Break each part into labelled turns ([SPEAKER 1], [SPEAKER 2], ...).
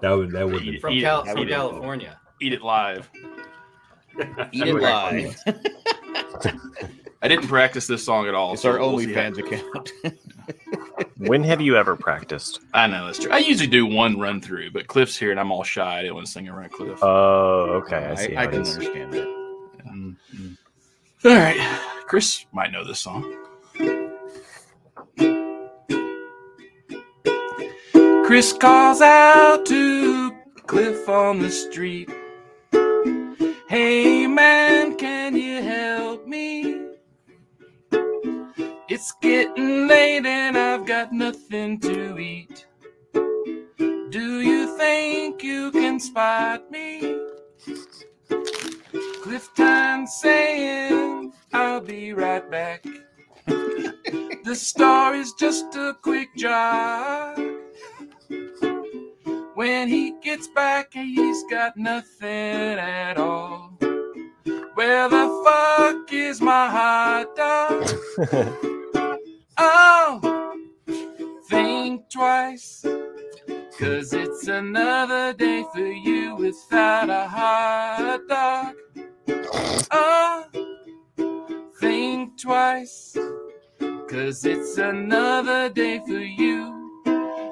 [SPEAKER 1] That would that would
[SPEAKER 2] Eat it.
[SPEAKER 1] be
[SPEAKER 3] From,
[SPEAKER 2] Yeah,
[SPEAKER 3] Cal-
[SPEAKER 2] that
[SPEAKER 3] from
[SPEAKER 2] would be-
[SPEAKER 3] California.
[SPEAKER 2] Eat it live.
[SPEAKER 3] Eat it live.
[SPEAKER 2] I didn't practice this song at all.
[SPEAKER 4] It's our
[SPEAKER 2] we'll see how-
[SPEAKER 4] OnlyFans account.
[SPEAKER 5] When have you ever practiced?
[SPEAKER 2] I know that's true. I usually do one run through, but Cliff's here and I'm all shy. I didn't want to sing around Cliff.
[SPEAKER 5] Oh, okay. I
[SPEAKER 4] I,
[SPEAKER 5] see.
[SPEAKER 4] I
[SPEAKER 5] how it
[SPEAKER 4] can
[SPEAKER 5] is.
[SPEAKER 4] understand that.
[SPEAKER 2] Mm, mm. All right. Chris might know this song. Chris calls out to Cliff on the street. Hey man, can you help me? It's getting late and I've got nothing to eat. Do you think you can spot me? Cliff time saying, I'll be right back. the star is just a quick jog. When he gets back, he's got nothing at all. Where the fuck is my hot dog? oh, think twice. Cause it's another day for you without a hot dog. Ah, think twice. Cause it's another day for you.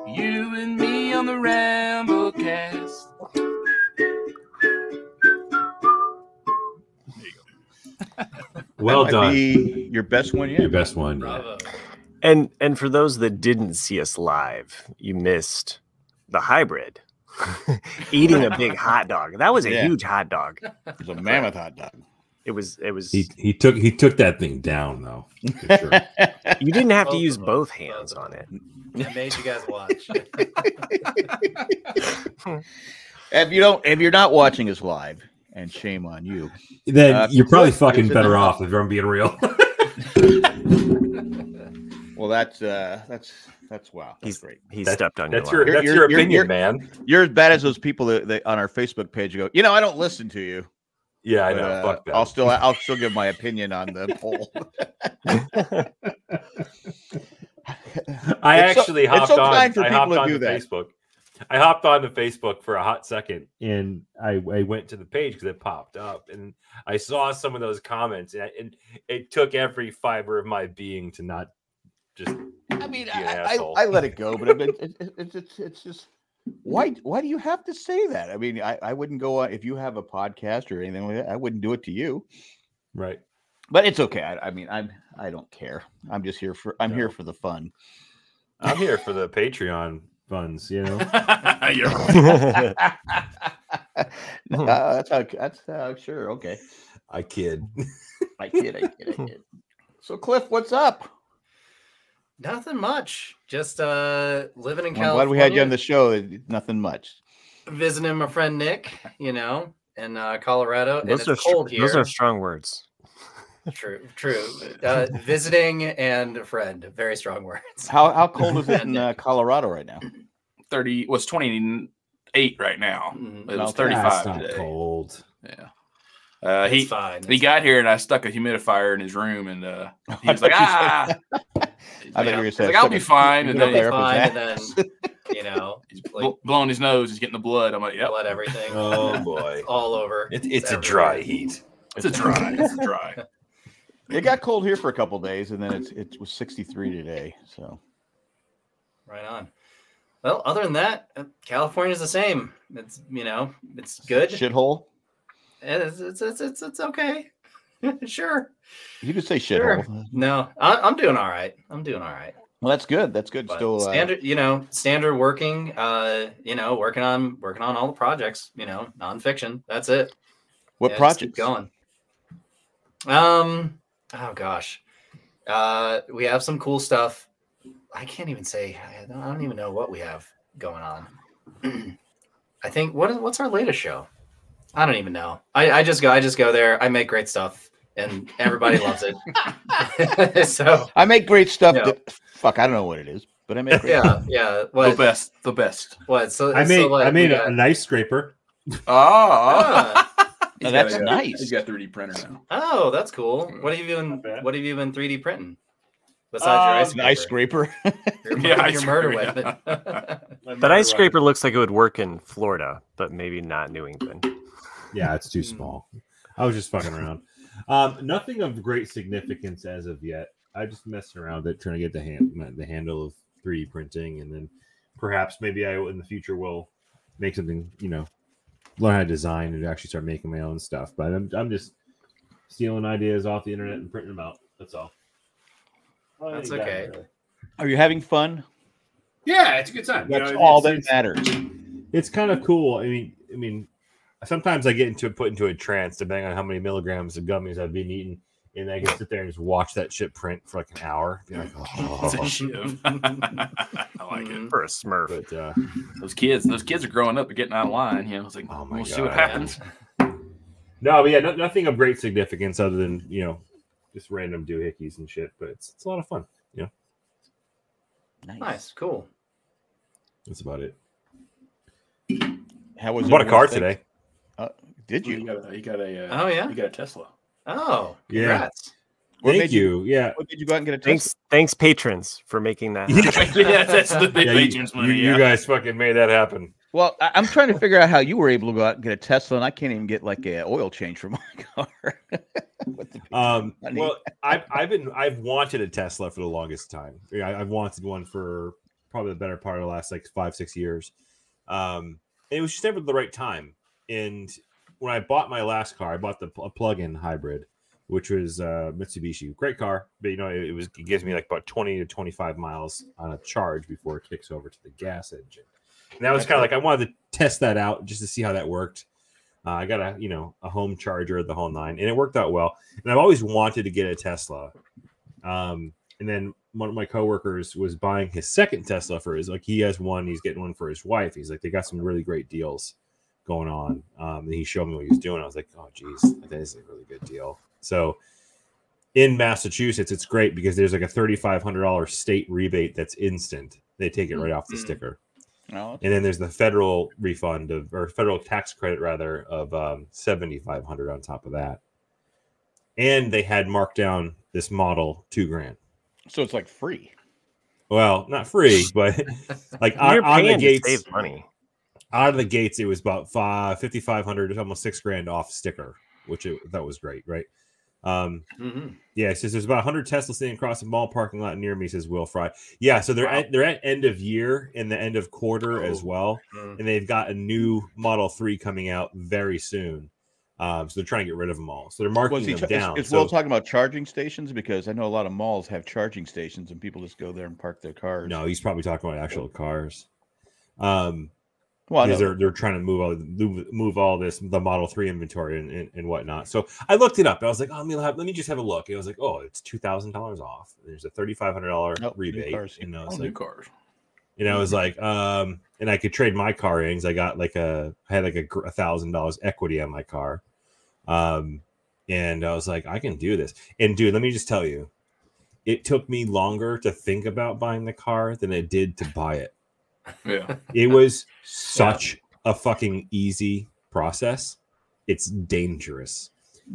[SPEAKER 2] You and me on the Ramblecast.
[SPEAKER 1] well
[SPEAKER 4] that might
[SPEAKER 1] done.
[SPEAKER 4] Be your best one yet.
[SPEAKER 1] Your best one. yeah.
[SPEAKER 5] And and for those that didn't see us live, you missed the hybrid. Eating a big hot dog. That was a
[SPEAKER 4] Yeah.
[SPEAKER 5] huge hot dog.
[SPEAKER 4] It's a mammoth hot dog.
[SPEAKER 5] It was it was
[SPEAKER 1] He he took he took that thing down though. for sure.
[SPEAKER 5] you didn't have to
[SPEAKER 3] Both
[SPEAKER 5] use
[SPEAKER 3] of them.
[SPEAKER 5] both hands on it.
[SPEAKER 3] I made you guys watch.
[SPEAKER 4] If you don't, if you're not watching us live, and shame on you.
[SPEAKER 1] Then
[SPEAKER 4] Uh,
[SPEAKER 1] you're probably
[SPEAKER 4] Cliff
[SPEAKER 1] fucking
[SPEAKER 4] is in
[SPEAKER 1] better
[SPEAKER 4] the-
[SPEAKER 1] off if I'm being real.
[SPEAKER 4] Well, that's uh, that's that's wow. That's
[SPEAKER 5] He's
[SPEAKER 4] great.
[SPEAKER 5] he
[SPEAKER 1] That-
[SPEAKER 5] stepped on
[SPEAKER 1] that's
[SPEAKER 5] your
[SPEAKER 1] your
[SPEAKER 5] line.
[SPEAKER 1] that's
[SPEAKER 4] You're-
[SPEAKER 1] your
[SPEAKER 4] you're-
[SPEAKER 1] opinion,
[SPEAKER 4] you're-
[SPEAKER 1] man.
[SPEAKER 4] You're as bad as those people that, that on our Facebook page go. You know, I don't listen to you.
[SPEAKER 1] Yeah, I
[SPEAKER 4] but,
[SPEAKER 1] know.
[SPEAKER 4] uh,
[SPEAKER 1] Fuck that.
[SPEAKER 4] I'll still I'll still give my opinion on the poll.
[SPEAKER 1] I
[SPEAKER 4] It's so-
[SPEAKER 1] actually
[SPEAKER 4] it's
[SPEAKER 1] hopped
[SPEAKER 4] so
[SPEAKER 1] on.
[SPEAKER 4] kind for
[SPEAKER 1] I
[SPEAKER 4] people
[SPEAKER 1] hopped
[SPEAKER 4] to
[SPEAKER 1] on
[SPEAKER 4] do
[SPEAKER 1] to
[SPEAKER 4] that.
[SPEAKER 1] Facebook. I hopped on to Facebook for a hot second, and I, I went to the page because it popped up, and I saw some of those comments, and, I, and it took every fiber of my being to not just.
[SPEAKER 4] I mean,
[SPEAKER 1] Be an
[SPEAKER 4] I,
[SPEAKER 1] asshole.
[SPEAKER 4] I, I let it go, but I mean, it, it, it's it's it's just why why do you have to say that? I mean, I, I wouldn't go on if you have a podcast or anything like that. I wouldn't do it to you,
[SPEAKER 1] Right.
[SPEAKER 4] but it's okay. I, I mean, I'm I don't care. I'm just here for I'm here for the fun.
[SPEAKER 1] I'm here for the Patreon funds. You know,
[SPEAKER 4] Uh, that's how that's how sure okay.
[SPEAKER 1] I kid.
[SPEAKER 4] I kid, I kid, I kid. So Cliff, what's up?
[SPEAKER 3] Nothing much. Just uh living in
[SPEAKER 4] I'm
[SPEAKER 3] California.
[SPEAKER 4] glad we had you on the show. It- Nothing much.
[SPEAKER 3] visiting my friend Nick, you know, in uh, Colorado.
[SPEAKER 5] Those
[SPEAKER 3] and
[SPEAKER 5] are
[SPEAKER 3] it's
[SPEAKER 5] str-
[SPEAKER 3] cold here.
[SPEAKER 5] those are strong words.
[SPEAKER 3] True, true. Uh, visiting and a friend, very strong words.
[SPEAKER 4] How how cold is it in uh, Colorado right now?
[SPEAKER 2] 30 was 28 right now.
[SPEAKER 3] Mhm.
[SPEAKER 2] It was
[SPEAKER 4] Not bad.
[SPEAKER 1] That's
[SPEAKER 2] 35
[SPEAKER 1] not
[SPEAKER 2] today.
[SPEAKER 1] cold.
[SPEAKER 2] Yeah. Uh,
[SPEAKER 3] It's
[SPEAKER 2] he
[SPEAKER 3] fine.
[SPEAKER 2] he
[SPEAKER 3] it's
[SPEAKER 2] got here and I stuck a humidifier in his room and uh, he was
[SPEAKER 4] thought
[SPEAKER 2] like,
[SPEAKER 4] you
[SPEAKER 2] ah.
[SPEAKER 4] said-
[SPEAKER 2] He's
[SPEAKER 4] I thought you were
[SPEAKER 2] he's
[SPEAKER 4] saying
[SPEAKER 2] like, I'll be
[SPEAKER 4] something.
[SPEAKER 2] fine.
[SPEAKER 4] You
[SPEAKER 2] And
[SPEAKER 4] got
[SPEAKER 2] then
[SPEAKER 3] fine.
[SPEAKER 2] he's
[SPEAKER 4] there.
[SPEAKER 3] It's fine, and
[SPEAKER 4] Therapist
[SPEAKER 3] then you know, like
[SPEAKER 2] bl- blowing his nose. He's getting the blood. I'm like, yep.
[SPEAKER 3] blood, everything,
[SPEAKER 1] boy,
[SPEAKER 3] all over. everywhere.
[SPEAKER 1] heat.
[SPEAKER 2] It's a dry. It's a dry.
[SPEAKER 4] It got cold here for a couple days, and then it's it was 63 today. So
[SPEAKER 3] Right on. Well, other than that, uh, California's the same. It's you know, it's good.
[SPEAKER 4] Shithole.
[SPEAKER 3] It's it's it's it's, it's okay. sure.
[SPEAKER 4] You could say
[SPEAKER 3] Sure.
[SPEAKER 4] shithole.
[SPEAKER 3] No, I, I'm doing all right. I'm doing all right.
[SPEAKER 4] Well, that's good. That's good.
[SPEAKER 3] But
[SPEAKER 4] Still, uh,
[SPEAKER 3] standard, you know, standard working. Uh, you know, working on working on all the projects. You know, nonfiction. That's it.
[SPEAKER 4] what
[SPEAKER 3] Yeah, just keep
[SPEAKER 4] project?
[SPEAKER 3] going? Um. Oh gosh. Uh, we have some cool stuff. I can't even say. I don't, I don't even know what we have going on. I think what is what's our latest show? I don't even know. I, I just go. I just go there. I make great stuff, and everybody loves it. so
[SPEAKER 4] I make great stuff.
[SPEAKER 3] Yeah.
[SPEAKER 4] That, fuck, I don't know what it is, but I make great. stuff.
[SPEAKER 3] yeah, yeah.
[SPEAKER 6] The
[SPEAKER 3] What?
[SPEAKER 6] best. The best.
[SPEAKER 3] What? So
[SPEAKER 1] I
[SPEAKER 3] so
[SPEAKER 1] made
[SPEAKER 3] what
[SPEAKER 1] I
[SPEAKER 3] we
[SPEAKER 1] made a,
[SPEAKER 3] got-
[SPEAKER 1] a knife scraper.
[SPEAKER 6] Oh,
[SPEAKER 3] Ah,
[SPEAKER 4] Now,
[SPEAKER 6] He's got
[SPEAKER 4] that's
[SPEAKER 6] a-
[SPEAKER 4] nice.
[SPEAKER 6] He's got 3D printer now.
[SPEAKER 3] oh, that's cool. What have you been?
[SPEAKER 1] Not bad.
[SPEAKER 3] What have you been 3D printing? Besides
[SPEAKER 1] Um,
[SPEAKER 3] your
[SPEAKER 4] An ice
[SPEAKER 3] scraper?
[SPEAKER 4] scraper.
[SPEAKER 3] Your,
[SPEAKER 6] Yeah,
[SPEAKER 3] mur-
[SPEAKER 6] ice
[SPEAKER 3] your murder
[SPEAKER 6] cream,
[SPEAKER 3] weapon.
[SPEAKER 5] That ice scraper looks like it would work in Florida, but maybe not New England.
[SPEAKER 1] Yeah, it's too
[SPEAKER 3] Mm.
[SPEAKER 1] small. I was just fucking around. Um, nothing of great significance as of yet. I just messed around with it, trying to get the hand my- the handle of 3D printing, and then perhaps maybe I will- in the future will make something. You know, learn how to design and actually start making my own stuff. But I'm I'm just stealing ideas off the internet and printing them out. That's all. I
[SPEAKER 3] That's
[SPEAKER 1] ain't got
[SPEAKER 3] okay.
[SPEAKER 1] it, really.
[SPEAKER 4] Are you having fun?
[SPEAKER 1] Yeah, it's a good time. You
[SPEAKER 4] That's
[SPEAKER 1] know,
[SPEAKER 4] all
[SPEAKER 1] it's-
[SPEAKER 4] that
[SPEAKER 1] it's-
[SPEAKER 4] matters.
[SPEAKER 1] it's kind of cool. I mean, I mean, sometimes I get into put into a trance depending on how many milligrams of gummies I've been eating, and I can sit there and just watch that shit print for like an hour. Be like,
[SPEAKER 6] It's a
[SPEAKER 1] oh.
[SPEAKER 6] shiv. I like it.
[SPEAKER 3] Mm.
[SPEAKER 5] For a Smurf.
[SPEAKER 1] But uh,
[SPEAKER 6] Those kids, those kids are growing up, they're getting online. You know, it's like,
[SPEAKER 1] Oh my
[SPEAKER 6] we'll see what
[SPEAKER 1] God.
[SPEAKER 6] happens.
[SPEAKER 1] no, but yeah, no, nothing of great significance other than you know just random doohickeys and shit. But it's, it's a lot of fun.
[SPEAKER 3] Nice, cool.
[SPEAKER 1] That's about it.
[SPEAKER 4] How was
[SPEAKER 1] Bought a
[SPEAKER 4] everyone's
[SPEAKER 1] car
[SPEAKER 4] thing?
[SPEAKER 1] today.
[SPEAKER 4] Did
[SPEAKER 6] You
[SPEAKER 4] you?
[SPEAKER 6] got a, you got a, uh,
[SPEAKER 3] Oh yeah.
[SPEAKER 6] you got a Tesla.
[SPEAKER 3] Oh,
[SPEAKER 1] Yeah.
[SPEAKER 3] congrats.
[SPEAKER 4] What
[SPEAKER 1] Thank
[SPEAKER 4] made you-
[SPEAKER 1] you. Yeah,
[SPEAKER 4] What, did you go out and get a Tesla?
[SPEAKER 5] Thanks, thanks, patrons, for making that.
[SPEAKER 1] Yeah.
[SPEAKER 5] happen.
[SPEAKER 6] yeah, that's the big
[SPEAKER 1] yeah, you,
[SPEAKER 6] patrons money.
[SPEAKER 1] you- you
[SPEAKER 6] yeah.
[SPEAKER 1] guys fucking made that happen.
[SPEAKER 4] Well, I, I'm trying to figure out how you were able to go out and get a Tesla, and I can't even get like a oil change for my car. What the-
[SPEAKER 1] Um,
[SPEAKER 4] Funny.
[SPEAKER 1] well, I've, I've been I've wanted a Tesla for the longest time. Yeah, I- I've wanted one for probably the better part of the last like five six years. Um, and it was just never the right time. And when I bought my last car, I bought the pl- a plug-in hybrid, which was uh, Mitsubishi. Great car, but you know it, it was it gives me like about twenty to twenty-five miles on a charge before it kicks over to the gas engine. And that was kind of like I wanted to test that out just to see how that worked. Uh, I got a you know a home charger, the whole nine, and it worked out well. And I've always wanted to get a Tesla. Um, and then one of my coworkers was buying his second Tesla for his like he has one, he's getting one for his wife. He's like they got some really great deals going on. Um, and he showed me what he was doing. I was like, oh geez, that is a really good deal. So in Massachusetts, it's great because there's like a thirty five hundred dollar state rebate that's instant. They take it right off the
[SPEAKER 3] Mm.
[SPEAKER 1] sticker.
[SPEAKER 4] No,
[SPEAKER 1] And then there's the federal refund of or federal tax credit rather of um, seventy five hundred on top of that. And they had marked down this model two grand.
[SPEAKER 4] so it's like free.
[SPEAKER 1] Well, not free, but like out,
[SPEAKER 5] You're
[SPEAKER 1] out of the
[SPEAKER 5] paying to
[SPEAKER 1] gates,
[SPEAKER 5] save money.
[SPEAKER 1] out of the gates, it was about five fifty five hundred, almost six grand off sticker, which it, that was great, right? Um,
[SPEAKER 3] Mhm.
[SPEAKER 1] yeah, it says there's about 100 Teslas sitting across the mall parking lot near me, says Will Fry. Yeah, so they're at they're at end of year and the end of quarter as
[SPEAKER 3] Oh.
[SPEAKER 1] well,
[SPEAKER 3] Mm.
[SPEAKER 1] and they've got a new Model Three coming out very soon. Um, so they're trying to get rid of them all. So they're marking
[SPEAKER 4] Was he
[SPEAKER 1] them
[SPEAKER 4] cha-
[SPEAKER 1] down.
[SPEAKER 4] Is, is
[SPEAKER 1] so,
[SPEAKER 4] Will talking about charging stations? Because I know a lot of malls have charging stations, and people just go there and park their cars.
[SPEAKER 1] no, he's probably talking about actual cars. Um,
[SPEAKER 4] well, Oh, I
[SPEAKER 1] because
[SPEAKER 4] know.
[SPEAKER 1] they're they're trying to move all move, move all this the Model Three inventory and, and, and whatnot. So I looked it up. I was like, oh, let me have, let me just have a look. And I was like, oh, it's two thousand dollars off. There's a thirty five hundred dollar
[SPEAKER 4] Nope, new
[SPEAKER 1] rebate.
[SPEAKER 4] cars.
[SPEAKER 1] And I
[SPEAKER 6] Oh,
[SPEAKER 1] was
[SPEAKER 6] new
[SPEAKER 1] like,
[SPEAKER 6] cars.
[SPEAKER 1] and I was like, um, and I could trade my car in because I got like a I had like a gr- a thousand dollars equity on my car, um, and I was like, I can do this. And dude, let me just tell you, it took me longer to think about buying the car than it did to buy it.
[SPEAKER 6] Yeah.
[SPEAKER 1] It was such a fucking easy process. It's dangerous.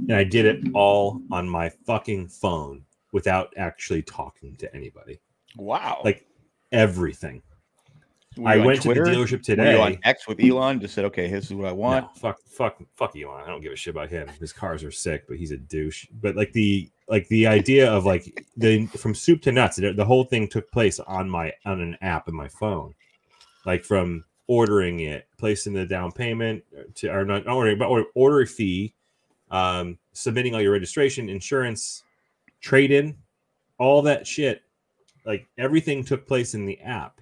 [SPEAKER 1] And I did it all on my fucking phone without actually talking to anybody.
[SPEAKER 4] wow.
[SPEAKER 1] like, Everything.
[SPEAKER 4] Were
[SPEAKER 1] I
[SPEAKER 4] you on
[SPEAKER 1] went
[SPEAKER 4] Twitter?
[SPEAKER 1] to the dealership
[SPEAKER 4] Were you on
[SPEAKER 1] today.
[SPEAKER 4] X with Elon? Just said, okay, this is what I
[SPEAKER 1] No,
[SPEAKER 4] want.
[SPEAKER 1] fuck, fuck, fuck Elon. I don't give a shit about him. His cars are sick, but he's a douche. But like the like the idea of like the from soup to nuts, the the whole thing took place on my on an app in my phone. like from ordering it, placing the down payment uh, to or not not ordering, but order, order fee, um, submitting all your registration, insurance, trade in, all that shit. Like everything took place in the app.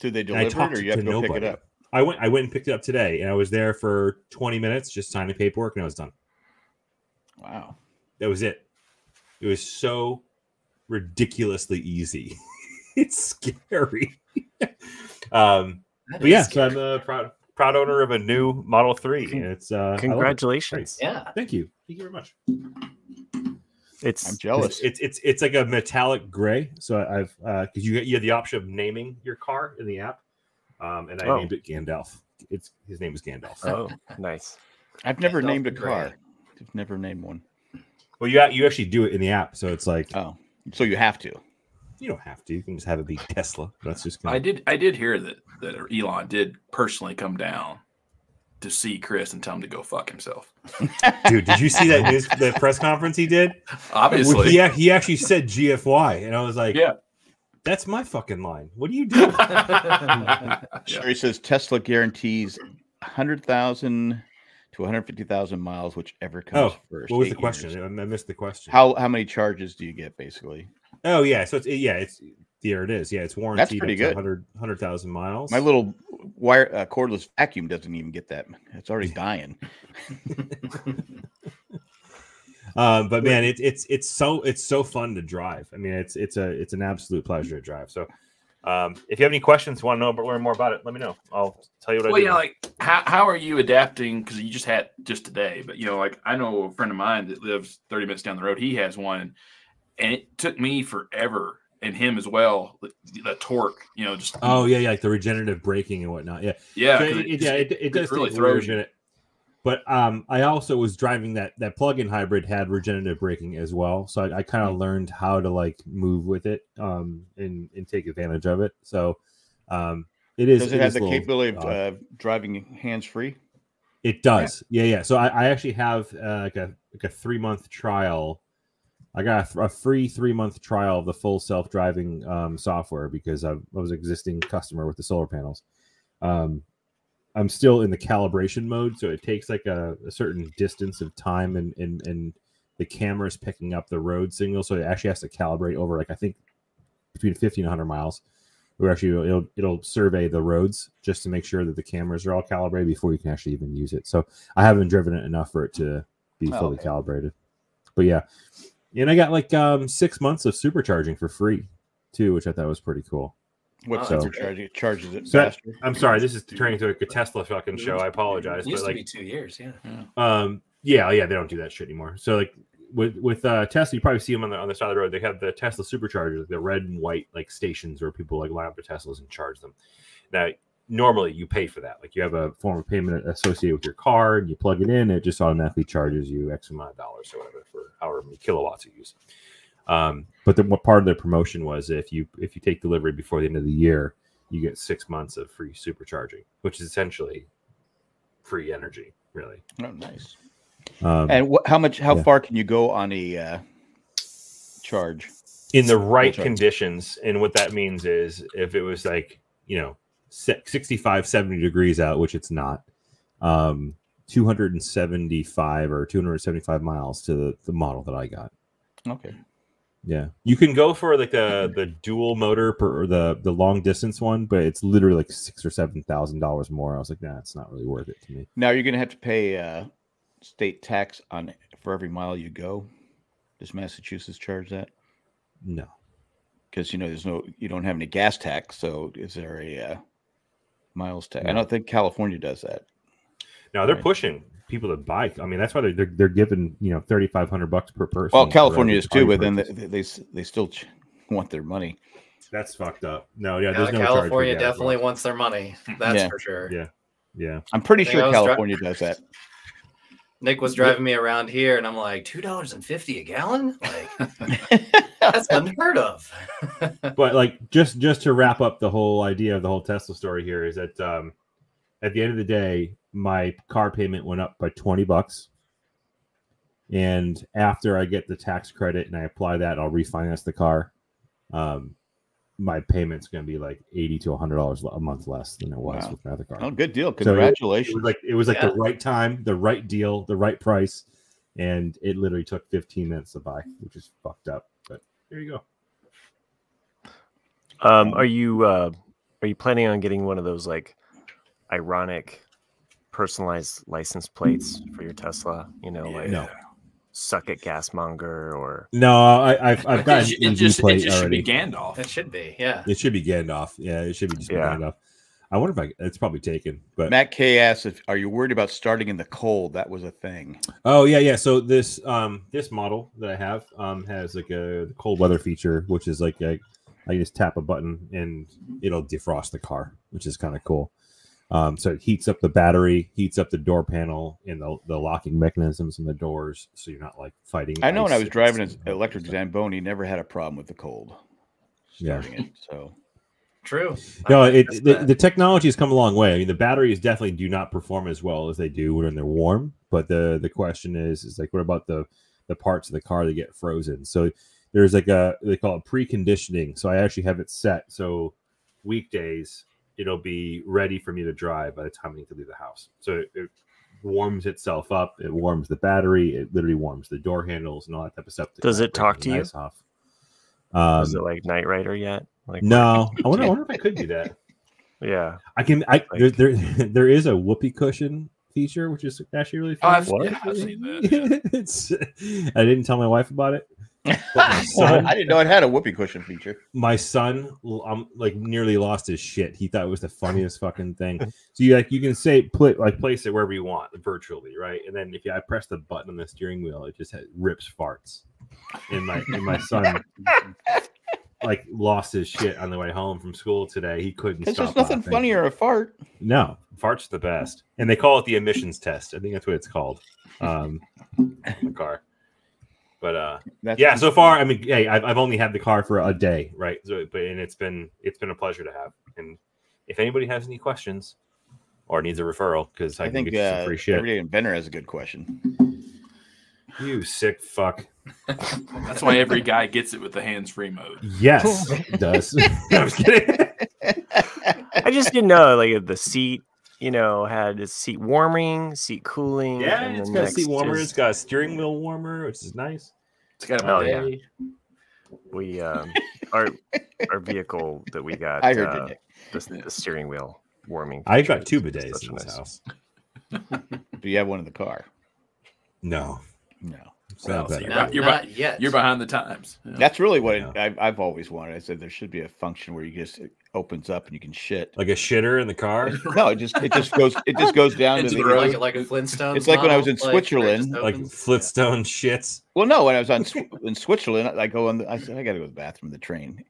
[SPEAKER 4] Did they
[SPEAKER 1] And
[SPEAKER 4] deliver
[SPEAKER 1] I
[SPEAKER 4] it
[SPEAKER 1] talked
[SPEAKER 4] or you have
[SPEAKER 1] to
[SPEAKER 4] to go pick it
[SPEAKER 1] nobody.
[SPEAKER 4] up?
[SPEAKER 1] I went I went and picked it up today, and I was there for 20 minutes, just signing paperwork, and I was done.
[SPEAKER 4] Wow.
[SPEAKER 1] That was it. It was so ridiculously easy. it's scary. um,
[SPEAKER 3] That
[SPEAKER 1] but yeah,
[SPEAKER 3] is
[SPEAKER 1] so I'm a proud proud owner of a new Model Three.
[SPEAKER 5] Con-
[SPEAKER 1] and it's uh, I love it.
[SPEAKER 5] Congratulations.
[SPEAKER 3] yeah.
[SPEAKER 1] Thank you. Thank you very much.
[SPEAKER 5] It's
[SPEAKER 4] I'm jealous.
[SPEAKER 1] It's it's it's like a metallic gray. So I- I've because you you have the option of naming your car in the app, um, and I
[SPEAKER 5] Oh.
[SPEAKER 1] named it Gandalf. It's his name is Gandalf.
[SPEAKER 5] oh nice.
[SPEAKER 4] I've never
[SPEAKER 3] Gandalf
[SPEAKER 4] named a
[SPEAKER 3] the Grey.
[SPEAKER 4] car. I've never named one.
[SPEAKER 1] Well, you a- you actually do it in the app, so it's like
[SPEAKER 4] Oh, so you have to.
[SPEAKER 1] you don't have to. You can just have it be Tesla. That's just
[SPEAKER 6] I
[SPEAKER 1] kind of
[SPEAKER 6] did. I did hear that that Elon did personally come down to see Chris and tell him to go fuck himself.
[SPEAKER 1] dude. Did you see that news, that press conference he did?
[SPEAKER 6] Obviously,
[SPEAKER 1] Yeah, he actually said GFY, and I was like,
[SPEAKER 6] Yeah.
[SPEAKER 1] that's my fucking line. What do you do?
[SPEAKER 6] Yeah.
[SPEAKER 4] Sherry says Tesla guarantees 100,000 to 150,000 miles, whichever comes
[SPEAKER 1] Oh,
[SPEAKER 4] first.
[SPEAKER 1] what was the
[SPEAKER 4] eight
[SPEAKER 1] question?
[SPEAKER 4] years.
[SPEAKER 1] I I missed the question.
[SPEAKER 4] How how many charges do you get basically?
[SPEAKER 1] Oh yeah, so it's yeah, it's there. It is. Yeah, it's warranted.
[SPEAKER 4] pretty
[SPEAKER 1] up
[SPEAKER 4] good.
[SPEAKER 1] to 100 100,000 miles.
[SPEAKER 4] My little wire uh, cordless vacuum doesn't even get that. It's already dying.
[SPEAKER 1] um, but man, it's it's it's so it's so fun to drive. I mean, it's it's a it's an absolute pleasure to drive. So, um, if you have any questions, want to know but learn more about it, let me know. I'll tell you what
[SPEAKER 6] well,
[SPEAKER 1] I
[SPEAKER 6] you
[SPEAKER 1] do.
[SPEAKER 6] know, like how, how are you adapting? Because you just had just today, but you know, like I know a friend of mine that lives 30 minutes down the road. He has one, and it took me forever, and him as well. The, the torque, you know, just
[SPEAKER 1] oh yeah, yeah, like the regenerative braking and whatnot. Yeah,
[SPEAKER 6] yeah,
[SPEAKER 1] So
[SPEAKER 6] 'cause
[SPEAKER 1] it, it- yeah, it, it does
[SPEAKER 6] really
[SPEAKER 1] take a little
[SPEAKER 6] throws you.
[SPEAKER 1] minute. But um, I also was driving that that plug-in hybrid had regenerative braking as well, so I, I kind
[SPEAKER 6] Hmm.
[SPEAKER 1] of learned how to like move with it um, and and take advantage of it. So um, it is.
[SPEAKER 4] Does it have
[SPEAKER 1] is
[SPEAKER 4] the
[SPEAKER 1] a little
[SPEAKER 4] capability of
[SPEAKER 1] odd.
[SPEAKER 4] uh, driving hands free?
[SPEAKER 1] It does. Yeah, yeah. So I, I actually have uh, like a like a three month trial. I got a, th- a free three month trial of the full self driving um, software because I, I was an existing customer with the solar panels. Um, I'm still in the calibration mode, so it takes like a, a certain distance of time, and and and the camera is picking up the road signal, so it actually has to calibrate over like I think between 50 and 100 miles. Or actually, it'll it'll survey the roads just to make sure that the cameras are all calibrated before you can actually even use it. So I haven't driven it enough for it to be
[SPEAKER 4] Oh,
[SPEAKER 1] fully
[SPEAKER 4] okay.
[SPEAKER 1] calibrated. But yeah, and I got like um six months of supercharging for free too, which I thought was pretty cool.
[SPEAKER 4] What's
[SPEAKER 1] Oh,
[SPEAKER 4] the charging? It charges it
[SPEAKER 1] So that-
[SPEAKER 4] faster.
[SPEAKER 1] I'm sorry, this is turning into a Tesla fucking show. I apologize,
[SPEAKER 3] It used
[SPEAKER 1] but
[SPEAKER 3] to be
[SPEAKER 1] like
[SPEAKER 3] two years. Yeah.
[SPEAKER 1] um, yeah, yeah, they don't do that shit anymore. So like with with uh, Tesla, you probably see them on the on the side of the road. They have the Tesla superchargers, the red and white like stations where people like line up their Teslas and charge them. Now normally you pay for that. Like you have a form of payment associated with your car, and you plug it in, it just automatically charges you X amount of dollars or whatever for however many kilowatts you use. Um, but then what part of their promotion was if you if you take delivery before the end of the year, you get six months of free supercharging, which is essentially free energy, really.
[SPEAKER 4] Oh, nice.
[SPEAKER 1] Um,
[SPEAKER 4] And wh- how much? How
[SPEAKER 1] yeah.
[SPEAKER 4] far can you go on a uh, charge?
[SPEAKER 1] in the right
[SPEAKER 4] Gotcha.
[SPEAKER 1] conditions and what that means is if it was like you know si- 65 70 degrees out which it's not um 275 or 275 miles to the, the model that i got
[SPEAKER 4] Okay.
[SPEAKER 1] yeah you can go for like the the dual motor per, or the the long distance one but it's literally like six or seven thousand dollars more i was like nah it's not really worth it to me
[SPEAKER 4] Now you're going to have to pay uh, state tax on for every mile you go. Does Massachusetts charge that?
[SPEAKER 1] no
[SPEAKER 4] Because you know, there's no, you don't have any gas tax, so is there a uh, miles tax? I
[SPEAKER 1] No.
[SPEAKER 4] don't think California does that.
[SPEAKER 1] no they're
[SPEAKER 4] Right.
[SPEAKER 1] pushing people to bike i mean that's why they're they're, they're giving you know 3500 bucks per person
[SPEAKER 4] Well,
[SPEAKER 1] for
[SPEAKER 4] California
[SPEAKER 1] every
[SPEAKER 4] is
[SPEAKER 1] car
[SPEAKER 4] too,
[SPEAKER 1] you
[SPEAKER 4] but then they,
[SPEAKER 1] purchase.
[SPEAKER 4] they s- they still ch- want their money.
[SPEAKER 1] That's fucked up. No, yeah,
[SPEAKER 3] Yeah,
[SPEAKER 1] there's no charge for
[SPEAKER 3] California
[SPEAKER 1] gas,
[SPEAKER 3] definitely wants their money. That's
[SPEAKER 4] Yeah.
[SPEAKER 3] for sure.
[SPEAKER 1] Yeah. bro. Yeah,
[SPEAKER 4] I'm pretty
[SPEAKER 3] Thing
[SPEAKER 4] sure
[SPEAKER 3] I was dri-
[SPEAKER 4] California does that.
[SPEAKER 3] Nick was driving me around here, and I'm like, two dollars and fifty a gallon? Like that's unheard of.
[SPEAKER 1] but like just just to wrap up the whole idea of the whole Tesla story here is that um, at the end of the day, my car payment went up by twenty bucks, and after I get the tax credit and I apply that, I'll refinance the car. Um, my payment's going to be like eighty to hundred dollars a month less than it was
[SPEAKER 4] Wow.
[SPEAKER 1] with my other card.
[SPEAKER 4] Oh, good deal.
[SPEAKER 1] So it- It
[SPEAKER 4] Congratulations.
[SPEAKER 1] was like it was like
[SPEAKER 3] Yeah.
[SPEAKER 1] the right time, the right deal, the right price, and it literally took 15 minutes to buy, which is fucked up. But there you go.
[SPEAKER 5] Um, are you uh, are you planning on getting one of those like ironic personalized license plates for your Tesla? You know, like
[SPEAKER 1] No.
[SPEAKER 5] suck at gasmonger or
[SPEAKER 1] No, I, I've I've got an
[SPEAKER 6] it, ju- it
[SPEAKER 1] EV
[SPEAKER 6] just, it
[SPEAKER 1] plate
[SPEAKER 6] just should be
[SPEAKER 1] already.
[SPEAKER 6] Gandalf.
[SPEAKER 3] It should be, yeah.
[SPEAKER 1] It should be Gandalf. Yeah, it should be just
[SPEAKER 5] Yeah.
[SPEAKER 1] Gandalf. I wonder if I, it's probably taken, but
[SPEAKER 4] Matt K asks, if, "Are you worried about starting in the cold?" That was a thing.
[SPEAKER 1] oh yeah, yeah. So this um this model that I have um has like a cold weather feature, which is like a, I just tap a button and it'll defrost the car, which is kind of cool. Um, so it heats up the battery, heats up the door panel and the, the locking mechanisms and the doors, so you're not like fighting.
[SPEAKER 4] I know when
[SPEAKER 1] ice
[SPEAKER 4] I was
[SPEAKER 1] and
[SPEAKER 4] driving
[SPEAKER 1] stuff
[SPEAKER 4] an
[SPEAKER 1] like that.
[SPEAKER 4] electric Zamboni, never had a problem with the cold.
[SPEAKER 1] Yeah.
[SPEAKER 4] Starting it, so
[SPEAKER 3] True.
[SPEAKER 1] No,
[SPEAKER 3] I
[SPEAKER 1] it,
[SPEAKER 3] guess
[SPEAKER 1] the,
[SPEAKER 3] that-
[SPEAKER 1] the technology has come a long way. I mean, the batteries definitely do not perform as well as they do when they're warm. But the the question is, is like, what about the the parts of the car that get frozen? So there's like a they call it preconditioning. So I actually have it set so weekdays it'll be ready for me to drive by the time I need to leave the house. So it, it warms itself up. It warms the battery. It literally warms the door handles and all that type of stuff. to
[SPEAKER 5] Does
[SPEAKER 1] kinda
[SPEAKER 5] it
[SPEAKER 1] break
[SPEAKER 5] talk
[SPEAKER 1] the
[SPEAKER 5] to you?
[SPEAKER 1] ice Off. Um,
[SPEAKER 5] is it like Knight Rider yet? Like
[SPEAKER 1] no, I wonder, I wonder if I could do that.
[SPEAKER 5] yeah,
[SPEAKER 1] I can. I there,
[SPEAKER 5] Like-
[SPEAKER 1] there there is a whoopee cushion feature, which is actually really
[SPEAKER 6] Oh,
[SPEAKER 1] fun.
[SPEAKER 6] I've, yeah, I've seen that. yeah.
[SPEAKER 1] it's, I didn't tell my wife about it. but my son,
[SPEAKER 4] I didn't know it had a whoopee cushion feature.
[SPEAKER 1] my son, l- um, like nearly lost his shit. He thought it was the funniest fucking thing. So you like you can say put like place it wherever you want virtually, right? And then if you, I press the button on the steering wheel, it just ha rips farts. And my and my son like lost his shit on the way home from school today. He couldn't.
[SPEAKER 4] Because
[SPEAKER 1] stop
[SPEAKER 4] there's nothing
[SPEAKER 1] laughing.
[SPEAKER 4] funnier than a fart.
[SPEAKER 1] No, farts are the best, and they call it the emissions test. I think that's what it's called. Um, the car, but uh,
[SPEAKER 4] That's
[SPEAKER 1] yeah. So far, I mean, hey, I've, I've only had the car for a day, right? So, but and it's been it's been a pleasure to have. And if anybody has any questions or needs a referral, because I,
[SPEAKER 4] I
[SPEAKER 1] can
[SPEAKER 4] think
[SPEAKER 1] get you some
[SPEAKER 4] uh,
[SPEAKER 1] free shit.
[SPEAKER 4] everyday inventor has a good question.
[SPEAKER 1] You sick fuck.
[SPEAKER 6] That's why every guy gets it with the hands-free mode.
[SPEAKER 1] Yes, it does. I'm just kidding.
[SPEAKER 5] I just didn't know like the seat. You know, had a seat warming, seat cooling.
[SPEAKER 1] Yeah,
[SPEAKER 5] and
[SPEAKER 1] it's
[SPEAKER 5] then
[SPEAKER 1] got a seat
[SPEAKER 5] next
[SPEAKER 1] warmer.
[SPEAKER 5] is
[SPEAKER 1] It's got a steering wheel warmer, which is nice.
[SPEAKER 6] It's got a
[SPEAKER 5] Oh,
[SPEAKER 6] bidet.
[SPEAKER 5] we um, our our vehicle that we got.
[SPEAKER 4] I heard
[SPEAKER 5] uh,
[SPEAKER 4] you, Nick.
[SPEAKER 5] the, the steering wheel warming.
[SPEAKER 1] I
[SPEAKER 5] feature
[SPEAKER 1] got two
[SPEAKER 5] is just
[SPEAKER 1] bidets
[SPEAKER 5] such a
[SPEAKER 1] in this
[SPEAKER 5] nice-
[SPEAKER 1] house.
[SPEAKER 4] Do you have one in the car?
[SPEAKER 1] No,
[SPEAKER 4] No.
[SPEAKER 1] it's not
[SPEAKER 6] Well, so
[SPEAKER 1] better.
[SPEAKER 6] you're right.
[SPEAKER 3] not, not yet.
[SPEAKER 6] You're behind the times. Yeah.
[SPEAKER 4] That's really what
[SPEAKER 1] Yeah.
[SPEAKER 4] it, I've, I've always wanted. I said there should be a function where you just it opens up and you can shit.
[SPEAKER 1] like a shitter in the car.
[SPEAKER 4] No, it just it just goes it just goes down to
[SPEAKER 6] Into
[SPEAKER 4] the,
[SPEAKER 6] the road.
[SPEAKER 3] like, like a Flintstones.
[SPEAKER 4] It's like when I was in
[SPEAKER 3] model, like, where it just
[SPEAKER 4] Switzerland,
[SPEAKER 1] like
[SPEAKER 3] opens.
[SPEAKER 1] Flintstone shits.
[SPEAKER 4] Well, no, when I was on Swi- in Switzerland, I go on. The, I said I got to go to the bathroom. The train.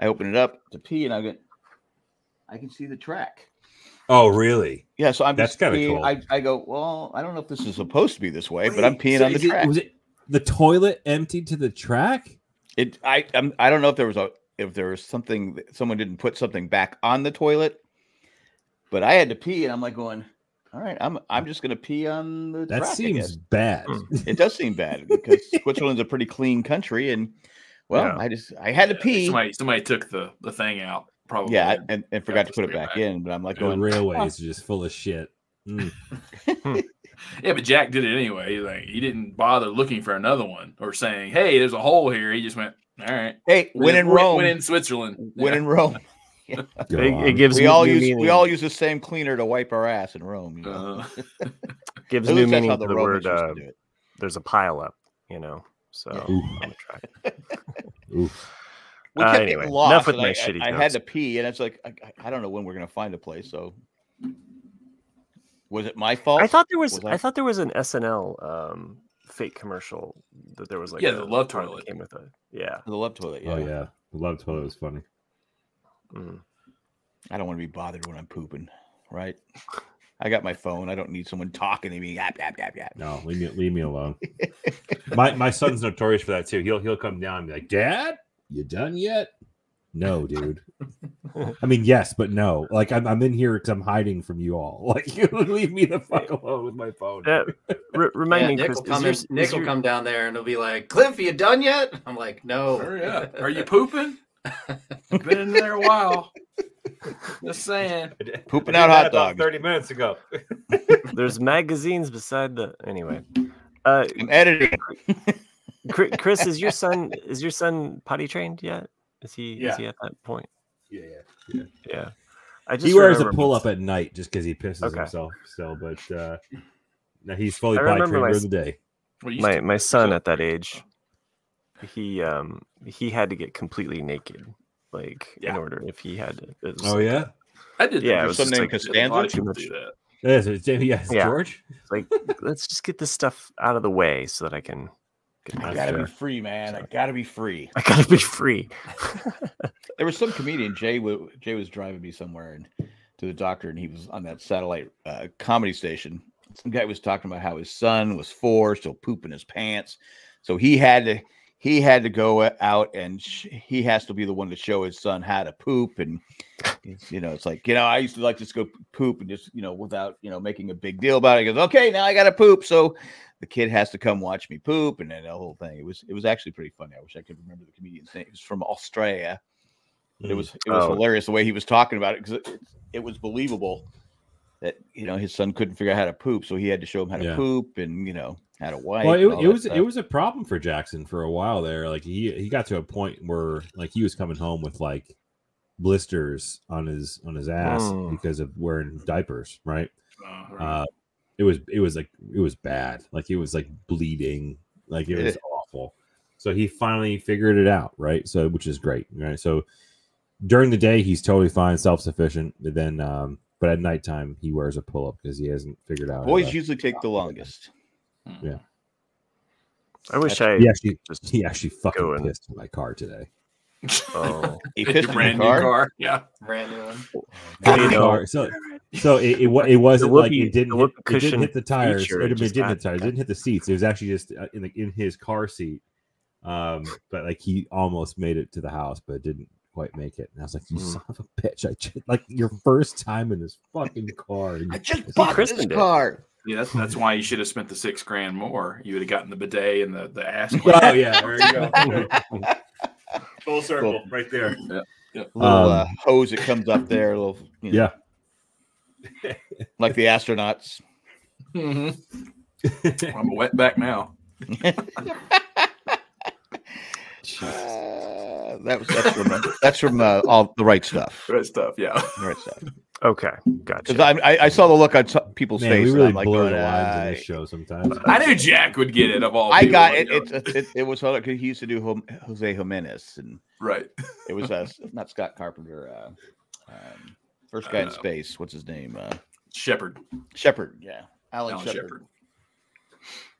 [SPEAKER 4] I open it up to pee, and I get. I can see the track.
[SPEAKER 1] Oh, really?
[SPEAKER 4] Yeah, so I'm
[SPEAKER 1] That's
[SPEAKER 4] just
[SPEAKER 1] kinda
[SPEAKER 4] peeing.
[SPEAKER 1] cool.
[SPEAKER 4] I, I go. Well, I don't know if this is supposed to be this way, but I'm
[SPEAKER 1] Wait,
[SPEAKER 4] peeing
[SPEAKER 1] so
[SPEAKER 4] on the
[SPEAKER 1] is it-
[SPEAKER 4] track.
[SPEAKER 1] was
[SPEAKER 4] It,
[SPEAKER 1] it the toilet emptied to the track?
[SPEAKER 4] I I'm, I don't know if there was a if there was something that- someone didn't put something back on the toilet, but I had to pee, and I'm like going. All right, I'm I'm just gonna pee on the
[SPEAKER 1] That
[SPEAKER 4] track. I
[SPEAKER 1] seems
[SPEAKER 4] guess."
[SPEAKER 1] bad.
[SPEAKER 4] it does seem bad because Switzerland's a pretty clean country, and well,
[SPEAKER 5] Yeah.
[SPEAKER 4] I just I had to
[SPEAKER 6] Yeah,
[SPEAKER 4] pee.
[SPEAKER 6] Somebody, somebody took the, the thing out. Probably.
[SPEAKER 4] Yeah, I- and, and forgot to
[SPEAKER 6] just
[SPEAKER 4] put it
[SPEAKER 6] leave it
[SPEAKER 4] back
[SPEAKER 6] back.
[SPEAKER 4] in, but I'm like
[SPEAKER 1] The
[SPEAKER 4] going,
[SPEAKER 1] railways are just full of shit. Mm.
[SPEAKER 6] Yeah, but Jack did it anyway. He, Like he didn't bother looking for another one or saying, "Hey, there's a hole here." He just went, "All right."
[SPEAKER 4] hey, win in
[SPEAKER 6] Win-
[SPEAKER 4] Rome,
[SPEAKER 6] Win
[SPEAKER 4] win
[SPEAKER 6] in Switzerland.
[SPEAKER 4] in,
[SPEAKER 6] Yeah.
[SPEAKER 4] Rome.
[SPEAKER 1] Go
[SPEAKER 5] It, it
[SPEAKER 1] on.
[SPEAKER 5] gives
[SPEAKER 4] We
[SPEAKER 5] me
[SPEAKER 4] all
[SPEAKER 5] new
[SPEAKER 4] use
[SPEAKER 5] meaning.
[SPEAKER 4] we all use the same cleaner to wipe our ass in Rome. You know?
[SPEAKER 6] Uh,
[SPEAKER 5] gives
[SPEAKER 4] At
[SPEAKER 5] new
[SPEAKER 4] least that's how
[SPEAKER 5] meaning to
[SPEAKER 4] the
[SPEAKER 5] the
[SPEAKER 4] Romans used
[SPEAKER 5] word.
[SPEAKER 4] to
[SPEAKER 5] Uh,
[SPEAKER 4] do it.
[SPEAKER 5] there's a pile up. You know, so
[SPEAKER 4] Oh,
[SPEAKER 1] Ooh,
[SPEAKER 5] on the track.
[SPEAKER 1] ooh.
[SPEAKER 4] We
[SPEAKER 5] uh,
[SPEAKER 4] kept
[SPEAKER 5] anyway,
[SPEAKER 4] getting
[SPEAKER 5] enough
[SPEAKER 4] lost.
[SPEAKER 5] with
[SPEAKER 4] and
[SPEAKER 5] my
[SPEAKER 4] I,
[SPEAKER 5] shitty
[SPEAKER 4] I, I had
[SPEAKER 5] jokes.
[SPEAKER 4] to pee, and it's like I, I- I don't know when we're gonna find a place. So, was it my fault?
[SPEAKER 5] I thought there was.
[SPEAKER 4] was
[SPEAKER 5] I
[SPEAKER 4] that-
[SPEAKER 5] thought there was an SNL um, fake commercial that there was like
[SPEAKER 6] Yeah, the love
[SPEAKER 5] one that
[SPEAKER 6] toilet.
[SPEAKER 5] came with a yeah.
[SPEAKER 4] the love toilet. Yeah.
[SPEAKER 1] Oh yeah, the love toilet was funny.
[SPEAKER 5] Mm.
[SPEAKER 4] I don't want to be bothered when I'm pooping. Right. I got my phone. I don't need someone talking to me. Yap yap yap yap.
[SPEAKER 1] No, leave me leave me alone. my my son's notorious for that too. He'll he'll come down and be like, Dad, you done yet? No, dude. I mean, yes, but no. Like I'm I'm in here because I'm hiding from you all. Like you leave me the fuck alone with my phone.
[SPEAKER 5] Uh, re- remind
[SPEAKER 3] Yeah,
[SPEAKER 5] me,
[SPEAKER 3] Nick
[SPEAKER 5] Chris.
[SPEAKER 3] will come,
[SPEAKER 5] Is
[SPEAKER 3] in-
[SPEAKER 5] yours,
[SPEAKER 3] Nick
[SPEAKER 5] is
[SPEAKER 3] will
[SPEAKER 5] your-
[SPEAKER 4] Oh.
[SPEAKER 3] come down there and he'll be like, "Cliff, are you done yet?" I'm like, "No."
[SPEAKER 6] hurry up. Are you pooping? Been in there a while. Just saying.
[SPEAKER 4] Pooping
[SPEAKER 1] I did
[SPEAKER 4] out
[SPEAKER 1] that
[SPEAKER 4] hot
[SPEAKER 1] about
[SPEAKER 4] dogs.
[SPEAKER 1] Thirty minutes ago.
[SPEAKER 5] There's magazines beside the anyway. Uh,
[SPEAKER 4] I'm editing.
[SPEAKER 5] Chri- Chris, is your son is your son potty trained yet? Is he
[SPEAKER 1] Yeah.
[SPEAKER 5] is he at that point?
[SPEAKER 1] Yeah, yeah.
[SPEAKER 5] Yeah. I just
[SPEAKER 1] he wears a
[SPEAKER 5] remember-
[SPEAKER 1] pull up at night just because he pisses
[SPEAKER 5] Okay.
[SPEAKER 1] himself. So, but uh, no, he's fully
[SPEAKER 5] I
[SPEAKER 1] potty trained
[SPEAKER 5] remember my
[SPEAKER 1] during
[SPEAKER 5] s-
[SPEAKER 1] the day.
[SPEAKER 6] Well, you
[SPEAKER 5] My
[SPEAKER 6] still-
[SPEAKER 5] my son at that age, he um he had to get completely naked, like
[SPEAKER 6] Yeah.
[SPEAKER 5] in order if he had to. It was
[SPEAKER 1] Oh yeah,
[SPEAKER 6] I did.
[SPEAKER 5] Yeah,
[SPEAKER 6] that.
[SPEAKER 5] it was just
[SPEAKER 6] Something
[SPEAKER 4] like-
[SPEAKER 6] that a lot of
[SPEAKER 4] Costanza?
[SPEAKER 6] people
[SPEAKER 5] Too
[SPEAKER 6] do that.
[SPEAKER 1] yeah. So it's, yeah, it's
[SPEAKER 5] Yeah.
[SPEAKER 1] George.
[SPEAKER 5] like let's just get this stuff out of the way so that I can. Get
[SPEAKER 4] I
[SPEAKER 5] my
[SPEAKER 4] gotta
[SPEAKER 1] sure.
[SPEAKER 4] be free, man. I gotta be free.
[SPEAKER 5] I gotta be free.
[SPEAKER 4] There was some comedian Jay. wa- Jay was driving me somewhere and to the doctor, and he was on that satellite uh, comedy station. Some guy was talking about how his son was four, still pooping his pants, so he had to he had to go out and sh- he has to be the one to show his son how to poop and. it's, You know, it's like you know. I used to like just go poop and just you know without you know making a big deal about it. He goes, okay, now I got to poop, so the kid has to come watch me poop, and then the whole thing. It was it was actually pretty funny. I wish I could remember the comedian's name. It was from Australia, it
[SPEAKER 1] Mm.
[SPEAKER 4] was it was
[SPEAKER 5] Oh.
[SPEAKER 4] hilarious the way he was talking about it because it, it was believable that you know his son couldn't figure out how to poop, so he had to show him how to
[SPEAKER 1] Yeah.
[SPEAKER 4] poop and you know how to wipe.
[SPEAKER 1] Well,
[SPEAKER 4] and all
[SPEAKER 1] it, it
[SPEAKER 4] that
[SPEAKER 1] was
[SPEAKER 4] stuff.
[SPEAKER 1] it was a problem for Jackson for a while there. Like he he got to a point where like he was coming home with like blisters on his on his ass
[SPEAKER 5] Mm.
[SPEAKER 1] because of wearing diapers. Right.
[SPEAKER 6] Uh,
[SPEAKER 1] Uh, it was it was like it was bad. Like it was like bleeding. Like it was
[SPEAKER 4] Yeah.
[SPEAKER 1] awful. So he finally figured it out. Right. So which is great. Right. So during the day he's totally fine, self sufficient. But then, um, but at nighttime he wears a pull up because he hasn't figured out. how
[SPEAKER 4] boys
[SPEAKER 1] to-
[SPEAKER 4] usually take the longest.
[SPEAKER 6] Hmm.
[SPEAKER 5] I wish I.
[SPEAKER 1] he actually
[SPEAKER 5] Just
[SPEAKER 1] he actually fucking
[SPEAKER 5] Go in.
[SPEAKER 1] pissed in my car today.
[SPEAKER 5] oh,
[SPEAKER 4] He
[SPEAKER 6] Your
[SPEAKER 4] pissed in the
[SPEAKER 6] brand new
[SPEAKER 4] car.
[SPEAKER 6] car. Yeah.
[SPEAKER 3] Brand new one.
[SPEAKER 1] Got it
[SPEAKER 5] know.
[SPEAKER 1] hard. So, so it, it, wa- it wasn't like
[SPEAKER 5] whoopee-
[SPEAKER 1] it didn't,
[SPEAKER 5] the
[SPEAKER 1] hit,
[SPEAKER 5] whoop
[SPEAKER 1] it didn't
[SPEAKER 5] cushion
[SPEAKER 1] hit the tires.
[SPEAKER 5] feature,
[SPEAKER 1] It,
[SPEAKER 5] it
[SPEAKER 1] didn't- it
[SPEAKER 5] just
[SPEAKER 1] didn't hit
[SPEAKER 5] got-
[SPEAKER 1] the tires. It didn't hit the seats. It was actually just uh, in the in his car seat. Um, but like he almost made it to the house, but didn't quite make it. And I was like, "You
[SPEAKER 5] Mm.
[SPEAKER 1] son of a bitch! I just, like your first time in this fucking car. and
[SPEAKER 4] I
[SPEAKER 1] you-
[SPEAKER 4] just bought this
[SPEAKER 5] christened it.
[SPEAKER 4] car.
[SPEAKER 6] Yeah, that's, that's why you should have spent the six grand more. You would have gotten the bidet and the, the ass.
[SPEAKER 1] oh yeah, there you go.
[SPEAKER 7] Full circle,
[SPEAKER 4] Well-
[SPEAKER 7] right there.
[SPEAKER 4] Little
[SPEAKER 1] Um,
[SPEAKER 4] uh, hose that comes up there. Little you know,
[SPEAKER 1] yeah.
[SPEAKER 4] like the astronauts.
[SPEAKER 3] Oh,
[SPEAKER 6] Mhm. I'm a wetback now.
[SPEAKER 4] Uh, that was that's from uh, that's from uh, all the right stuff.
[SPEAKER 6] Good stuff. Yeah.
[SPEAKER 4] The right stuff.
[SPEAKER 5] okay, gotcha.
[SPEAKER 4] Because I, I saw the look on some people's
[SPEAKER 1] Man,
[SPEAKER 4] face.
[SPEAKER 1] we
[SPEAKER 4] and
[SPEAKER 1] really
[SPEAKER 4] I'm like,
[SPEAKER 1] blur the
[SPEAKER 4] going,
[SPEAKER 1] lines in this
[SPEAKER 4] "I-
[SPEAKER 1] show sometimes.
[SPEAKER 6] I knew Jack would get it of all.
[SPEAKER 4] I
[SPEAKER 6] people.
[SPEAKER 4] got
[SPEAKER 6] Like,
[SPEAKER 4] it. It, it, it, it was because he used to do Hom- Jose Jimenez, and
[SPEAKER 6] right.
[SPEAKER 4] it was uh, not Scott Carpenter. Uh, um, first guy in
[SPEAKER 6] Uh,
[SPEAKER 4] space. What's his name? Uh,
[SPEAKER 6] Shepherd.
[SPEAKER 4] Shepard. Yeah, Alan,
[SPEAKER 6] Alan
[SPEAKER 4] Shepard,
[SPEAKER 6] Shepard.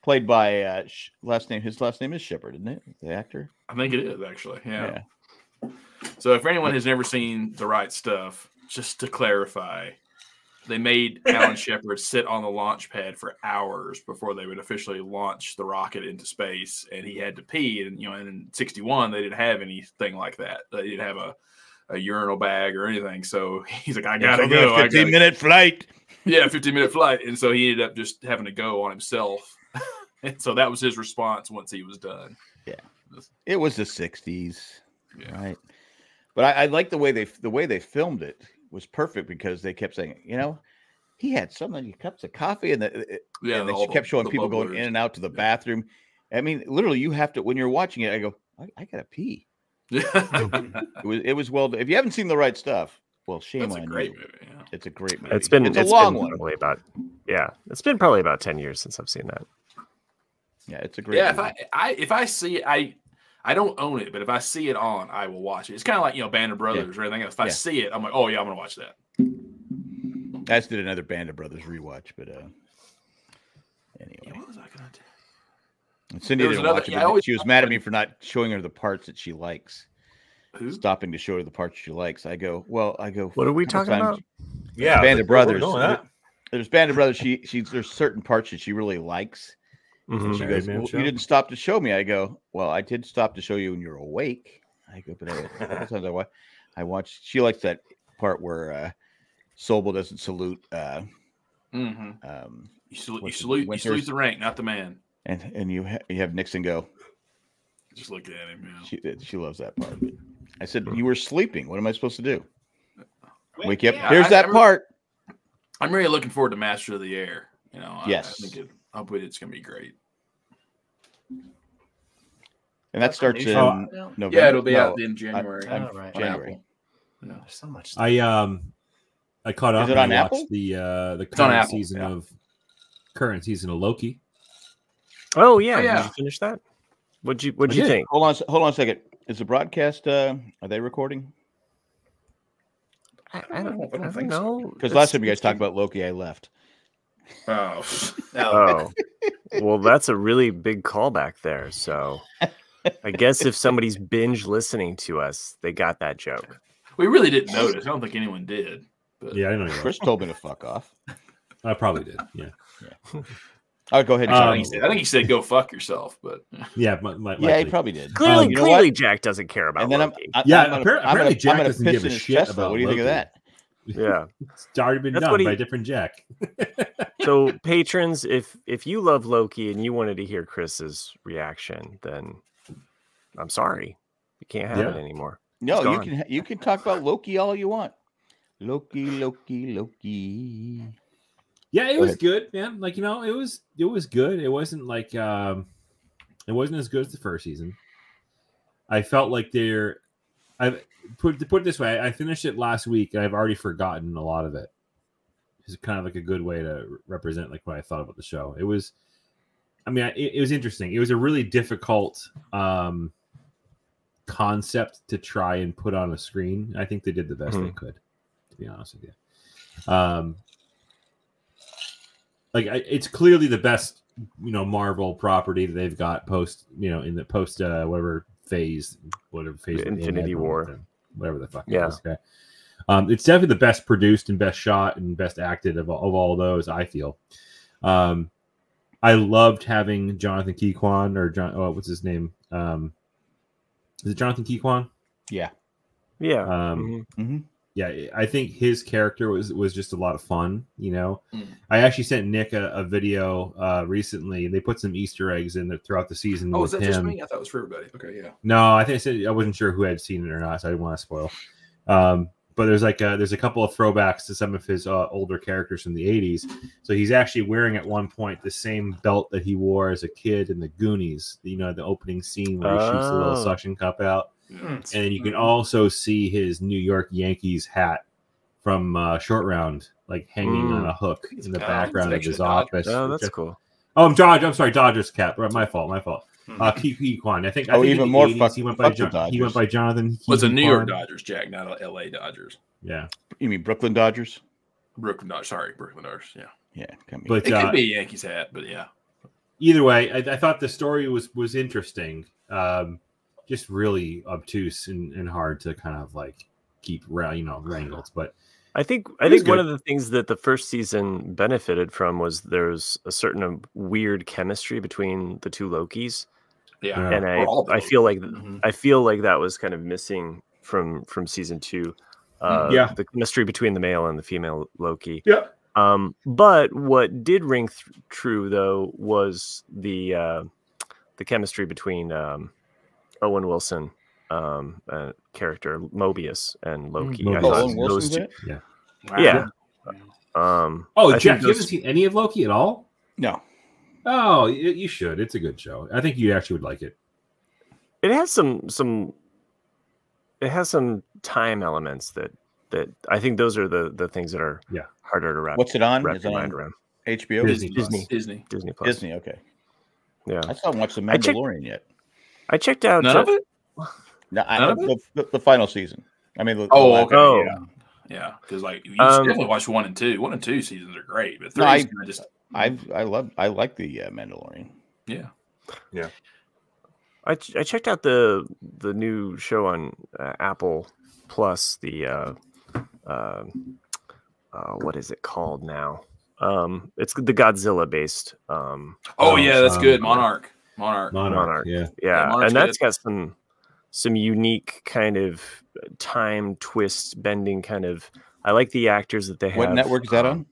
[SPEAKER 4] played by uh, Sh- last name. His last name is Shepard, isn't it? The actor.
[SPEAKER 6] I think it is actually. Yeah. So if anyone has never seen the right stuff, just to clarify, they made Alan Shepard sit on the launch pad for hours before they would officially launch the rocket into space, and he had to pee. And you know, and in '61 they didn't have anything like that. They didn't have a a urinal bag or anything. So he's like, I gotta
[SPEAKER 4] It's only a
[SPEAKER 6] go. I gotta
[SPEAKER 4] Fifteen minute flight.
[SPEAKER 6] yeah, 15 minute flight. And so he ended up just having to go on himself. and so that was his response once he was done.
[SPEAKER 4] It was the '60s,
[SPEAKER 6] Yeah.
[SPEAKER 4] right? But I, I like the way they the way they filmed it was perfect because they kept saying, you know, he had so many cups of coffee, and the, uh,
[SPEAKER 6] Yeah,
[SPEAKER 4] and they
[SPEAKER 6] all the-
[SPEAKER 4] kept showing
[SPEAKER 6] the
[SPEAKER 4] people going
[SPEAKER 6] bubblers.
[SPEAKER 4] in and out to the
[SPEAKER 6] Yeah.
[SPEAKER 4] bathroom. I mean, literally, you have to when you're watching it. I go, I, I gotta pee.
[SPEAKER 6] Yeah.
[SPEAKER 4] It was it was well. done. If you haven't seen the right stuff, well, shame
[SPEAKER 6] That's a
[SPEAKER 4] on
[SPEAKER 6] great
[SPEAKER 4] you.
[SPEAKER 6] movie. Yeah.
[SPEAKER 4] It's a great movie.
[SPEAKER 5] it's been
[SPEAKER 4] it's a long
[SPEAKER 5] been
[SPEAKER 4] one.
[SPEAKER 5] Probably about yeah, it's been probably about ten years since I've seen that.
[SPEAKER 4] Yeah, it's a great.
[SPEAKER 6] Yeah, if
[SPEAKER 4] movie.
[SPEAKER 6] I, I if I see it, I I don't own it, but if I see it on, I will watch it. It's kind of like you know Band of Brothers or anything else. If I
[SPEAKER 4] Yeah.
[SPEAKER 6] see it, I'm like, oh yeah, I'm gonna watch that.
[SPEAKER 4] I just did another Band of Brothers rewatch, but uh,
[SPEAKER 6] Yeah,
[SPEAKER 4] anyway,
[SPEAKER 6] what was I gonna do?
[SPEAKER 4] And Cindy
[SPEAKER 6] There was
[SPEAKER 4] didn't
[SPEAKER 6] another-
[SPEAKER 4] watch it.
[SPEAKER 6] yeah, I
[SPEAKER 4] but
[SPEAKER 6] always
[SPEAKER 4] she was mad at me for not showing her the parts that she likes,
[SPEAKER 6] Who?
[SPEAKER 4] stopping to show her the parts she likes. I go, well, I go.
[SPEAKER 5] What are we
[SPEAKER 4] "Couple
[SPEAKER 5] talking
[SPEAKER 4] times-
[SPEAKER 5] about?
[SPEAKER 1] yeah,
[SPEAKER 4] Band of
[SPEAKER 1] we're
[SPEAKER 4] Brothers.
[SPEAKER 1] doing that.
[SPEAKER 4] There's Band of Brothers. She, she, there's certain parts that she really likes.
[SPEAKER 5] Mhm.
[SPEAKER 4] And she
[SPEAKER 1] Married
[SPEAKER 4] goes,
[SPEAKER 1] Man
[SPEAKER 4] well,
[SPEAKER 1] Show?
[SPEAKER 4] you didn't stop to show me. I go, well, I did stop to show you when you're awake. I go, but I, sometimes I, wa- I watch. She likes that part where uh, Sobel doesn't salute. Uh,
[SPEAKER 6] Mm-hmm.
[SPEAKER 4] um,
[SPEAKER 6] You salute, you
[SPEAKER 4] What's it,
[SPEAKER 6] salute, you
[SPEAKER 4] Winters?
[SPEAKER 6] salute the rank, not the man.
[SPEAKER 4] and and you ha- you have Nixon go.
[SPEAKER 6] Just look at him. You know.
[SPEAKER 4] She uh, she loves that part. of it. I said, You were sleeping. What am I supposed to do?
[SPEAKER 6] Wake-
[SPEAKER 4] Wake you up.
[SPEAKER 6] yeah,
[SPEAKER 4] Here's
[SPEAKER 6] I
[SPEAKER 4] that
[SPEAKER 6] never-
[SPEAKER 4] part.
[SPEAKER 6] I'm really looking forward to Master of the Air. You know, I-
[SPEAKER 4] Yes.
[SPEAKER 6] I, think it, I hope it's going to be great.
[SPEAKER 4] And that starts in
[SPEAKER 1] Oh,
[SPEAKER 4] November.
[SPEAKER 6] Yeah, it'll be
[SPEAKER 4] No,
[SPEAKER 6] out in January.
[SPEAKER 4] I, am
[SPEAKER 3] Oh, right.
[SPEAKER 4] January.
[SPEAKER 3] There's so much.
[SPEAKER 1] I um I caught
[SPEAKER 4] Is
[SPEAKER 1] up
[SPEAKER 4] it
[SPEAKER 1] and
[SPEAKER 4] on
[SPEAKER 1] I
[SPEAKER 4] Apple?
[SPEAKER 1] watched the uh the
[SPEAKER 6] on
[SPEAKER 1] current
[SPEAKER 6] Apple,
[SPEAKER 1] season
[SPEAKER 6] yeah.
[SPEAKER 1] of current season of Loki.
[SPEAKER 5] Oh yeah,
[SPEAKER 6] Oh, yeah.
[SPEAKER 5] Did you finish that? What'd you What'd
[SPEAKER 1] I
[SPEAKER 5] you
[SPEAKER 1] did.
[SPEAKER 5] think?
[SPEAKER 4] Hold on, a se- hold on a second. Is the broadcast? Uh, are they recording?
[SPEAKER 5] I, I don't, I don't know.
[SPEAKER 4] Because last time you guys talked about Loki, I left.
[SPEAKER 6] Oh,
[SPEAKER 3] No,
[SPEAKER 5] Oh, well, that's a really big callback there. So, I guess if somebody's binge listening to us, they got that
[SPEAKER 4] Uh,
[SPEAKER 5] joke.
[SPEAKER 6] we really didn't notice. I don't think anyone did. But
[SPEAKER 1] Yeah, I know you.
[SPEAKER 4] Chris told me to fuck off.
[SPEAKER 1] I probably did. Yeah,
[SPEAKER 4] Oh, go ahead.
[SPEAKER 1] Um,
[SPEAKER 6] I
[SPEAKER 4] John.
[SPEAKER 6] think, Uh, he said, I think he said, "Go fuck yourself,f but
[SPEAKER 1] yeah. My, my,
[SPEAKER 4] yeah, he
[SPEAKER 1] likely.
[SPEAKER 4] probably did.
[SPEAKER 5] Clearly,
[SPEAKER 4] you know what?
[SPEAKER 5] clearly, Jack doesn't care about
[SPEAKER 4] And then I'm,
[SPEAKER 5] Loki.
[SPEAKER 4] I,
[SPEAKER 1] Yeah,
[SPEAKER 4] I'm gonna,
[SPEAKER 1] appar-
[SPEAKER 4] I'm gonna,
[SPEAKER 1] apparently Jack
[SPEAKER 4] I'm gonna
[SPEAKER 1] doesn't
[SPEAKER 4] piss
[SPEAKER 1] give a
[SPEAKER 4] in his
[SPEAKER 1] shit
[SPEAKER 4] chest, though.
[SPEAKER 1] about
[SPEAKER 4] What do you think of
[SPEAKER 1] Loki.
[SPEAKER 4] that?
[SPEAKER 5] yeah.
[SPEAKER 1] it's already been
[SPEAKER 5] That's
[SPEAKER 1] done
[SPEAKER 5] what he-
[SPEAKER 1] by a different Jack.
[SPEAKER 5] So, patrons, if if you love Loki and you wanted to hear Chris's reaction, then I'm sorry, you can't have it
[SPEAKER 1] Yeah.
[SPEAKER 5] anymore. It's
[SPEAKER 4] No, you
[SPEAKER 5] gone.
[SPEAKER 4] can you can talk about Loki all you want. Loki, Loki, Loki.
[SPEAKER 1] Yeah, it
[SPEAKER 4] Go
[SPEAKER 1] was
[SPEAKER 4] ahead.
[SPEAKER 1] good, man. Like you know, it was it was good. It wasn't like um it wasn't as good as the first season. I felt like they're I put to put it this way, I finished it last week and I've already forgotten a lot of it. It's kind of like a good way to represent like what I thought about the show. It was I mean, I- it, it was interesting. It was a really difficult um concept to try and put on a screen. I think they did the best
[SPEAKER 5] Hmm.
[SPEAKER 1] they could, to be honest with you. Um like I, it's clearly the best you know Marvel property that they've got post you know in the post uh, whatever phase whatever phase
[SPEAKER 5] The
[SPEAKER 1] they
[SPEAKER 5] Infinity
[SPEAKER 1] had,
[SPEAKER 5] War.
[SPEAKER 1] whatever the fuck
[SPEAKER 5] Yeah.
[SPEAKER 1] it is, okay. um, it's definitely the best produced and best shot and best acted of, all- of all those I feel um, I loved having Jonathan Keyquan or John oh, what's his name um, is it Jonathan Keyquan
[SPEAKER 4] Yeah.
[SPEAKER 5] Yeah.
[SPEAKER 1] um,
[SPEAKER 6] Mm-hmm.
[SPEAKER 5] Mhm.
[SPEAKER 4] hmm
[SPEAKER 1] yeah, I think his character was was just a lot of fun. You know,
[SPEAKER 6] Mm.
[SPEAKER 1] I actually sent Nick a, a video uh, recently. They put some Easter eggs in it throughout the season.
[SPEAKER 6] oh,
[SPEAKER 1] with
[SPEAKER 6] is that
[SPEAKER 1] him.
[SPEAKER 6] just me? I thought it was for everybody. Okay, yeah.
[SPEAKER 1] No, I think I said I wasn't sure who had seen it or not, so I didn't want to spoil. Um, but there's like a, there's a couple of throwbacks to some of his uh, older characters from the '80s. So he's actually wearing at one point the same belt that he wore as a kid in the Goonies. You know, the opening scene where he shoots the little
[SPEAKER 5] Oh. Mm-hmm.
[SPEAKER 1] suction cup out
[SPEAKER 3] Hmm.
[SPEAKER 6] Yeah.
[SPEAKER 1] and then you can also see his New York Yankees hat from uh, Short Round, like hanging
[SPEAKER 5] Mm.
[SPEAKER 1] on a hook in the
[SPEAKER 6] Oh,
[SPEAKER 1] background of
[SPEAKER 6] it's
[SPEAKER 1] his
[SPEAKER 6] actually
[SPEAKER 1] office.
[SPEAKER 5] Oh,
[SPEAKER 1] which
[SPEAKER 5] that's
[SPEAKER 1] I-
[SPEAKER 5] cool.
[SPEAKER 1] oh, I'm Dodge. I'm sorry, Dodgers cap. Right, My fault. My fault.
[SPEAKER 6] Hmm.
[SPEAKER 1] Uh, Kiki Kwan. I think. I
[SPEAKER 4] Oh,
[SPEAKER 1] think in
[SPEAKER 4] even
[SPEAKER 1] the
[SPEAKER 4] more
[SPEAKER 1] 80s,
[SPEAKER 4] fuck-
[SPEAKER 1] he went by
[SPEAKER 4] fuck the
[SPEAKER 1] John, He
[SPEAKER 4] Dodgers.
[SPEAKER 1] went by Jonathan.
[SPEAKER 6] Was a
[SPEAKER 1] Kiki
[SPEAKER 6] New York
[SPEAKER 1] Kwan.
[SPEAKER 6] Dodgers, Jack, not a L.A. Dodgers.
[SPEAKER 1] Yeah,
[SPEAKER 4] You mean Brooklyn Dodgers?
[SPEAKER 6] Brooklyn Dodgers. Sorry, Brooklyn Dodgers. Yeah,
[SPEAKER 4] Yeah. Come here.
[SPEAKER 1] but
[SPEAKER 6] it
[SPEAKER 1] uh,
[SPEAKER 6] could be a Yankees hat, but yeah.
[SPEAKER 1] either way, I, I thought the story was was interesting. Um, just really obtuse and, and hard to kind of like keep ra- you know wrangled, but
[SPEAKER 5] I think I
[SPEAKER 1] It was
[SPEAKER 5] think one
[SPEAKER 1] good.
[SPEAKER 5] of the things that the first season benefited from was there's a certain um, weird chemistry between the two Lokis,
[SPEAKER 6] Yeah.
[SPEAKER 1] Yeah.
[SPEAKER 5] and I
[SPEAKER 6] Or all the
[SPEAKER 5] I feel like
[SPEAKER 4] Mm-hmm.
[SPEAKER 3] Mhm.
[SPEAKER 5] I feel like that was kind of missing from from season two. Uh,
[SPEAKER 1] Mm, Yeah.
[SPEAKER 5] the chemistry between the male and the female Loki.
[SPEAKER 1] Yeah.
[SPEAKER 5] Um, but what did ring th- true though was the uh, the chemistry between um, Owen Wilson um, uh, character Mobius and Loki. I
[SPEAKER 1] Mobius.
[SPEAKER 4] Oh,
[SPEAKER 5] thought
[SPEAKER 4] Owen Wilson's
[SPEAKER 5] those
[SPEAKER 4] in
[SPEAKER 5] two,
[SPEAKER 4] it?
[SPEAKER 5] yeah. Um,
[SPEAKER 1] oh,
[SPEAKER 5] I think
[SPEAKER 1] Jack, you
[SPEAKER 5] those-
[SPEAKER 1] haven't seen any of Loki at all?
[SPEAKER 4] No.
[SPEAKER 1] Oh, y- you should. It's a good show. I think you actually would like it.
[SPEAKER 5] it has some some it has some time elements that that I think those are the the things that are
[SPEAKER 1] Yeah.
[SPEAKER 5] harder to wrap,
[SPEAKER 4] What's it on?
[SPEAKER 5] wrap
[SPEAKER 4] Is it
[SPEAKER 5] your mind
[SPEAKER 4] on
[SPEAKER 5] around.
[SPEAKER 4] HBO?
[SPEAKER 1] Disney.
[SPEAKER 6] Disney. Disney.
[SPEAKER 5] Disney Plus.
[SPEAKER 4] Disney. Okay.
[SPEAKER 5] Yeah.
[SPEAKER 4] I still haven't watched The
[SPEAKER 5] I checked-
[SPEAKER 4] Mandalorian yet.
[SPEAKER 5] I checked out
[SPEAKER 6] None
[SPEAKER 5] uh,
[SPEAKER 6] of it.
[SPEAKER 4] No, I,
[SPEAKER 6] None of
[SPEAKER 4] the, the, the final season. I mean, the, the
[SPEAKER 6] Oh,
[SPEAKER 4] last-
[SPEAKER 6] okay.
[SPEAKER 5] oh.
[SPEAKER 6] Yeah. Yeah, because like you
[SPEAKER 5] Um,
[SPEAKER 6] should definitely watch one and two. One and two seasons are great, but three
[SPEAKER 4] No, I-
[SPEAKER 6] is kind of just
[SPEAKER 4] I've I love I like the uh, Mandalorian.
[SPEAKER 6] yeah.
[SPEAKER 5] I, ch- I checked out the the new show on uh, Apple Plus. The uh, uh, uh, what is it called now? Um, it's the Godzilla based. Um,
[SPEAKER 6] Oh
[SPEAKER 1] Oh,
[SPEAKER 6] yeah, that's
[SPEAKER 1] um,
[SPEAKER 6] good. Monarch. Monarch.
[SPEAKER 5] Monarch.
[SPEAKER 1] Yeah.
[SPEAKER 6] Yeah,
[SPEAKER 5] yeah,
[SPEAKER 6] Monarch's
[SPEAKER 5] and that's
[SPEAKER 6] good.
[SPEAKER 5] got some some unique kind of time twist bending kind of. I like the actors that they have.
[SPEAKER 4] What network is that
[SPEAKER 5] um,
[SPEAKER 4] on?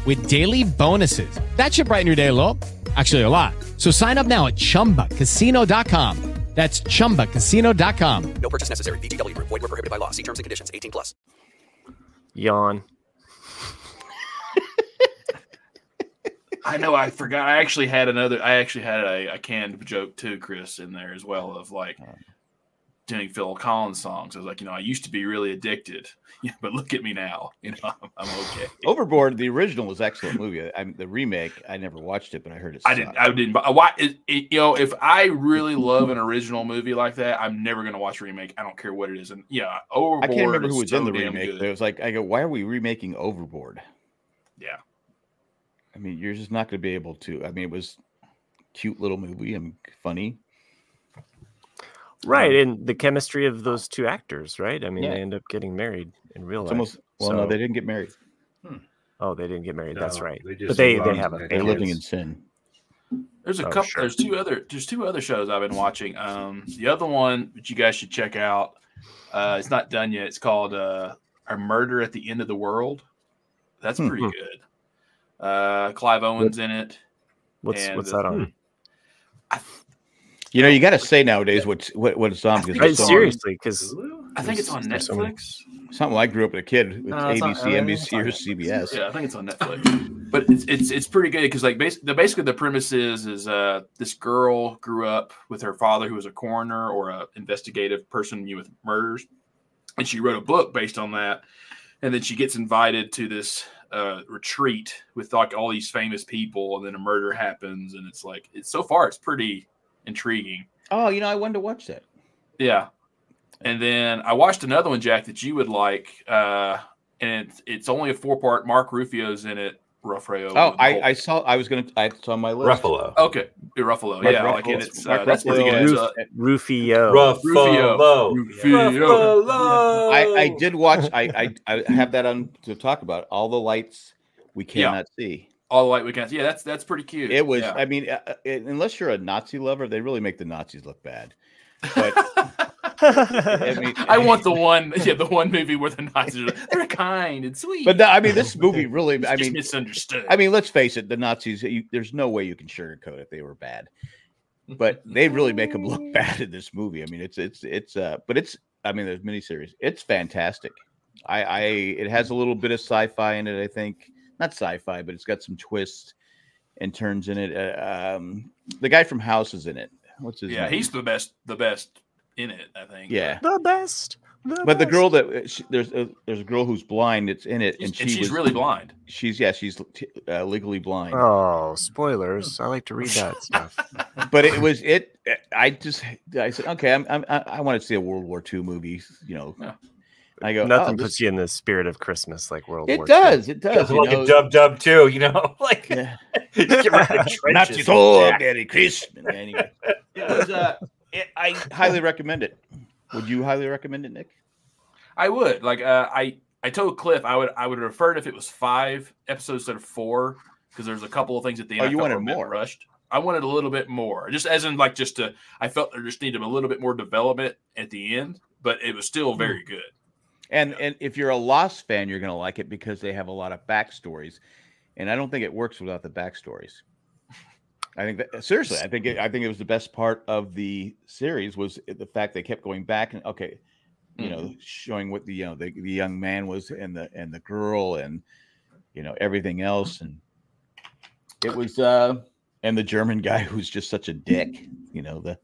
[SPEAKER 8] with daily bonuses. That should brighten your day a little. Actually, a lot. So sign up now at chumbacasino.com. That's chumbacasino.com.
[SPEAKER 9] No purchase necessary. VGW Group. Void where prohibited by law. See terms and conditions. 18 plus.
[SPEAKER 5] yawn
[SPEAKER 6] I know I forgot. I actually had another. I actually had a, a canned joke too, Chris, in there as well of like doing Phil Collins songs. I was like, you know, I used to be really addicted, yeah, but look at me now. You know, I'm, I'm okay.
[SPEAKER 4] Overboard, the original was an excellent movie. I mean, the remake, I never watched it, but I heard it.
[SPEAKER 6] I didn't. I didn't. But why? It, it, you know, if I really love an original movie like that, I'm never gonna watch a remake. I don't care what it is. And yeah,
[SPEAKER 4] I
[SPEAKER 6] Overboard.
[SPEAKER 4] can't remember
[SPEAKER 6] is
[SPEAKER 4] who was in
[SPEAKER 6] so
[SPEAKER 4] the
[SPEAKER 6] damn
[SPEAKER 4] remake.
[SPEAKER 6] good.
[SPEAKER 4] But it was like, I go, why are we remaking Overboard?
[SPEAKER 6] Yeah.
[SPEAKER 4] I mean, you're just not going to be able to. I mean, it was cute little movie and funny.
[SPEAKER 5] right and the chemistry of those two actors right i mean
[SPEAKER 4] Yeah.
[SPEAKER 5] they end up getting married in real
[SPEAKER 4] It's
[SPEAKER 5] life
[SPEAKER 4] almost well, no,
[SPEAKER 5] So-
[SPEAKER 4] they didn't get married.
[SPEAKER 5] oh they didn't get married that's
[SPEAKER 1] No,
[SPEAKER 5] right
[SPEAKER 1] they just
[SPEAKER 5] but they
[SPEAKER 1] moved
[SPEAKER 5] they
[SPEAKER 1] on
[SPEAKER 5] have
[SPEAKER 1] to
[SPEAKER 5] a
[SPEAKER 1] the next
[SPEAKER 4] They're
[SPEAKER 5] they
[SPEAKER 1] Yes.
[SPEAKER 4] living in sin.
[SPEAKER 6] There's a
[SPEAKER 5] Oh,
[SPEAKER 6] couple.
[SPEAKER 5] sure.
[SPEAKER 6] There's two other. There's two other shows I've been watching. Um, the other one that you guys should check out. Uh, it's not done yet. It's called uh, "A Murder at the End of the World." That's
[SPEAKER 4] Hmm.
[SPEAKER 6] pretty good. Uh, Clive Owens in it.
[SPEAKER 5] what's
[SPEAKER 6] and
[SPEAKER 5] what's
[SPEAKER 6] the-
[SPEAKER 5] that on
[SPEAKER 4] You know, you got to say nowadays what's what, what it's on because
[SPEAKER 5] right
[SPEAKER 4] it's on-
[SPEAKER 5] seriously because
[SPEAKER 6] I think it's on
[SPEAKER 5] There's so many.
[SPEAKER 6] Netflix.
[SPEAKER 4] Something like I grew up with a kid. It's
[SPEAKER 3] No, it's
[SPEAKER 4] ABC,
[SPEAKER 3] on- uh, it's
[SPEAKER 4] NBC,
[SPEAKER 3] on
[SPEAKER 4] or
[SPEAKER 3] Netflix.
[SPEAKER 4] CBS.
[SPEAKER 6] Yeah, I think it's on Netflix. But it's it's, it's pretty good because like bas- the basically the premise is is uh this girl grew up with her father who was a coroner or a investigative person with murders, and she wrote a book based on that, and then she gets invited to this uh, retreat with like all these famous people, and then a murder happens, and it's like it's so far it's pretty intriguing.
[SPEAKER 4] Oh, you know, I wanted to watch that.
[SPEAKER 6] Yeah. And then I watched another one, Jack, that you would like. Uh, and it's, it's only a four part. Mark Rufio's in it. Ruffalo.
[SPEAKER 4] Oh, I, I saw. I was gonna. I saw my list.
[SPEAKER 1] Ruffalo.
[SPEAKER 6] Okay. Ruffalo.
[SPEAKER 4] Mark
[SPEAKER 6] yeah. I
[SPEAKER 4] Ruffalo.
[SPEAKER 6] like it. It's,
[SPEAKER 4] Mark
[SPEAKER 6] uh, that's pretty
[SPEAKER 4] Ruffalo
[SPEAKER 6] good.
[SPEAKER 4] is,
[SPEAKER 6] It's, uh,
[SPEAKER 5] rufio
[SPEAKER 6] Rufio.
[SPEAKER 1] Ruffalo.
[SPEAKER 6] Rufio.
[SPEAKER 4] I, I
[SPEAKER 3] Oh.
[SPEAKER 4] did watch. I, I I have that on to talk about. All the lights we cannot see.
[SPEAKER 6] All the light weekends. Yeah, that's that's pretty cute.
[SPEAKER 4] It was.
[SPEAKER 6] Yeah.
[SPEAKER 4] I mean, uh, uh, unless you're a Nazi lover, they really make the Nazis look bad. But
[SPEAKER 6] I, want the one, yeah, the one movie where the Nazis are they're kind and sweet.
[SPEAKER 4] But no, I mean, this movie really. I
[SPEAKER 6] It's just
[SPEAKER 4] mean,
[SPEAKER 6] misunderstood.
[SPEAKER 4] I mean, let's face it, the Nazis. You, there's no way you can sugarcoat it. They were bad, but they really make them look bad in this movie. I mean, it's it's it's. uh But it's. I mean, there's miniseries. It's fantastic. I, I it has a little bit of sci-fi in it. I think not sci-fi, but it's got some twists and turns in it. Uh, um, the guy from House is in it. What's his
[SPEAKER 6] yeah,
[SPEAKER 4] name?
[SPEAKER 6] he's the best, the best in it. I think.
[SPEAKER 4] Yeah.
[SPEAKER 5] The best.
[SPEAKER 4] but the girl that uh, she, there's a, there's a girl who's blind. It's in it, and,
[SPEAKER 6] and
[SPEAKER 4] she
[SPEAKER 6] she's
[SPEAKER 4] was-
[SPEAKER 6] really blind.
[SPEAKER 4] She's yeah, she's t- uh, legally blind.
[SPEAKER 5] Oh, spoilers! I like to read that stuff.
[SPEAKER 4] But it was it. I just I said okay, I'm, I'm I want to see a World War II movie. You know, I go
[SPEAKER 5] Nothing
[SPEAKER 4] "Oh, this-
[SPEAKER 5] puts you in the spirit of Christmas like World
[SPEAKER 4] It
[SPEAKER 5] War.
[SPEAKER 4] does,
[SPEAKER 5] II.
[SPEAKER 4] it does, you
[SPEAKER 1] like
[SPEAKER 4] know.
[SPEAKER 1] a dub dub too, you know, like get rid of the
[SPEAKER 4] Nazis
[SPEAKER 1] trenches.
[SPEAKER 4] all
[SPEAKER 1] Jack.
[SPEAKER 4] Merry Christmas. Anyway, it was, uh, it, I highly recommend it. Would you highly recommend it, Nick?
[SPEAKER 6] I would like. Uh, I I told Cliff I would I would refer it if it was five episodes instead of four because there's a couple of things at the end.
[SPEAKER 4] Oh,
[SPEAKER 6] I
[SPEAKER 4] you
[SPEAKER 6] felt
[SPEAKER 4] wanted
[SPEAKER 6] were a bit
[SPEAKER 4] more.
[SPEAKER 6] Rushed. I wanted a little bit more, just as in like just to. I felt there just needed a little bit more development at the end, but it was still
[SPEAKER 4] Mm.
[SPEAKER 6] very good.
[SPEAKER 4] And and if you're a Lost fan, you're gonna like it because they have a lot of backstories, and I don't think it works without the backstories. I think that seriously, I think it, I think it was the best part of the series was the fact they kept going back and okay, you
[SPEAKER 6] Mm-hmm.
[SPEAKER 4] know, showing what the you know the, the young man was and the and the girl and you know everything else and it was uh and the German guy who's just such a dick, you know the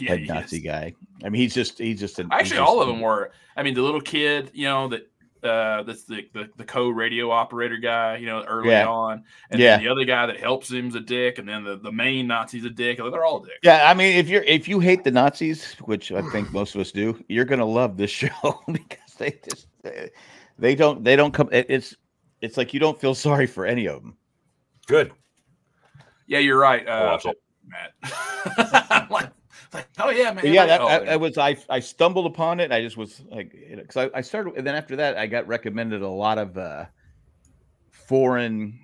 [SPEAKER 6] Yeah,
[SPEAKER 4] head
[SPEAKER 6] he
[SPEAKER 4] Nazi guy. I mean, he's just he's just an, he's
[SPEAKER 6] Actually,
[SPEAKER 4] just
[SPEAKER 6] all of
[SPEAKER 4] an-
[SPEAKER 6] them were. I mean, the little kid, you know, that uh, that's the, the the co radio operator guy, you know, early
[SPEAKER 4] Yeah.
[SPEAKER 6] on, and
[SPEAKER 4] Yeah.
[SPEAKER 6] then the other guy that helps him's a dick, and then the, the main Nazi's a dick. Like, they're all dicks.
[SPEAKER 4] Yeah, I mean, if you're if you hate the Nazis, which I think most of us do, you're gonna love this show because they just they, they don't they don't come. it- It's it's like you don't feel sorry for any of them.
[SPEAKER 1] Good.
[SPEAKER 6] Yeah, you're right.
[SPEAKER 4] I'll
[SPEAKER 6] Uh,
[SPEAKER 4] watch it.
[SPEAKER 6] Matt. I'm like, like, oh yeah, man.
[SPEAKER 4] yeah,
[SPEAKER 6] like,
[SPEAKER 4] that,
[SPEAKER 6] oh,
[SPEAKER 4] I, I was I I stumbled upon it. I just was like, because I, I started, and then after that, I got recommended a lot of uh foreign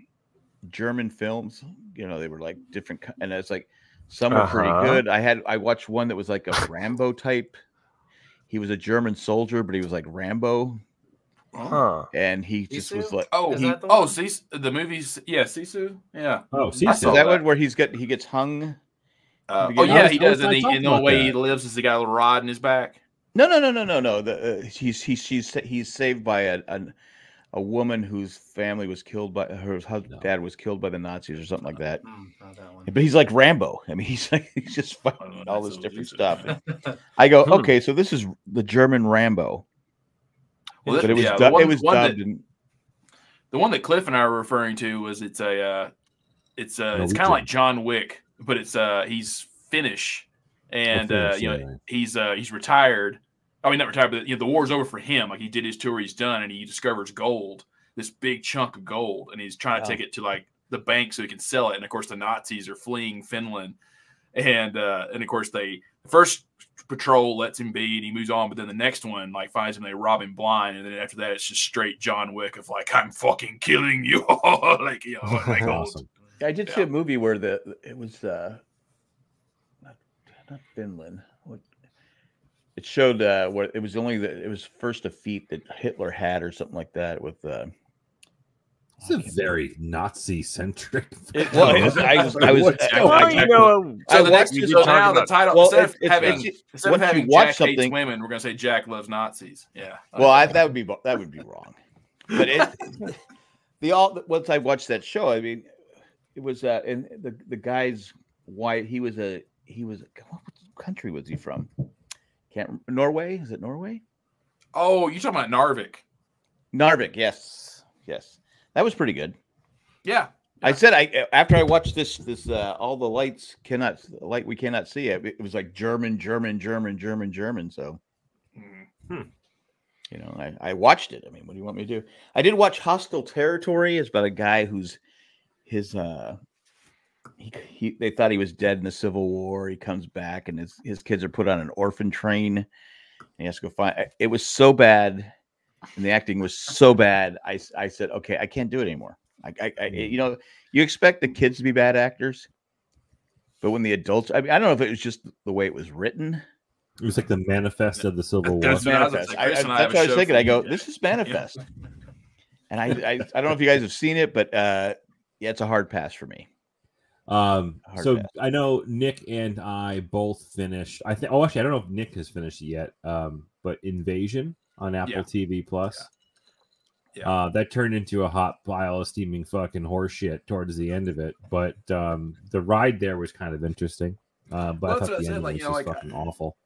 [SPEAKER 4] German films. You know, they were like different, co- and it's like some were
[SPEAKER 5] Uh-huh.
[SPEAKER 4] pretty good. I had I watched one that was like a Rambo type. He was a German soldier, but he was like Rambo.
[SPEAKER 5] Huh.
[SPEAKER 4] and he just was
[SPEAKER 6] Sisu?
[SPEAKER 4] like,
[SPEAKER 6] oh,
[SPEAKER 4] he,
[SPEAKER 6] he- oh, Sis- the movies, yeah, Sisu, yeah.
[SPEAKER 1] Oh,
[SPEAKER 6] I
[SPEAKER 4] is
[SPEAKER 6] saw
[SPEAKER 4] that one where he's got he gets hung?
[SPEAKER 6] Uh,
[SPEAKER 4] You
[SPEAKER 6] oh
[SPEAKER 4] get-
[SPEAKER 6] yeah, he does, and, he, and the only way he lives is he got a little rod in his back.
[SPEAKER 4] No, no, no, no, no, no. The uh, he's he's she's he's saved by a, a a woman whose family was killed by her husband dad was killed by the Nazis or something like that.
[SPEAKER 3] Hmm,
[SPEAKER 4] But he's like Rambo. I mean, he's like he's
[SPEAKER 6] Oh,
[SPEAKER 4] just fighting all this different stuff. I go,
[SPEAKER 6] Hmm.
[SPEAKER 4] okay, so this is the German Rambo.
[SPEAKER 6] Well,
[SPEAKER 4] but
[SPEAKER 6] that-
[SPEAKER 4] it was
[SPEAKER 6] yeah, the
[SPEAKER 4] dub-
[SPEAKER 6] one-
[SPEAKER 4] it was
[SPEAKER 6] one that-
[SPEAKER 4] dubbed. and,
[SPEAKER 6] The one that Cliff and I were referring to was it's a, uh, it's uh, it's
[SPEAKER 4] Norwegian.
[SPEAKER 6] kind of like John Wick, but it's uh, he's Finnish, and uh,
[SPEAKER 4] Finnish,
[SPEAKER 6] you know
[SPEAKER 4] yeah.
[SPEAKER 6] he's uh, he's retired. I mean, not retired, but you know the war's over for him. Like he did his tour, he's done, and he discovers gold, this big chunk of gold, and he's trying to
[SPEAKER 4] Wow.
[SPEAKER 6] take it to like the bank so he can sell it. And of course, the Nazis are fleeing Finland, and uh, and of course they the first patrol lets him be and he moves on but then the next one like finds him they rob him blind and then after that it's just straight john wick of like i'm fucking killing you like you know like oh. old-
[SPEAKER 4] I did see a movie where the it was uh not, not Finland. What it showed uh where it was only the it was first defeat that Hitler had or something like that with uh
[SPEAKER 1] It's a very Nazi centric.
[SPEAKER 4] It was. I was. I was. I, I- I-
[SPEAKER 6] so the
[SPEAKER 4] I watched
[SPEAKER 6] next
[SPEAKER 4] this-
[SPEAKER 6] so now the title
[SPEAKER 4] Well,
[SPEAKER 6] instead of
[SPEAKER 4] it's- it's-
[SPEAKER 6] having,
[SPEAKER 4] it's-
[SPEAKER 6] instead of
[SPEAKER 4] once you
[SPEAKER 6] having
[SPEAKER 4] watch
[SPEAKER 6] jack hates
[SPEAKER 4] something-
[SPEAKER 6] women we're gonna say jack loves nazis yeah
[SPEAKER 4] Well, I, that would be bo- that would be wrong. But it, the all once I watched that show, I mean, it was uh, and the the guy's wife. He was a he was what country was he from? Can't rem- Norway? Is it Norway?
[SPEAKER 6] oh you're talking about narvik
[SPEAKER 4] Narvik. Yes, yes. That was pretty good.
[SPEAKER 6] yeah
[SPEAKER 4] I said I after I watched this this uh, all the lights cannot light we cannot see it. It was like German, German, German, German, German. So you know, I, I watched it. I mean, what do you want me to do? I did watch Hostile Territory. It's about a guy who's his uh he, he they thought he was dead in the Civil War. He comes back and his his kids are put on an orphan train. And he has to go find eh, it was so bad and the acting was so bad. I s- I said, "Okay, I can't do it anymore." I, I, I you know, you expect the kids to be bad actors, but when the adults, I mean, I don't know if it was just the way it was written
[SPEAKER 1] It was like the manifest of the Civil War.
[SPEAKER 4] That's manifest. I, I, that's what I was thinking. I go, this is manifest. And I, I, I don't know if you guys have seen it, but uh, yeah, it's a hard pass for me.
[SPEAKER 1] Um,
[SPEAKER 4] Hard
[SPEAKER 1] so
[SPEAKER 4] pass.
[SPEAKER 1] I know Nick and I both finished. I think. Oh, actually, I don't know if Nick has finished it yet. Um, but Invasion on Apple
[SPEAKER 6] Yeah.
[SPEAKER 1] TV Plus.
[SPEAKER 6] Yeah.
[SPEAKER 1] Uh, that turned into a hot pile of steaming fucking horseshit towards the end of it, but um, the ride there was kind of interesting. Uh, but
[SPEAKER 6] Well,
[SPEAKER 1] I
[SPEAKER 6] that's what I
[SPEAKER 1] thought the
[SPEAKER 6] said,
[SPEAKER 1] ending
[SPEAKER 6] like,
[SPEAKER 1] was
[SPEAKER 6] you know,
[SPEAKER 1] just
[SPEAKER 6] like, uh,
[SPEAKER 1] fucking awful.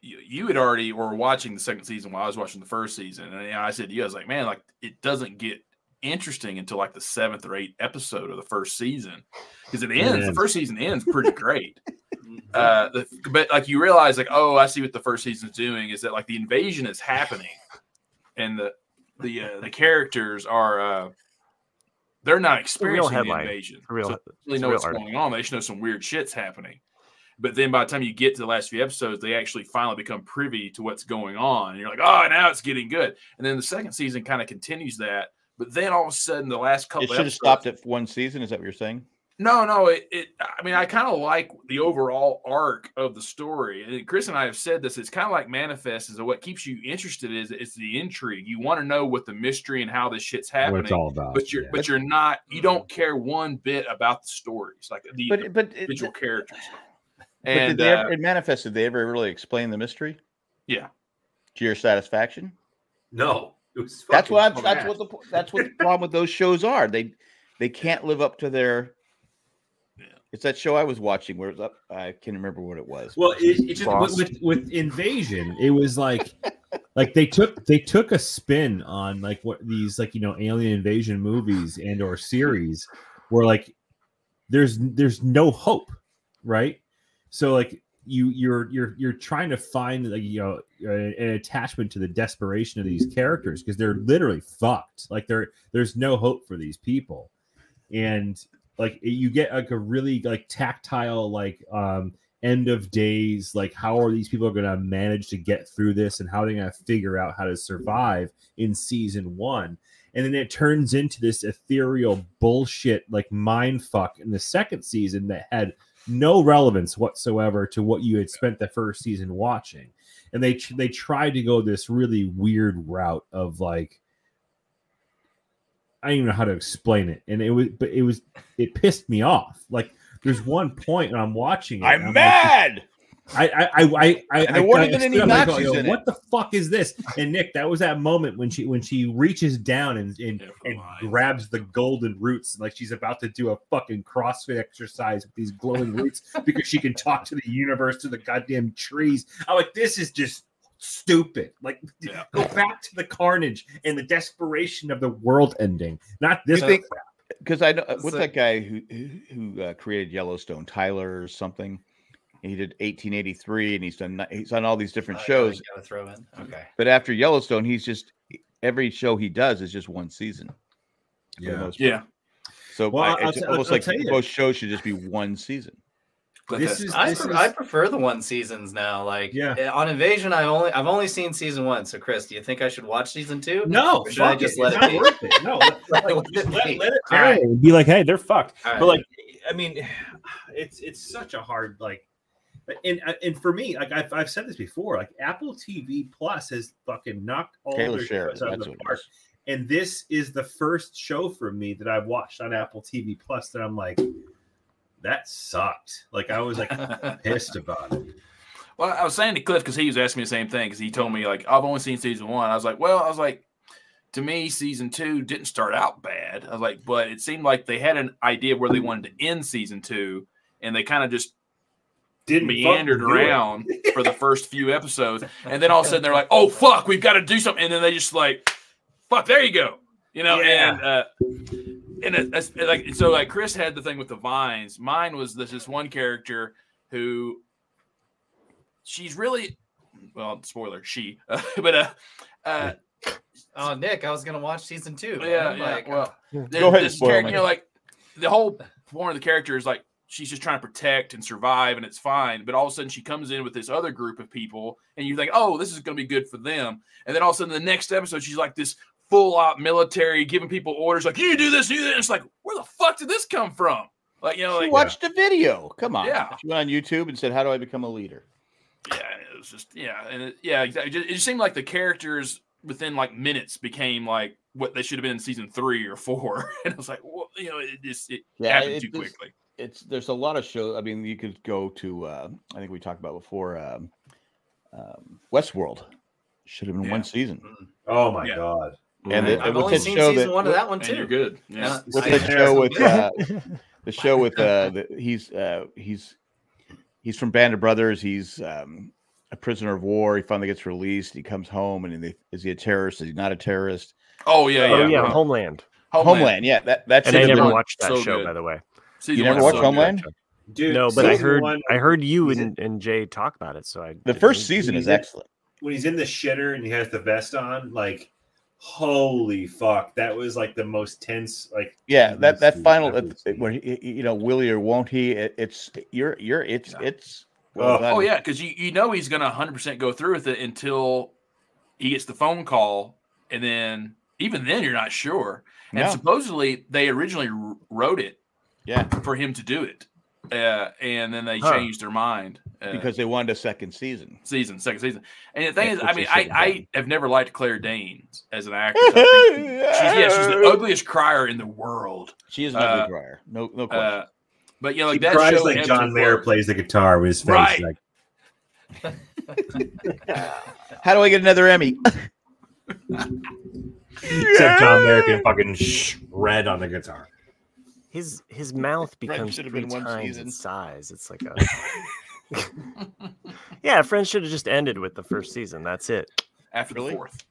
[SPEAKER 6] you, you had already were watching the second season while I was watching the first season, and I said to you, I was like, man, like it doesn't get interesting until like the seventh or eighth episode of the first season because it ends. The
[SPEAKER 1] Man.
[SPEAKER 6] first season ends pretty great. uh, the, but like you realize, like, oh, I see what the first season's doing is that like the invasion is happening, and the the uh, the characters are uh, they're not experiencing the
[SPEAKER 5] headline.
[SPEAKER 6] invasion.
[SPEAKER 5] A real-
[SPEAKER 6] so they
[SPEAKER 5] it's
[SPEAKER 6] really
[SPEAKER 5] a
[SPEAKER 6] know
[SPEAKER 5] real
[SPEAKER 6] what's
[SPEAKER 5] article.
[SPEAKER 6] going on. They just know some weird shit's happening. But then by the time you get to the last few episodes, they actually finally become privy to what's going on. And you're like, oh, now it's getting good. And then the second season kind of continues that. But then all of a sudden, the last couple
[SPEAKER 4] It should have
[SPEAKER 6] episodes-
[SPEAKER 4] stopped at one season. Is that what you're saying?
[SPEAKER 6] no, no. It, it I mean, I kind of like the overall arc of the story. And Chris and I have said this. It's kind of like manifest. Is that what keeps you interested? Is it's the intrigue. You want to know what the mystery and how this shit's happening.
[SPEAKER 1] all about,
[SPEAKER 6] But you're
[SPEAKER 1] yeah.
[SPEAKER 6] but you're not. You don't care one bit about the stories, like the
[SPEAKER 4] Mm-hmm. But- but it-
[SPEAKER 6] individual characters.
[SPEAKER 4] But did
[SPEAKER 6] And
[SPEAKER 4] they
[SPEAKER 6] uh,
[SPEAKER 4] ever, it manifested. Did they ever really explain the mystery
[SPEAKER 6] yeah,
[SPEAKER 4] to your satisfaction?
[SPEAKER 7] No, it was
[SPEAKER 4] That's
[SPEAKER 7] fucking
[SPEAKER 4] what
[SPEAKER 7] dumbass.
[SPEAKER 4] that's what the po- that's what the problem with those shows are. They they can't live up to their. It's that show I was watching where it was up. I can't remember what it was.
[SPEAKER 1] Well, it, it just with, with, with invasion, it was like like they took they took a spin on like what these like you know alien invasion movies and or series where like there's there's no hope, right? So like you you're you're you're trying to find like you know an, an attachment to the desperation of these characters because they're literally fucked. Like there there's no hope for these people and like you get like a really like tactile like um end of days like how are these people going to manage to get through this and how they're going to figure out how to survive in season one and then it turns into this ethereal bullshit like mind fuck in the second season that had no relevance whatsoever to what you had spent the first season watching and they they tried to go this really weird route of like I don't even know how to explain it. And it was, but it was, it pissed me off. Like there's one point, and I'm watching it.
[SPEAKER 4] I'm
[SPEAKER 1] and like,
[SPEAKER 4] mad!
[SPEAKER 1] I, I, I, I, I,
[SPEAKER 4] And there weren't even
[SPEAKER 1] stood
[SPEAKER 4] any
[SPEAKER 1] up and I go,
[SPEAKER 4] Nazis in it.
[SPEAKER 1] What the fuck is this? And Nick, that was that moment when she, when she reaches down and and, and grabs the golden roots, like she's about to do a fucking CrossFit exercise with these glowing roots because she can talk to the universe, to the goddamn trees. I'm like, this is just stupid. Like, go back to the carnage and the desperation of the world ending, not this.
[SPEAKER 4] You think-
[SPEAKER 1] crap.
[SPEAKER 4] because I know uh, what's
[SPEAKER 1] So-
[SPEAKER 4] that guy who who who, uh, created Yellowstone, Tyler or something. He did 1883, and he's done ni- he's on all these different shows.
[SPEAKER 3] Gotta throw in. Okay.
[SPEAKER 4] But after Yellowstone, he's just every show he does is just one season. for the
[SPEAKER 1] Yeah.
[SPEAKER 4] most part.
[SPEAKER 6] Yeah.
[SPEAKER 4] So
[SPEAKER 3] Well,
[SPEAKER 4] I-
[SPEAKER 3] I'll
[SPEAKER 4] it's
[SPEAKER 3] t- I'll-
[SPEAKER 4] almost
[SPEAKER 3] I'll
[SPEAKER 4] like
[SPEAKER 3] tell you.
[SPEAKER 4] most shows should just be one season.
[SPEAKER 3] This is, I, pre- I prefer the one seasons now. Like yeah. on Invasion, I've only I've only seen season one. So Chris, do you think I should watch season two?
[SPEAKER 1] No,
[SPEAKER 3] Or should I
[SPEAKER 1] fuck it.
[SPEAKER 3] just let
[SPEAKER 1] It's not
[SPEAKER 3] it
[SPEAKER 1] worth
[SPEAKER 3] be?
[SPEAKER 1] it. No,
[SPEAKER 3] let it
[SPEAKER 1] let it
[SPEAKER 3] All right.
[SPEAKER 1] It'd be like, hey, they're fucked.
[SPEAKER 3] All right.
[SPEAKER 1] But like, I mean, it's it's such a hard like, and uh, and for me, like I've, I've said this before, like Apple TV Plus has fucking knocked
[SPEAKER 6] Oh,
[SPEAKER 1] all
[SPEAKER 4] Taylor
[SPEAKER 1] their
[SPEAKER 4] Sheridan,
[SPEAKER 1] shows out of
[SPEAKER 4] that's
[SPEAKER 1] the
[SPEAKER 4] what it
[SPEAKER 1] park, and this is the first show for me that I've watched on Apple TV Plus that I'm like, that sucked. Like I was like pissed about it.
[SPEAKER 6] Well, I was saying to Cliff because he was asking me the same thing because he told me like I've only seen season one. I was like, well, I was like, to me, season two didn't start out bad. I was like, but it seemed like they had an idea where they wanted to end season two, and they kind of just
[SPEAKER 1] didn't
[SPEAKER 6] meandered
[SPEAKER 7] fucking do it.
[SPEAKER 6] around for the first few episodes, and then all of a sudden they're like, oh fuck, we've got to do something, and then they just like, fuck, there you go, you know, and. uh and it, it's- it, like so like chris had the thing with the vines mine was this this one character who she's really well spoiler she but uh, uh
[SPEAKER 3] Oh, Nick, I was gonna watch season two. man.
[SPEAKER 6] yeah, yeah,
[SPEAKER 3] Like,
[SPEAKER 6] well
[SPEAKER 3] Yeah.
[SPEAKER 6] the-
[SPEAKER 3] Go ahead and
[SPEAKER 6] this
[SPEAKER 3] spoil
[SPEAKER 6] character,
[SPEAKER 3] me.
[SPEAKER 6] you know like the whole point of the character is like she's just trying to protect and survive and it's fine but all of a sudden she comes in with this other group of people and you think oh this is going to be good for them and then all of a sudden the next episode she's like this full out military giving people orders like you do this you do that and it's like where the fuck did this come from like you know
[SPEAKER 4] She
[SPEAKER 6] like
[SPEAKER 4] watched a video. Come on.
[SPEAKER 6] Yeah.
[SPEAKER 4] She went on YouTube and said, "How do I become a leader?"
[SPEAKER 6] was just yeah, and it, yeah, exactly. It just, it just seemed like the characters within like minutes became like what they should have been in season three or four, and I was like, well, you know, it just it happened
[SPEAKER 4] it-
[SPEAKER 6] too
[SPEAKER 4] it's-
[SPEAKER 6] quickly.
[SPEAKER 4] It's there's a lot of shows. I mean, you could go to uh, I think we talked about before um, um, Westworld should have been one season.
[SPEAKER 1] Oh my god!
[SPEAKER 4] And the-
[SPEAKER 10] I've
[SPEAKER 4] with
[SPEAKER 10] only
[SPEAKER 4] that
[SPEAKER 10] seen
[SPEAKER 4] show
[SPEAKER 10] season
[SPEAKER 4] that-
[SPEAKER 10] one of that one
[SPEAKER 6] and
[SPEAKER 10] too.
[SPEAKER 6] you're good. Yeah.
[SPEAKER 10] Uh,
[SPEAKER 4] What's
[SPEAKER 10] I-
[SPEAKER 4] the show with uh, the show with uh, the, he's uh, he's he's from Band of Brothers. He's um, a prisoner of war. He finally gets released. He comes home, and they, is he a terrorist? Is he not a terrorist?
[SPEAKER 6] Oh yeah, yeah,
[SPEAKER 4] Oh, yeah,
[SPEAKER 6] right.
[SPEAKER 5] Homeland.
[SPEAKER 4] Homeland. yeah, that that's
[SPEAKER 5] and I
[SPEAKER 4] it.
[SPEAKER 5] never
[SPEAKER 4] Homeland.
[SPEAKER 5] watched that
[SPEAKER 4] So
[SPEAKER 5] show,
[SPEAKER 4] good.
[SPEAKER 5] by the way.
[SPEAKER 4] You Season never one's watched so good. Homeland? Dude,
[SPEAKER 5] no, but I
[SPEAKER 4] season
[SPEAKER 5] heard
[SPEAKER 1] one-
[SPEAKER 5] I heard you and, and Jay talk about it. So I
[SPEAKER 4] The first season is excellent.
[SPEAKER 1] When he's in the shitter and he has the vest on, like, holy fuck, that was like the most tense. Like,
[SPEAKER 4] Yeah, that that final uh, when he, he- you know Willie or won't he? It, it's you're you're it's it's well done.
[SPEAKER 6] oh yeah, because you, you know he's gonna 100 percent go through with it until he gets the phone call, and then even then you're not sure. And
[SPEAKER 4] No.
[SPEAKER 6] supposedly they originally r- wrote it,
[SPEAKER 4] yeah,
[SPEAKER 6] for him to do it, uh, and then they
[SPEAKER 4] Huh.
[SPEAKER 6] changed their mind uh,
[SPEAKER 4] because they wanted a second season.
[SPEAKER 6] season second season. And the thing
[SPEAKER 4] Yeah,
[SPEAKER 6] is, I
[SPEAKER 4] which
[SPEAKER 6] mean,
[SPEAKER 4] they
[SPEAKER 6] I,
[SPEAKER 4] shouldn't
[SPEAKER 6] I have never liked Claire Danes as an actress. I think she- she's yeah, she's the Uh, ugliest crier in the world.
[SPEAKER 4] She is an
[SPEAKER 6] not
[SPEAKER 4] ugly crier. No, no question.
[SPEAKER 6] Uh, but you know, like
[SPEAKER 1] He
[SPEAKER 6] that
[SPEAKER 1] cries
[SPEAKER 6] show
[SPEAKER 1] like
[SPEAKER 6] ebbs
[SPEAKER 1] John
[SPEAKER 6] and
[SPEAKER 1] Mayer
[SPEAKER 6] flows.
[SPEAKER 1] plays the guitar with his face.
[SPEAKER 6] Right.
[SPEAKER 1] Like,
[SPEAKER 4] How do I get another Emmy?
[SPEAKER 1] except John Mayer can fucking shred on the guitar.
[SPEAKER 5] His his mouth becomes
[SPEAKER 4] should have
[SPEAKER 5] three
[SPEAKER 4] been one
[SPEAKER 5] times
[SPEAKER 4] season.
[SPEAKER 5] its size. It's like a yeah. Friends should have just ended with the first season. That's it.
[SPEAKER 6] after the fourth.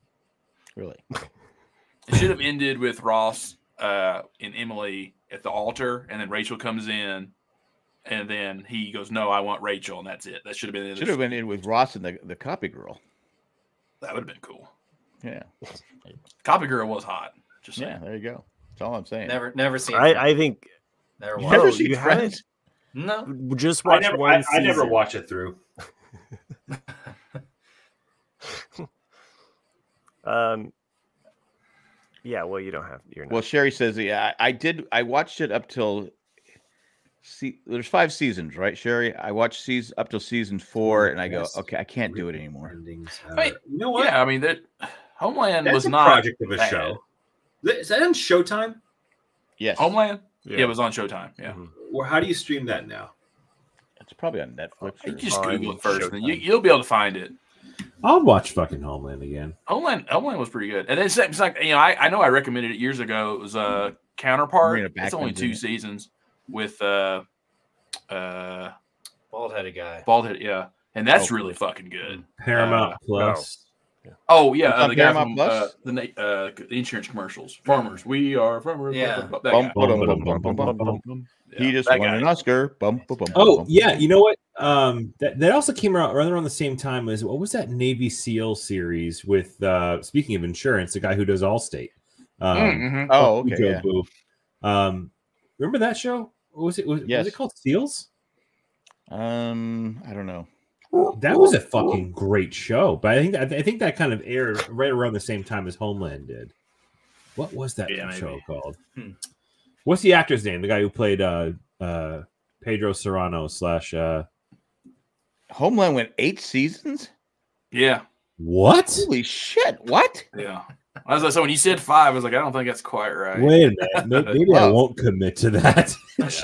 [SPEAKER 4] Really?
[SPEAKER 6] It should have ended with Ross uh, and Emily at the altar, and then Rachel comes in, and then he goes, "No, I want Rachel," and that's it. That should have been the end of
[SPEAKER 4] Should
[SPEAKER 6] the
[SPEAKER 4] have been in with Ross and the, the copy girl.
[SPEAKER 6] That would have been cool.
[SPEAKER 4] Yeah.
[SPEAKER 6] Copy Girl was hot. Just
[SPEAKER 4] yeah, there you go. That's all I'm saying.
[SPEAKER 10] Never, never seen.
[SPEAKER 5] I,
[SPEAKER 10] Friends.
[SPEAKER 5] I think
[SPEAKER 10] Never
[SPEAKER 5] No,
[SPEAKER 10] watched. Never
[SPEAKER 1] seen
[SPEAKER 5] you
[SPEAKER 1] Friends?
[SPEAKER 5] haven't? Just
[SPEAKER 1] I
[SPEAKER 5] watch
[SPEAKER 1] never,
[SPEAKER 5] one
[SPEAKER 1] I, I never
[SPEAKER 5] season.
[SPEAKER 1] watch it through.
[SPEAKER 5] Um. Yeah. Well, you don't have. You're not.
[SPEAKER 4] Well, Sherry says, yeah, I, I did. I watched it up till. See, there's five seasons, right, Sherry? I watched season up till season four, and I go, okay, I can't do it anymore.
[SPEAKER 6] Wait,
[SPEAKER 1] you know what?
[SPEAKER 6] Yeah, I mean that Homeland
[SPEAKER 1] That's
[SPEAKER 6] was
[SPEAKER 1] a
[SPEAKER 6] not
[SPEAKER 1] project of a
[SPEAKER 6] bad.
[SPEAKER 1] show. Is that on Showtime?
[SPEAKER 4] Yes,
[SPEAKER 6] Homeland. Yeah. it was on Showtime. Yeah,
[SPEAKER 1] Well, how do you stream that now?
[SPEAKER 4] It's probably on Netflix.
[SPEAKER 6] you just
[SPEAKER 1] on
[SPEAKER 6] Google it first, and you, you'll be able to find it.
[SPEAKER 1] I'll watch fucking Homeland again.
[SPEAKER 6] Homeland, Homeland was pretty good, and it's, it's like you know, I, I know I recommended it years ago. It was a uh, counterpart.
[SPEAKER 4] Marina
[SPEAKER 6] It's
[SPEAKER 4] Bachmann's
[SPEAKER 6] only
[SPEAKER 4] in
[SPEAKER 6] two
[SPEAKER 4] Mm-hmm. it.
[SPEAKER 6] seasons with uh, uh,
[SPEAKER 10] bald headed guy.
[SPEAKER 6] bald head. Yeah, and that's
[SPEAKER 10] Oh.
[SPEAKER 6] really fucking
[SPEAKER 4] Mm.
[SPEAKER 6] good.
[SPEAKER 1] Paramount
[SPEAKER 6] Uh,
[SPEAKER 1] Plus.
[SPEAKER 6] Oh yeah,
[SPEAKER 4] It's
[SPEAKER 6] uh,
[SPEAKER 4] on
[SPEAKER 6] the guy
[SPEAKER 4] Paramount
[SPEAKER 6] from uh,
[SPEAKER 4] Plus?
[SPEAKER 6] the na- uh, the insurance commercials. Farmers, we are farmers.
[SPEAKER 10] Yeah.
[SPEAKER 6] That guy.
[SPEAKER 4] Bum, ba-dum, bum, bum, bum, bum, bum, bum. He just
[SPEAKER 6] that
[SPEAKER 4] won
[SPEAKER 6] guy.
[SPEAKER 4] an Oscar. Bum, ba- bum, bum,
[SPEAKER 1] Oh
[SPEAKER 4] bum.
[SPEAKER 1] yeah, you know what? Um, that that also came out right around the same time as what was that Navy SEAL series with? uh Speaking of insurance, the guy who does Allstate. Um,
[SPEAKER 4] Mhm. Oh, okay,
[SPEAKER 1] Joe
[SPEAKER 4] yeah.
[SPEAKER 1] Booth. Um, remember that show? What was it? Was, was
[SPEAKER 4] Yes.
[SPEAKER 1] it called Seals?
[SPEAKER 4] Um, I don't know.
[SPEAKER 1] That was a fucking great show, but I think that, I think that kind of aired right around the same time as Homeland did. What was that
[SPEAKER 6] Yeah,
[SPEAKER 1] show
[SPEAKER 6] maybe.
[SPEAKER 1] called?
[SPEAKER 10] Hmm.
[SPEAKER 1] What's the actor's name? The guy who played uh, uh, Pedro Serrano slash uh,
[SPEAKER 4] Homeland went eight seasons.
[SPEAKER 6] Yeah,
[SPEAKER 1] what?
[SPEAKER 4] Holy shit! What?
[SPEAKER 6] yeah. I was like, so when you said five, I was like, I don't think that's quite right.
[SPEAKER 1] Wait a minute, may- maybe I
[SPEAKER 4] Wow.
[SPEAKER 1] won't commit to that.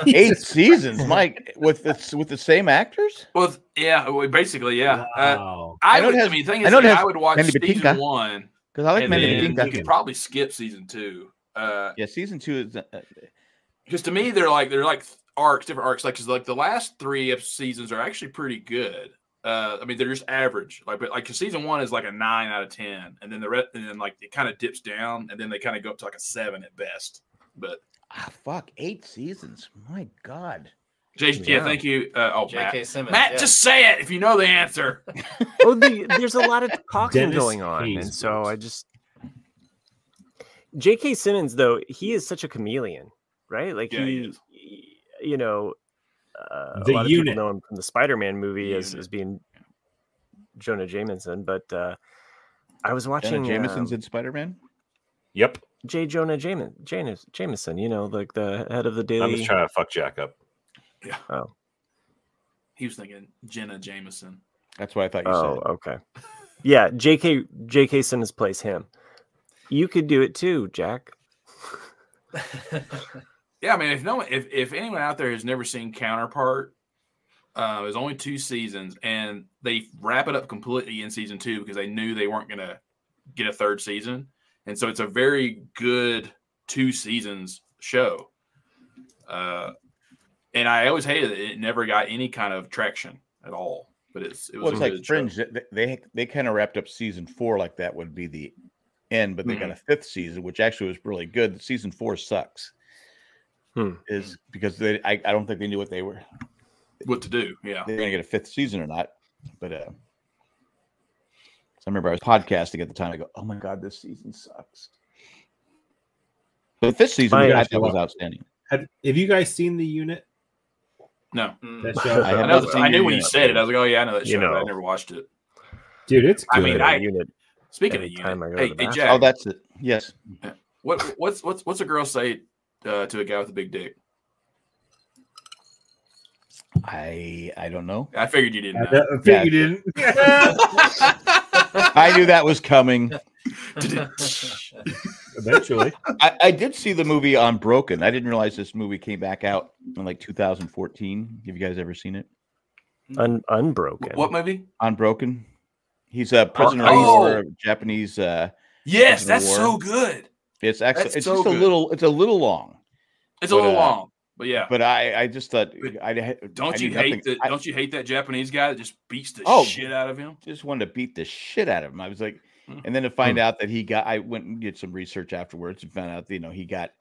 [SPEAKER 4] eight seasons, Mike, with the, with the same actors.
[SPEAKER 6] Well, th- yeah, well, basically, yeah.
[SPEAKER 1] Wow.
[SPEAKER 6] Uh, I,
[SPEAKER 4] I know it
[SPEAKER 6] would.
[SPEAKER 4] has-
[SPEAKER 6] I mean, the thing
[SPEAKER 4] I
[SPEAKER 6] is,
[SPEAKER 4] know it
[SPEAKER 6] like,
[SPEAKER 4] has
[SPEAKER 6] I would watch
[SPEAKER 4] Mandy
[SPEAKER 6] season
[SPEAKER 4] Patinkin.
[SPEAKER 6] one
[SPEAKER 4] 'Cause I like
[SPEAKER 6] and
[SPEAKER 4] Mandy
[SPEAKER 6] then
[SPEAKER 4] Patinkin.
[SPEAKER 6] you could probably skip season two. Uh,
[SPEAKER 4] Yeah, season two is. uh,
[SPEAKER 6] because to me, they're like they're like arcs, different arcs. Like, 'cause, like the last three ep- seasons are actually pretty good. Uh, I mean, they're just average. Like, but like 'cause season one is like a nine out of ten, and then the rest, and then like it kind of dips down, and then they kind of go up to like a seven at best. But
[SPEAKER 4] ah, fuck, eight seasons. My God.
[SPEAKER 6] J- yeah, thank you. Uh, oh,
[SPEAKER 10] J.K.
[SPEAKER 6] Matt.
[SPEAKER 10] Simmons,
[SPEAKER 6] Matt,
[SPEAKER 10] yeah.
[SPEAKER 6] just say it if you know the answer.
[SPEAKER 5] Oh, the, there's a lot of talking
[SPEAKER 1] Dennis
[SPEAKER 5] going on,
[SPEAKER 1] Hayes
[SPEAKER 5] and so I just. J.K. Simmons, though, he is such a chameleon, right? Like
[SPEAKER 6] Yeah, he
[SPEAKER 5] he, you know, uh,
[SPEAKER 1] The
[SPEAKER 5] a lot
[SPEAKER 1] Unit.
[SPEAKER 5] of people know him from the Spider-Man movie as, as being Jonah Jameson, but uh, I was watching
[SPEAKER 4] Jenna
[SPEAKER 5] um,
[SPEAKER 4] Jameson's in Spider Man.
[SPEAKER 11] Yep.
[SPEAKER 5] J. Jonah Jameson, Janus, Jameson, you know, like the head of the Daily.
[SPEAKER 11] I'm just trying to fuck Jack up.
[SPEAKER 6] Yeah.
[SPEAKER 5] Oh,
[SPEAKER 6] He was thinking Jenna Jameson.
[SPEAKER 4] That's what I thought you
[SPEAKER 5] oh, okay. Yeah, J.K. J.K. Simmons plays him. You could do it too, Jack.
[SPEAKER 6] Yeah, I mean, if no one, if, if anyone out there has never seen Counterpart, uh, there's only two seasons, and they wrap it up completely in season two because they knew they weren't going to get a third season, and so it's a very good two seasons show. Uh, and I always hated it; it never got any kind of traction at all. But it's
[SPEAKER 4] said.
[SPEAKER 6] it
[SPEAKER 4] Well,
[SPEAKER 6] was
[SPEAKER 4] it's
[SPEAKER 6] a
[SPEAKER 4] like
[SPEAKER 6] good
[SPEAKER 4] Fringe. th- They they kind of wrapped up season four like that would be the end, but they
[SPEAKER 5] Mm-hmm.
[SPEAKER 4] got a fifth season, which actually was really good. Season four sucks.
[SPEAKER 5] Hmm.
[SPEAKER 4] Is because they I, I don't think they knew what they were
[SPEAKER 6] what to do. Yeah,
[SPEAKER 4] they're gonna get a fifth season or not. But uh, 'cause I remember I was podcasting at the time. I go, oh my god, this season suck's. But this season
[SPEAKER 7] My-
[SPEAKER 4] I thought was outstanding.
[SPEAKER 7] Have, have you guys seen the unit?
[SPEAKER 6] No,
[SPEAKER 7] That show-
[SPEAKER 6] I,
[SPEAKER 7] I have
[SPEAKER 6] know-
[SPEAKER 7] not
[SPEAKER 6] I
[SPEAKER 7] seen
[SPEAKER 6] knew when you
[SPEAKER 7] Unit.
[SPEAKER 6] said it. I was like, oh yeah, I know that show.
[SPEAKER 7] You
[SPEAKER 6] but I
[SPEAKER 7] know.
[SPEAKER 6] never watched it.
[SPEAKER 7] Dude, it's
[SPEAKER 6] I
[SPEAKER 7] good.
[SPEAKER 6] mean, I speaking of unit, hey, hey Jack,
[SPEAKER 4] Oh, that's it. Yes.
[SPEAKER 6] what what's what's what's a girl say uh, to a guy with a big dick?
[SPEAKER 4] I I don't know.
[SPEAKER 6] I figured you didn't.
[SPEAKER 4] I
[SPEAKER 6] know.
[SPEAKER 4] bet- I bet you I knew that was coming.
[SPEAKER 7] Eventually,
[SPEAKER 4] I, I did see the movie on Broken. I didn't realize this movie came back out in like 2014. Have you guys ever seen it?
[SPEAKER 5] Un- unbroken.
[SPEAKER 6] What movie?
[SPEAKER 4] Unbroken. He's a prisoner
[SPEAKER 6] Oh.
[SPEAKER 4] of war, a Japanese. Uh,
[SPEAKER 6] Yes,
[SPEAKER 4] prisoner of war.
[SPEAKER 6] that's so good.
[SPEAKER 4] It's actually
[SPEAKER 6] That's
[SPEAKER 4] it's
[SPEAKER 6] so
[SPEAKER 4] just a
[SPEAKER 6] good.
[SPEAKER 4] little. It's a little long.
[SPEAKER 6] It's a little
[SPEAKER 4] uh,
[SPEAKER 6] long, but yeah.
[SPEAKER 4] But I I just thought I
[SPEAKER 6] Don't you hate the, Don't you hate that Japanese guy that just beats the
[SPEAKER 4] Oh.
[SPEAKER 6] shit out of him?
[SPEAKER 4] just wanted to beat the shit out of him. I was like, and then to find out that he got, I went and did some research afterwards and found out, you know, he got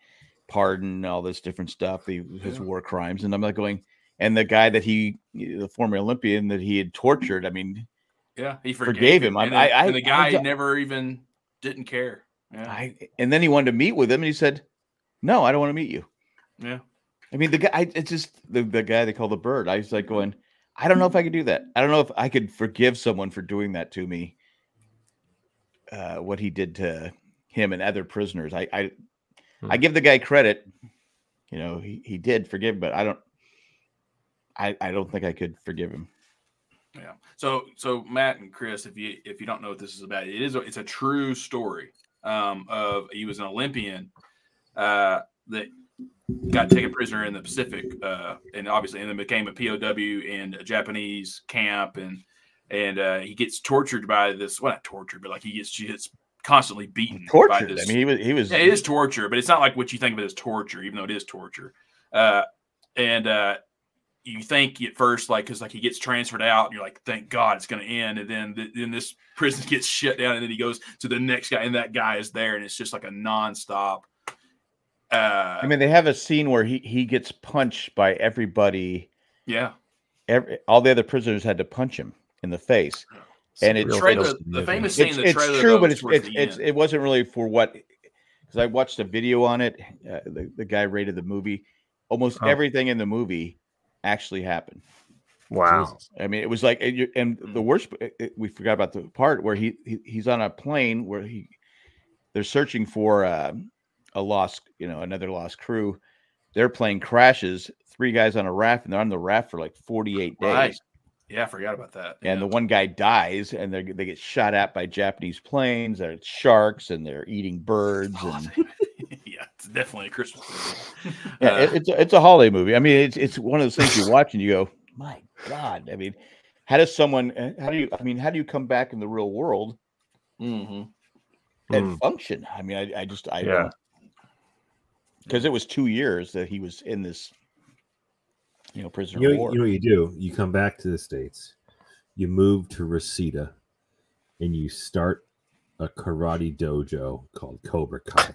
[SPEAKER 4] pardoned and all this different stuff, the, his
[SPEAKER 6] Yeah.
[SPEAKER 4] war crimes. And I'm like going, and the guy that he, the former Olympian that he had tortured, I mean,
[SPEAKER 6] Yeah, he
[SPEAKER 4] Forgave
[SPEAKER 6] forgave,
[SPEAKER 4] him. I-
[SPEAKER 6] And, then-
[SPEAKER 4] I- I-
[SPEAKER 6] and the
[SPEAKER 4] I
[SPEAKER 6] guy
[SPEAKER 4] don't-
[SPEAKER 6] never even didn't care. Yeah,
[SPEAKER 4] I, and then he wanted to meet with him and he said, no, I don't want to meet you.
[SPEAKER 6] yeah.
[SPEAKER 4] I mean, the guy, I, it's just the, the guy they call the bird. I was like going, I don't know if I could do that. I don't know if I could forgive someone for doing that to me. Uh, what he did to him and other prisoners. I, I,
[SPEAKER 6] Hmm.
[SPEAKER 4] I give the guy credit. You know, he, he did forgive, but I don't, I, I don't think I could forgive him.
[SPEAKER 6] Yeah. So so Matt and Chris, if you if you don't know what this is about, it is a, it's a true story um, of he was an Olympian uh, that got taken prisoner in the Pacific, uh, and obviously and then became a POW in a Japanese camp, and and uh, he gets tortured by this. Well, not tortured, but like he gets he gets constantly beaten. Hmm. By
[SPEAKER 4] Tortured.
[SPEAKER 6] this,
[SPEAKER 4] I mean, he was, he was,
[SPEAKER 6] yeah, it is torture, but it's not like what you think of it as torture, even though it is torture. Uh, and uh, you think at first, like, because like he gets transferred out, and you're like, thank God it's going to end. And then th- then this prison gets shut down, and then he goes to the next guy, and that guy is there, and it's just like a nonstop. Uh,
[SPEAKER 4] I mean, they have a scene where he, he gets punched by everybody.
[SPEAKER 6] yeah.
[SPEAKER 4] Every, all the other prisoners had to punch him in the face. And
[SPEAKER 6] The
[SPEAKER 4] it's
[SPEAKER 6] trailer- the famous scene in
[SPEAKER 4] it's,
[SPEAKER 6] the
[SPEAKER 4] it's
[SPEAKER 6] trailer,
[SPEAKER 4] true,
[SPEAKER 6] though,
[SPEAKER 4] but
[SPEAKER 6] is
[SPEAKER 4] it's,
[SPEAKER 6] towards
[SPEAKER 4] it's,
[SPEAKER 6] the
[SPEAKER 4] it's
[SPEAKER 6] end.
[SPEAKER 4] it wasn't really for what because I watched a video on it. Uh, the, the guy rated the movie. Almost
[SPEAKER 7] Huh.
[SPEAKER 4] everything in the movie actually happened.
[SPEAKER 5] Wow.
[SPEAKER 4] I mean, it was like, and, you- and the
[SPEAKER 6] Mm.
[SPEAKER 4] worst. it- it- we forgot about the part where he, he he's on a plane where he they're searching for uh, a lost, you know, another lost crew. Their plane crashes. Three guys on a raft, and they're on the raft for like forty eight days
[SPEAKER 6] Right. Yeah, I forgot about that.
[SPEAKER 4] and the one guy dies and they they get shot at by Japanese planes they're sharks and they're eating birds
[SPEAKER 6] Oh,
[SPEAKER 4] and
[SPEAKER 6] yeah, it's definitely a Christmas movie. Uh,
[SPEAKER 4] yeah, it- it's a, it's a holiday movie. I mean, it's it's one of those things you watch and you go, "My god." I mean, how does someone uh, how do you I mean, how do you come back in the real world and
[SPEAKER 7] Mm.
[SPEAKER 4] function? I mean, I, I just I
[SPEAKER 7] Yeah.
[SPEAKER 4] don't because it was 2 years that he was in this you know, prisoner
[SPEAKER 7] You
[SPEAKER 4] of
[SPEAKER 7] know,
[SPEAKER 4] war.
[SPEAKER 7] you know what you do? You come back to the States, you move to Reseda, and you start a karate dojo called Cobra Kai.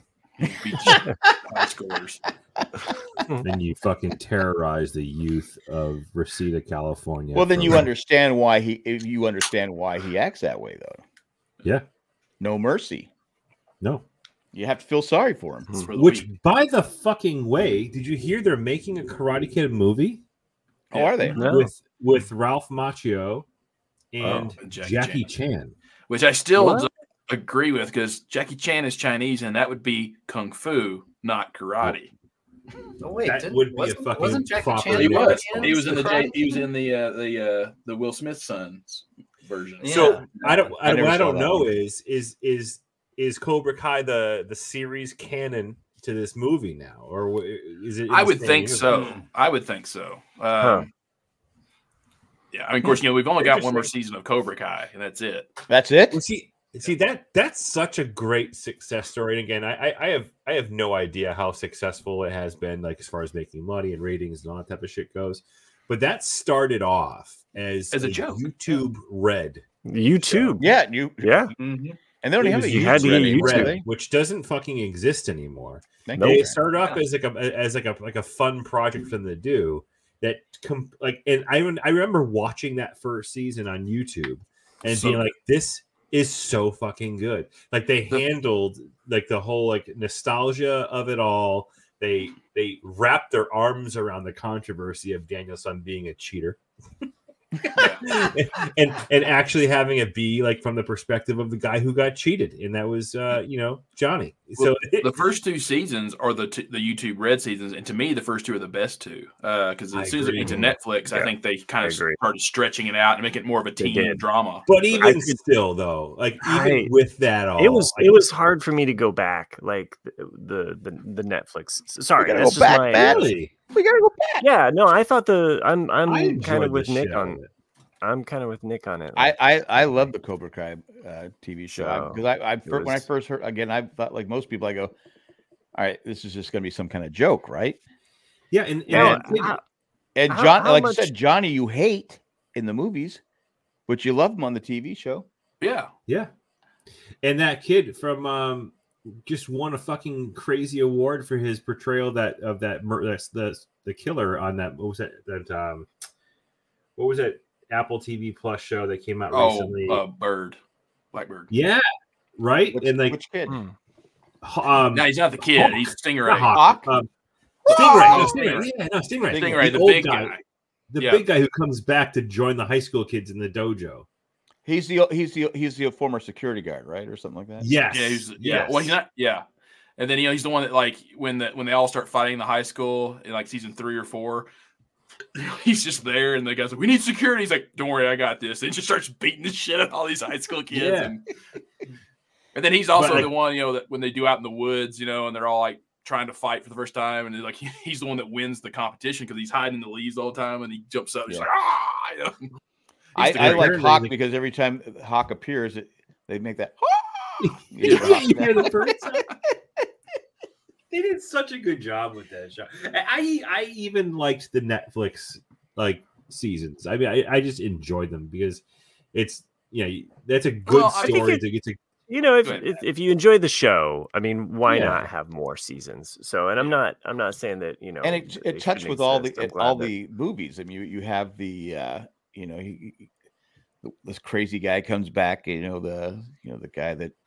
[SPEAKER 6] scores.
[SPEAKER 7] and you fucking terrorize the youth of Reseda, California.
[SPEAKER 4] well, then
[SPEAKER 7] for-
[SPEAKER 4] you understand why he if you understand why he acts that way though.
[SPEAKER 7] Yeah.
[SPEAKER 4] No mercy.
[SPEAKER 7] No.
[SPEAKER 4] You have to feel sorry for him.
[SPEAKER 7] Which, by the fucking way, did you hear they're making a Karate Kid movie?
[SPEAKER 4] Oh, are they? No.
[SPEAKER 7] With, with Ralph Macchio and
[SPEAKER 6] and Jackie
[SPEAKER 7] Jackie,
[SPEAKER 6] Chan.
[SPEAKER 7] Chan.
[SPEAKER 6] which I still
[SPEAKER 7] What?
[SPEAKER 6] don't agree with because Jackie Chan is Chinese, and that would be kung fu, not karate.
[SPEAKER 3] Oh wait,
[SPEAKER 7] That
[SPEAKER 3] didn't-
[SPEAKER 7] would be a
[SPEAKER 3] wasn't-
[SPEAKER 7] fucking
[SPEAKER 3] wasn't Jackie
[SPEAKER 7] proper
[SPEAKER 3] Chan
[SPEAKER 6] He
[SPEAKER 3] in
[SPEAKER 6] was.
[SPEAKER 3] Karate Kid?
[SPEAKER 6] He was in the
[SPEAKER 3] Karate
[SPEAKER 6] J- he was
[SPEAKER 3] Kid?
[SPEAKER 6] in the uh, the uh, the Will Smith sons version.
[SPEAKER 1] So I don't, I,
[SPEAKER 6] never
[SPEAKER 1] what I
[SPEAKER 6] saw
[SPEAKER 1] don't
[SPEAKER 6] that
[SPEAKER 1] know
[SPEAKER 6] one.
[SPEAKER 1] is is is is Cobra Kai the the series canon to this movie now, or wh- is it? in
[SPEAKER 6] I
[SPEAKER 1] the
[SPEAKER 6] would
[SPEAKER 1] same
[SPEAKER 6] think so.
[SPEAKER 1] universe?
[SPEAKER 6] I would think so. Um,
[SPEAKER 1] Huh.
[SPEAKER 6] Yeah, I mean, of course, you know, we've only got one more season of Cobra Kai, and that's it.
[SPEAKER 4] That's it.
[SPEAKER 1] see, see that that's such a great success story. And again, I, I I have I have no idea how successful it has been, like as far as making money and ratings and all that type of shit goes. But that started off as
[SPEAKER 4] As a joke.
[SPEAKER 1] YouTube Red.
[SPEAKER 5] YouTube.
[SPEAKER 4] Yeah, you.
[SPEAKER 5] Yeah.
[SPEAKER 3] Mm-hmm.
[SPEAKER 6] Mhm.
[SPEAKER 4] And they don't
[SPEAKER 1] It
[SPEAKER 4] have
[SPEAKER 1] was
[SPEAKER 4] a YouTube anymore, do
[SPEAKER 1] Red,
[SPEAKER 4] they?
[SPEAKER 1] which doesn't fucking exist anymore.
[SPEAKER 4] Thank
[SPEAKER 1] They
[SPEAKER 4] you.
[SPEAKER 1] started off as like a as like a like a fun project for them to do that. Com- like, and I rem- I remember watching that first season on YouTube and
[SPEAKER 6] So
[SPEAKER 1] being
[SPEAKER 6] good.
[SPEAKER 1] like, this is so fucking good. Like they handled like the whole like nostalgia of it all. They they wrapped their arms around the controversy of Daniel Sun being a cheater and and actually having it be like from the perspective of the guy who got cheated, and that was uh, you know Johnny. So
[SPEAKER 6] Well, the first two seasons are the t- the YouTube Red seasons, and to me, the first two are the best two because
[SPEAKER 1] I
[SPEAKER 6] as soon as it
[SPEAKER 1] agree.
[SPEAKER 6] went to Netflix, I
[SPEAKER 1] Yeah,
[SPEAKER 6] think they kind
[SPEAKER 1] I
[SPEAKER 6] of
[SPEAKER 1] agree.
[SPEAKER 6] started stretching it out and making it more of a
[SPEAKER 5] They
[SPEAKER 6] teen
[SPEAKER 5] did.
[SPEAKER 6] drama.
[SPEAKER 1] But even still, though, like even
[SPEAKER 5] Right.
[SPEAKER 1] with that,
[SPEAKER 4] Oh,
[SPEAKER 1] all
[SPEAKER 5] it was
[SPEAKER 1] like,
[SPEAKER 5] it was hard for me to go back like the the the, the Netflix. S- Sorry,
[SPEAKER 1] gotta
[SPEAKER 5] this
[SPEAKER 1] go
[SPEAKER 5] is
[SPEAKER 1] back,
[SPEAKER 5] my
[SPEAKER 1] man. Really?
[SPEAKER 4] we gotta go back.
[SPEAKER 5] Yeah, no, I thought the I'm
[SPEAKER 4] I
[SPEAKER 5] I'm kind
[SPEAKER 4] enjoyed
[SPEAKER 5] of with
[SPEAKER 4] the shit
[SPEAKER 5] Nick
[SPEAKER 4] out
[SPEAKER 5] on. I'm kind of with Nick on it.
[SPEAKER 4] I, I I love the Cobra Kai uh, TV show
[SPEAKER 5] Show.
[SPEAKER 4] because I, I,
[SPEAKER 5] It
[SPEAKER 4] fir- when I
[SPEAKER 5] was-
[SPEAKER 4] first heard again I thought like most people I go, all right, this is just going to be some kind of joke, right?
[SPEAKER 1] Yeah, and
[SPEAKER 5] No,
[SPEAKER 4] and, and,
[SPEAKER 5] how- how-
[SPEAKER 4] John,
[SPEAKER 5] how
[SPEAKER 4] like
[SPEAKER 5] much-
[SPEAKER 4] you said, Johnny, you hate in the movies, but you love him on the TV show.
[SPEAKER 6] Yeah,
[SPEAKER 1] yeah. And that kid from um, just won a fucking crazy award for his portrayal that of that mur- that's the the killer on that what was that that um, what was that Apple TV Plus show that came out
[SPEAKER 6] Oh,
[SPEAKER 1] recently?
[SPEAKER 6] uh, Bird, Blackbird.
[SPEAKER 1] yeah, right. and like
[SPEAKER 4] which kid?
[SPEAKER 1] Um,
[SPEAKER 6] No, he's not the kid.
[SPEAKER 1] Hawk.
[SPEAKER 6] He's Stingray.
[SPEAKER 1] Not Hawk. Um, Stingray.
[SPEAKER 6] Oh,
[SPEAKER 1] No, Stingray.
[SPEAKER 6] Stingray.
[SPEAKER 1] Yeah, no, Stingray.
[SPEAKER 6] Stingray, the
[SPEAKER 1] old
[SPEAKER 6] big guy.
[SPEAKER 1] The
[SPEAKER 4] Yeah.
[SPEAKER 1] big guy who comes back to join the high school kids in the dojo.
[SPEAKER 4] He's the he's the he's the former security guard, right, or something like that.
[SPEAKER 1] Yes.
[SPEAKER 6] Yeah, he's, yeah. Well, he's not. Yeah, and then you know he's the one that like when the when they all start fighting in the high school in like season three or four, he's just there, and the guys like, "We need security." He's like, "Don't worry, I got this." And he just starts beating the shit out of all these high school kids.
[SPEAKER 1] Yeah.
[SPEAKER 6] And, and then he's
[SPEAKER 1] But,
[SPEAKER 6] also
[SPEAKER 1] like-
[SPEAKER 6] the one you know that when they do out in the woods, you know, and they're all like trying to fight for the first time, and they're like he's the one that wins the competition because he's hiding in the leaves all the time, and he jumps up, and he's
[SPEAKER 4] Yeah.
[SPEAKER 6] like, "Ah!" you know? He's
[SPEAKER 4] I,
[SPEAKER 6] the
[SPEAKER 4] I
[SPEAKER 6] great-
[SPEAKER 4] like Hawk because every time Hawk appears, it, they make that. "Ah!" You know,
[SPEAKER 1] Yeah, you
[SPEAKER 4] Hawk-
[SPEAKER 1] hear the birds. they did such a good job with that show. I I even liked the Netflix like seasons. I mean, I, I just enjoyed them because it's yeah, that's a good
[SPEAKER 5] Well, I think
[SPEAKER 1] story
[SPEAKER 5] it-
[SPEAKER 1] to get to.
[SPEAKER 5] you know, if,
[SPEAKER 1] Go ahead,
[SPEAKER 5] if if you enjoy the show, I mean, why
[SPEAKER 1] Yeah.
[SPEAKER 5] not have more seasons? So, and I'm not I'm not saying that you know,
[SPEAKER 4] and it,
[SPEAKER 5] they
[SPEAKER 4] it touched
[SPEAKER 5] shouldn't
[SPEAKER 4] with all the
[SPEAKER 5] exist. I'm
[SPEAKER 4] it-
[SPEAKER 5] glad
[SPEAKER 4] all
[SPEAKER 5] that-
[SPEAKER 4] the movies. I mean, you, you have the uh, you know he, he- this crazy guy comes back. You know the you know the guy that uh,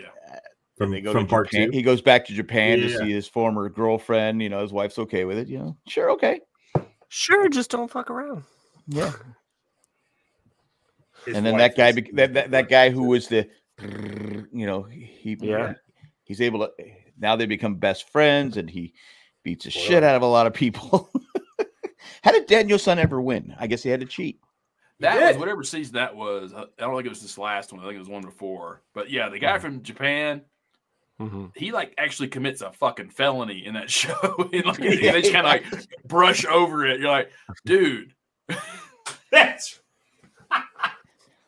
[SPEAKER 6] yeah
[SPEAKER 1] from
[SPEAKER 4] they go
[SPEAKER 1] from
[SPEAKER 4] to
[SPEAKER 1] part
[SPEAKER 4] Japan.
[SPEAKER 1] two.
[SPEAKER 4] He goes back to Japan to
[SPEAKER 1] Yeah.
[SPEAKER 4] see his former girlfriend. You know his wife's okay with it. You know sure okay
[SPEAKER 5] sure, just don't fuck around.
[SPEAKER 4] yeah.
[SPEAKER 1] His
[SPEAKER 4] and then
[SPEAKER 1] wife
[SPEAKER 4] that guy
[SPEAKER 1] is-
[SPEAKER 4] bec- that, that that guy who was the you know he
[SPEAKER 1] Yeah.
[SPEAKER 4] he's able to now they become best friends and he beats the shit out of a lot of people. How did Daniel son ever win? I guess he had to cheat.
[SPEAKER 6] That was whatever season that was. uh, I I don't think it was this last one. I think it was one before. But yeah, the guy from Japan,
[SPEAKER 4] Mm-hmm.
[SPEAKER 6] he like actually commits a fucking felony in that show. and like, they just kind of like brush over it. You're like, dude, that's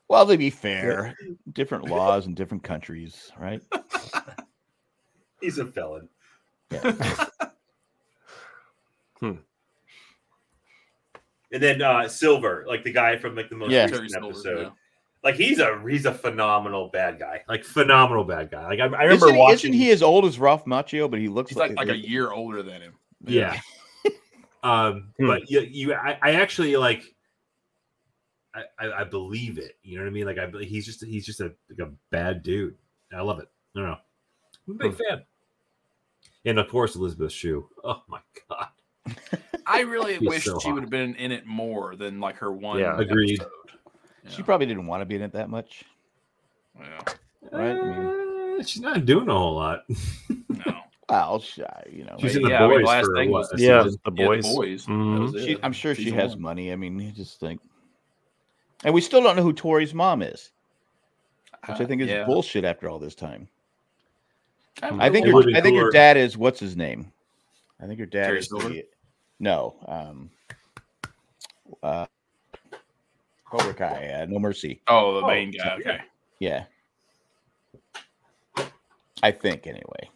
[SPEAKER 4] Well, to be fair, different laws in different countries, right?
[SPEAKER 1] He's a felon.
[SPEAKER 4] Hmm.
[SPEAKER 1] And then uh Silver, like the guy from like the most
[SPEAKER 4] Yeah. Terry
[SPEAKER 1] recent
[SPEAKER 4] Silver,
[SPEAKER 1] episode.
[SPEAKER 4] yeah.
[SPEAKER 1] Like he's a he's a phenomenal bad guy. Like phenomenal bad guy. Like I, I
[SPEAKER 4] Isn't-
[SPEAKER 1] remember
[SPEAKER 4] isn't,
[SPEAKER 1] watching
[SPEAKER 4] he as old as Ralph Macchio, but he looks
[SPEAKER 6] he's like like a year older than him.
[SPEAKER 1] Yeah. um, but you, you I, I actually like. I, I, I believe it. You know what I mean? Like I, be- he's just he's just a like a bad dude. I love it. I don't know. I'm a big fan. And of course, Elizabeth Shue. Oh my god.
[SPEAKER 6] I really
[SPEAKER 1] He's
[SPEAKER 6] wish
[SPEAKER 1] so
[SPEAKER 6] she
[SPEAKER 1] hot.
[SPEAKER 6] would have been in it more than like her one.
[SPEAKER 4] Yeah.
[SPEAKER 1] Agreed.
[SPEAKER 6] episode.
[SPEAKER 4] She probably didn't want to be in it that much.
[SPEAKER 6] Yeah.
[SPEAKER 4] Right? I mean,
[SPEAKER 1] Eh, She's not doing a whole lot.
[SPEAKER 4] well, she, I- you know,
[SPEAKER 1] She's in The Yeah, I mean, Boys last for thing what, was- a Mm-hmm. yeah, season? The Yeah, The Boys. Boys. That was
[SPEAKER 4] She-
[SPEAKER 1] it.
[SPEAKER 4] I'm sure she
[SPEAKER 1] Season
[SPEAKER 4] has
[SPEAKER 1] one.
[SPEAKER 4] money. I mean, you just think And we still don't know who Tori's mom is, which I think is
[SPEAKER 6] Uh, yeah.
[SPEAKER 4] bullshit after all this time.
[SPEAKER 6] Mm-hmm. I
[SPEAKER 4] I think
[SPEAKER 6] really
[SPEAKER 4] your,
[SPEAKER 6] would've
[SPEAKER 4] I think your
[SPEAKER 6] cooler.
[SPEAKER 4] dad is what's his name? I think your dad
[SPEAKER 6] Terry
[SPEAKER 4] is
[SPEAKER 6] Silver?
[SPEAKER 4] the- no. Um, uh, Cobra Kai, uh, No Mercy.
[SPEAKER 6] Oh, the main guy. Okay.
[SPEAKER 4] Yeah. I think anyway,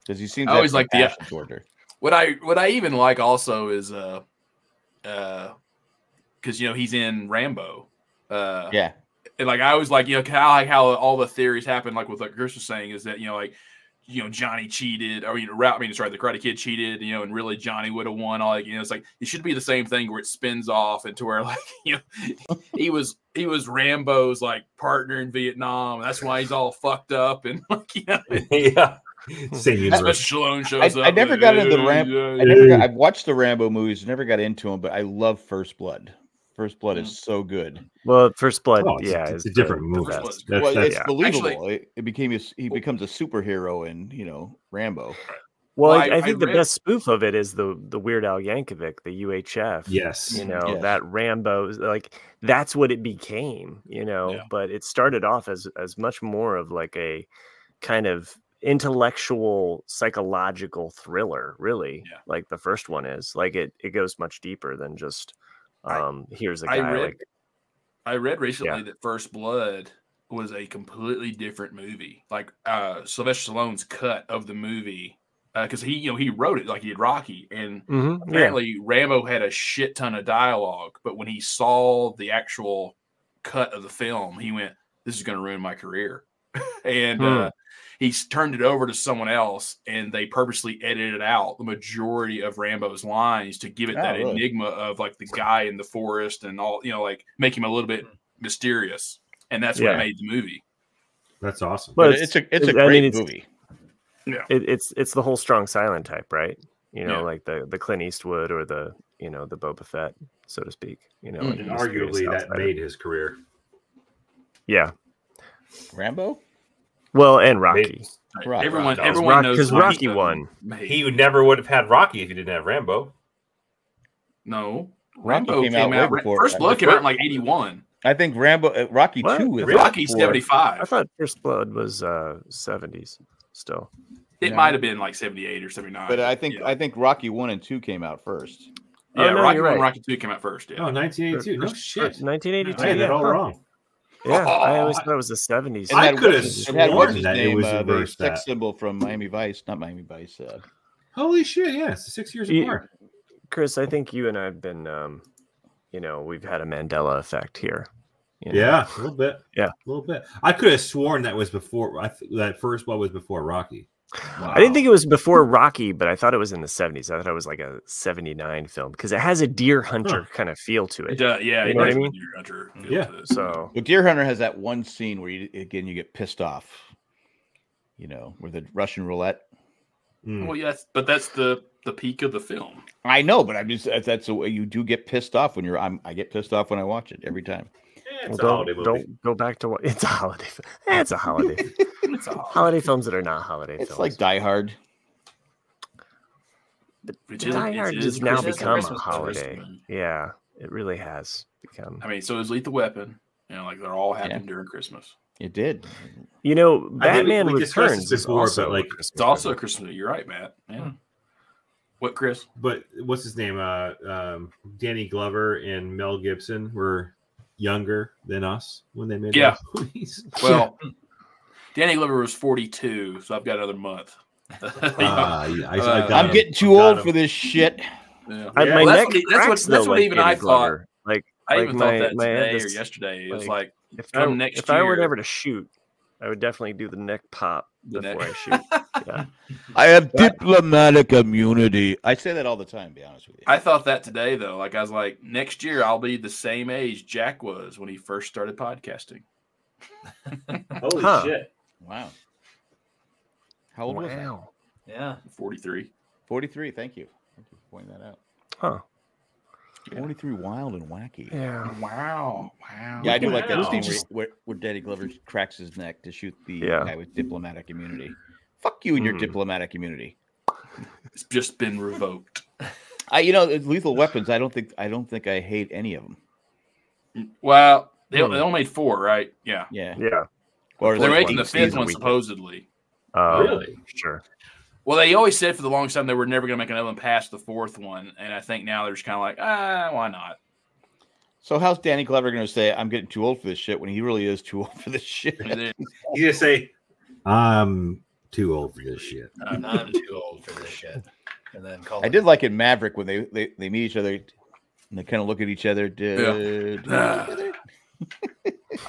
[SPEAKER 4] because he seems
[SPEAKER 6] I always like the- uh,
[SPEAKER 4] action toward her.
[SPEAKER 6] What I what I even like also is uh uh because you know he's in Rambo. Uh
[SPEAKER 4] Yeah.
[SPEAKER 6] And like I always like, you know, how like how all the theories happen, like with what Chris was saying, is that you know, like you know, Johnny cheated, or you know, Ra- I mean, sorry, the Karate Kid cheated, you know, and really Johnny would have won. All like, you know, it's like it should be the same thing where it spins off into where like you know he was he was Rambo's like partner in Vietnam, and that's why he's all fucked up and like you know,
[SPEAKER 1] yeah,
[SPEAKER 6] same
[SPEAKER 4] universe.
[SPEAKER 6] Stallone
[SPEAKER 4] I,
[SPEAKER 6] shows up.
[SPEAKER 4] I never got into the Ram. I never got, I've watched the Rambo movies, never got into them, but I love First Blood. First Blood
[SPEAKER 6] Mm.
[SPEAKER 4] is so good.
[SPEAKER 5] Well, First Blood,
[SPEAKER 4] Oh, it's-
[SPEAKER 5] yeah,
[SPEAKER 4] it's a
[SPEAKER 5] is the-
[SPEAKER 4] different
[SPEAKER 5] the
[SPEAKER 4] movie.
[SPEAKER 5] best.
[SPEAKER 4] Well, it's
[SPEAKER 5] yeah.
[SPEAKER 4] believable. it, it became a, s- he becomes a superhero in you know Rambo.
[SPEAKER 5] Well, I, I think the best spoof of it is the the Weird Al Yankovic, the UHF.
[SPEAKER 4] Yes.
[SPEAKER 5] you know
[SPEAKER 4] Yes.
[SPEAKER 5] that Rambo, like that's what it became. You know, but it started off as as much more of like a kind of intellectual psychological thriller, really. Like the first one is. Like it it goes much deeper than just um here's a
[SPEAKER 6] I
[SPEAKER 5] guy
[SPEAKER 6] read-
[SPEAKER 5] like
[SPEAKER 6] I read recently that First Blood was a completely different movie. Like uh Sylvester Stallone's cut of the movie because he, you know, he wrote it like he did Rocky, and
[SPEAKER 5] Mhm, yeah.
[SPEAKER 6] apparently Rambo had a shit ton of dialogue. But when he saw the actual cut of the film, he went, "This is going to ruin my career," and
[SPEAKER 5] Hmm.
[SPEAKER 6] uh, he's turned it over to someone else, and they purposely edited out the majority of Rambo's lines to give it
[SPEAKER 7] Oh,
[SPEAKER 6] that
[SPEAKER 7] really?
[SPEAKER 6] enigma of like the guy in the forest and all, you know, like make him a little bit mysterious, and that's what
[SPEAKER 5] Yeah.
[SPEAKER 6] made the movie.
[SPEAKER 7] That's awesome.
[SPEAKER 5] Well,
[SPEAKER 6] I mean,
[SPEAKER 5] it's-
[SPEAKER 6] Yeah.
[SPEAKER 5] It, it's it's the whole strong silent type, right? You
[SPEAKER 7] Yeah.
[SPEAKER 5] know, like the the Clint Eastwood or the you know the Boba Fett, so to speak. You
[SPEAKER 1] Mm.
[SPEAKER 5] know, like
[SPEAKER 7] and
[SPEAKER 5] the mysterious
[SPEAKER 7] arguably that
[SPEAKER 5] outsider.
[SPEAKER 7] made his career.
[SPEAKER 5] yeah.
[SPEAKER 4] Rambo.
[SPEAKER 5] Well, and Rocky.
[SPEAKER 7] Rocky.
[SPEAKER 6] Everyone-
[SPEAKER 7] Rocky.
[SPEAKER 6] everyone knows
[SPEAKER 5] because
[SPEAKER 6] Rocky
[SPEAKER 5] Rocky
[SPEAKER 6] won.
[SPEAKER 5] won.
[SPEAKER 7] He would never would have had Rocky if he didn't have Rambo.
[SPEAKER 6] No,
[SPEAKER 4] Rocky
[SPEAKER 6] Rambo
[SPEAKER 4] came
[SPEAKER 6] came,
[SPEAKER 4] out
[SPEAKER 6] out.
[SPEAKER 4] way before-
[SPEAKER 6] First Blood came out in like '81.
[SPEAKER 4] I think Rambo uh, Rocky
[SPEAKER 6] What?
[SPEAKER 4] two. is
[SPEAKER 6] Rocky's
[SPEAKER 4] before-
[SPEAKER 6] 75.
[SPEAKER 5] I thought First Blood was uh seventies still.
[SPEAKER 6] It might have been like '78 or '79.
[SPEAKER 4] But I think
[SPEAKER 6] yeah,
[SPEAKER 4] I think Rocky one and two came out first.
[SPEAKER 6] yeah
[SPEAKER 5] Oh, no,
[SPEAKER 6] Rocky
[SPEAKER 5] you're
[SPEAKER 6] One, and
[SPEAKER 5] right.
[SPEAKER 6] Rocky Two came out first. Yeah.
[SPEAKER 7] Oh, 1982. No
[SPEAKER 5] First-
[SPEAKER 7] shit.
[SPEAKER 5] 1982.
[SPEAKER 7] I had that
[SPEAKER 5] yeah,
[SPEAKER 7] all
[SPEAKER 5] huh.
[SPEAKER 7] wrong.
[SPEAKER 5] Yeah, I always
[SPEAKER 7] Oh,
[SPEAKER 5] thought it was the seventies.
[SPEAKER 4] It had- it had what's his
[SPEAKER 7] that it
[SPEAKER 4] name,
[SPEAKER 7] was
[SPEAKER 4] uh, the
[SPEAKER 7] reversed
[SPEAKER 4] sex
[SPEAKER 7] that.
[SPEAKER 4] symbol from Miami Vice, not Miami Vice. Uh,
[SPEAKER 7] Holy shit! Yeah, it's six years
[SPEAKER 5] You-
[SPEAKER 7] apart.
[SPEAKER 5] Chris, I think you and I've been, um, you know, we've had a Mandela effect here. you know?
[SPEAKER 7] Yeah, a little bit.
[SPEAKER 5] Yeah.
[SPEAKER 7] a little bit. I could have sworn that was before. I th- that first one was before Rocky.
[SPEAKER 5] I didn't think it was before Rocky, but I thought it was in the 70s. I thought it was like a 79 film because it has a deer hunter kind of feel to it.
[SPEAKER 6] It does, yeah,
[SPEAKER 5] You
[SPEAKER 6] it
[SPEAKER 5] know what I
[SPEAKER 6] does
[SPEAKER 5] mean?
[SPEAKER 6] Deer Hunter feel
[SPEAKER 5] Yeah.
[SPEAKER 6] to it.
[SPEAKER 5] So,
[SPEAKER 4] But Deer Hunter has that one scene where you again you get pissed off, you know, with the Russian roulette.
[SPEAKER 7] Hmm.
[SPEAKER 5] Mm-hmm.
[SPEAKER 6] Well, yes, but that's the the peak of the film.
[SPEAKER 4] I know, but I'm just that- that's the way you do get pissed off when you're. I'm, I get pissed off when I watch it every time.
[SPEAKER 5] well, don't, don't go back to what it's a holiday. fi- eh, It's a holiday. fi-
[SPEAKER 6] It's all
[SPEAKER 5] holiday films that are not holiday
[SPEAKER 4] It's
[SPEAKER 5] films.
[SPEAKER 4] like Die Hard.
[SPEAKER 6] Which is-
[SPEAKER 5] Die
[SPEAKER 6] it
[SPEAKER 5] Hard
[SPEAKER 6] is
[SPEAKER 5] has now
[SPEAKER 6] Christmas-
[SPEAKER 5] become a
[SPEAKER 6] Christmas movies,
[SPEAKER 5] holiday.
[SPEAKER 6] man.
[SPEAKER 5] Yeah, it really has become.
[SPEAKER 6] I mean, so is Lethal Weapon. You know, like they're all happening during Christmas.
[SPEAKER 4] It did.
[SPEAKER 5] You know,
[SPEAKER 6] I think we-
[SPEAKER 5] Batman
[SPEAKER 6] we discussed
[SPEAKER 5] Returns
[SPEAKER 6] this
[SPEAKER 5] is
[SPEAKER 6] before,
[SPEAKER 5] also
[SPEAKER 6] but,
[SPEAKER 5] a
[SPEAKER 6] like,
[SPEAKER 5] Christmas Hmm.
[SPEAKER 6] it's also a Christmas. You're right, Matt. Yeah. What, Chris?
[SPEAKER 7] But what's his name? Uh, um, Danny Glover and Mel Gibson were younger than us when they made.
[SPEAKER 6] Yeah.
[SPEAKER 7] those movies.
[SPEAKER 6] Well, Danny Glover was 42, so I've got another month.
[SPEAKER 7] Ah, yeah, I- I got
[SPEAKER 4] I'm getting too old for this shit.
[SPEAKER 6] Yeah.
[SPEAKER 5] uh, I- my neck
[SPEAKER 6] Well, that's what- that's what,
[SPEAKER 5] cracks,
[SPEAKER 6] that's
[SPEAKER 5] though,
[SPEAKER 6] what
[SPEAKER 5] like
[SPEAKER 6] even
[SPEAKER 5] Danny
[SPEAKER 6] I thought.
[SPEAKER 5] Glover. Like
[SPEAKER 6] I
[SPEAKER 5] like
[SPEAKER 6] even
[SPEAKER 5] my-
[SPEAKER 6] thought that
[SPEAKER 5] my
[SPEAKER 6] today
[SPEAKER 5] eldest-
[SPEAKER 6] or yesterday. It was
[SPEAKER 5] like,
[SPEAKER 6] like,
[SPEAKER 5] if I,
[SPEAKER 6] come next
[SPEAKER 5] if I were
[SPEAKER 6] year-
[SPEAKER 5] never to shoot, I would definitely do the neck pop
[SPEAKER 6] The neck-
[SPEAKER 5] before I shoot. Yeah.
[SPEAKER 4] I have diplomatic immunity. I say that all the time. Be honest with you.
[SPEAKER 6] I thought that today though. Like I was like, next year I'll be the same age Jack was when he first started podcasting.
[SPEAKER 7] Holy
[SPEAKER 6] Huh.
[SPEAKER 7] shit!
[SPEAKER 4] Wow. How old was I?
[SPEAKER 3] Yeah.
[SPEAKER 6] 43.
[SPEAKER 4] 43. Thank you. Thank you for pointing that out.
[SPEAKER 5] Huh.
[SPEAKER 4] 43 wild and wacky.
[SPEAKER 5] Yeah.
[SPEAKER 6] Wow. Wow.
[SPEAKER 4] Yeah, I do like that
[SPEAKER 6] Wow.
[SPEAKER 4] scene where, where, where Danny Glover cracks his neck to shoot the
[SPEAKER 6] Yeah.
[SPEAKER 4] guy with diplomatic immunity. Fuck you and your
[SPEAKER 6] Mhm.
[SPEAKER 4] diplomatic immunity.
[SPEAKER 6] It's just been revoked.
[SPEAKER 4] I, you know, it's Lethal Weapons. I don't think I don't think I hate any of them.
[SPEAKER 6] Well, They,
[SPEAKER 4] Hmm.
[SPEAKER 6] they only made four, right? Yeah.
[SPEAKER 4] Yeah.
[SPEAKER 5] Yeah.
[SPEAKER 6] Or they're making the fifth one supposedly.
[SPEAKER 5] Uh,
[SPEAKER 6] Really?
[SPEAKER 5] Sure.
[SPEAKER 6] Well, they always said for the longest time they were never going to make another one past the fourth one, and I think now they're just kind of like, ah, why not?
[SPEAKER 4] So how's Danny Glover going to say I'm getting too old for this shit when he really is too old for this shit?
[SPEAKER 1] He's gonna say
[SPEAKER 7] I'm too old for this shit.
[SPEAKER 3] I'm, I'm too old for this shit. And then call
[SPEAKER 4] I did like in Maverick when they they, they meet each other and they kind of look at each other. duh, duh, duh.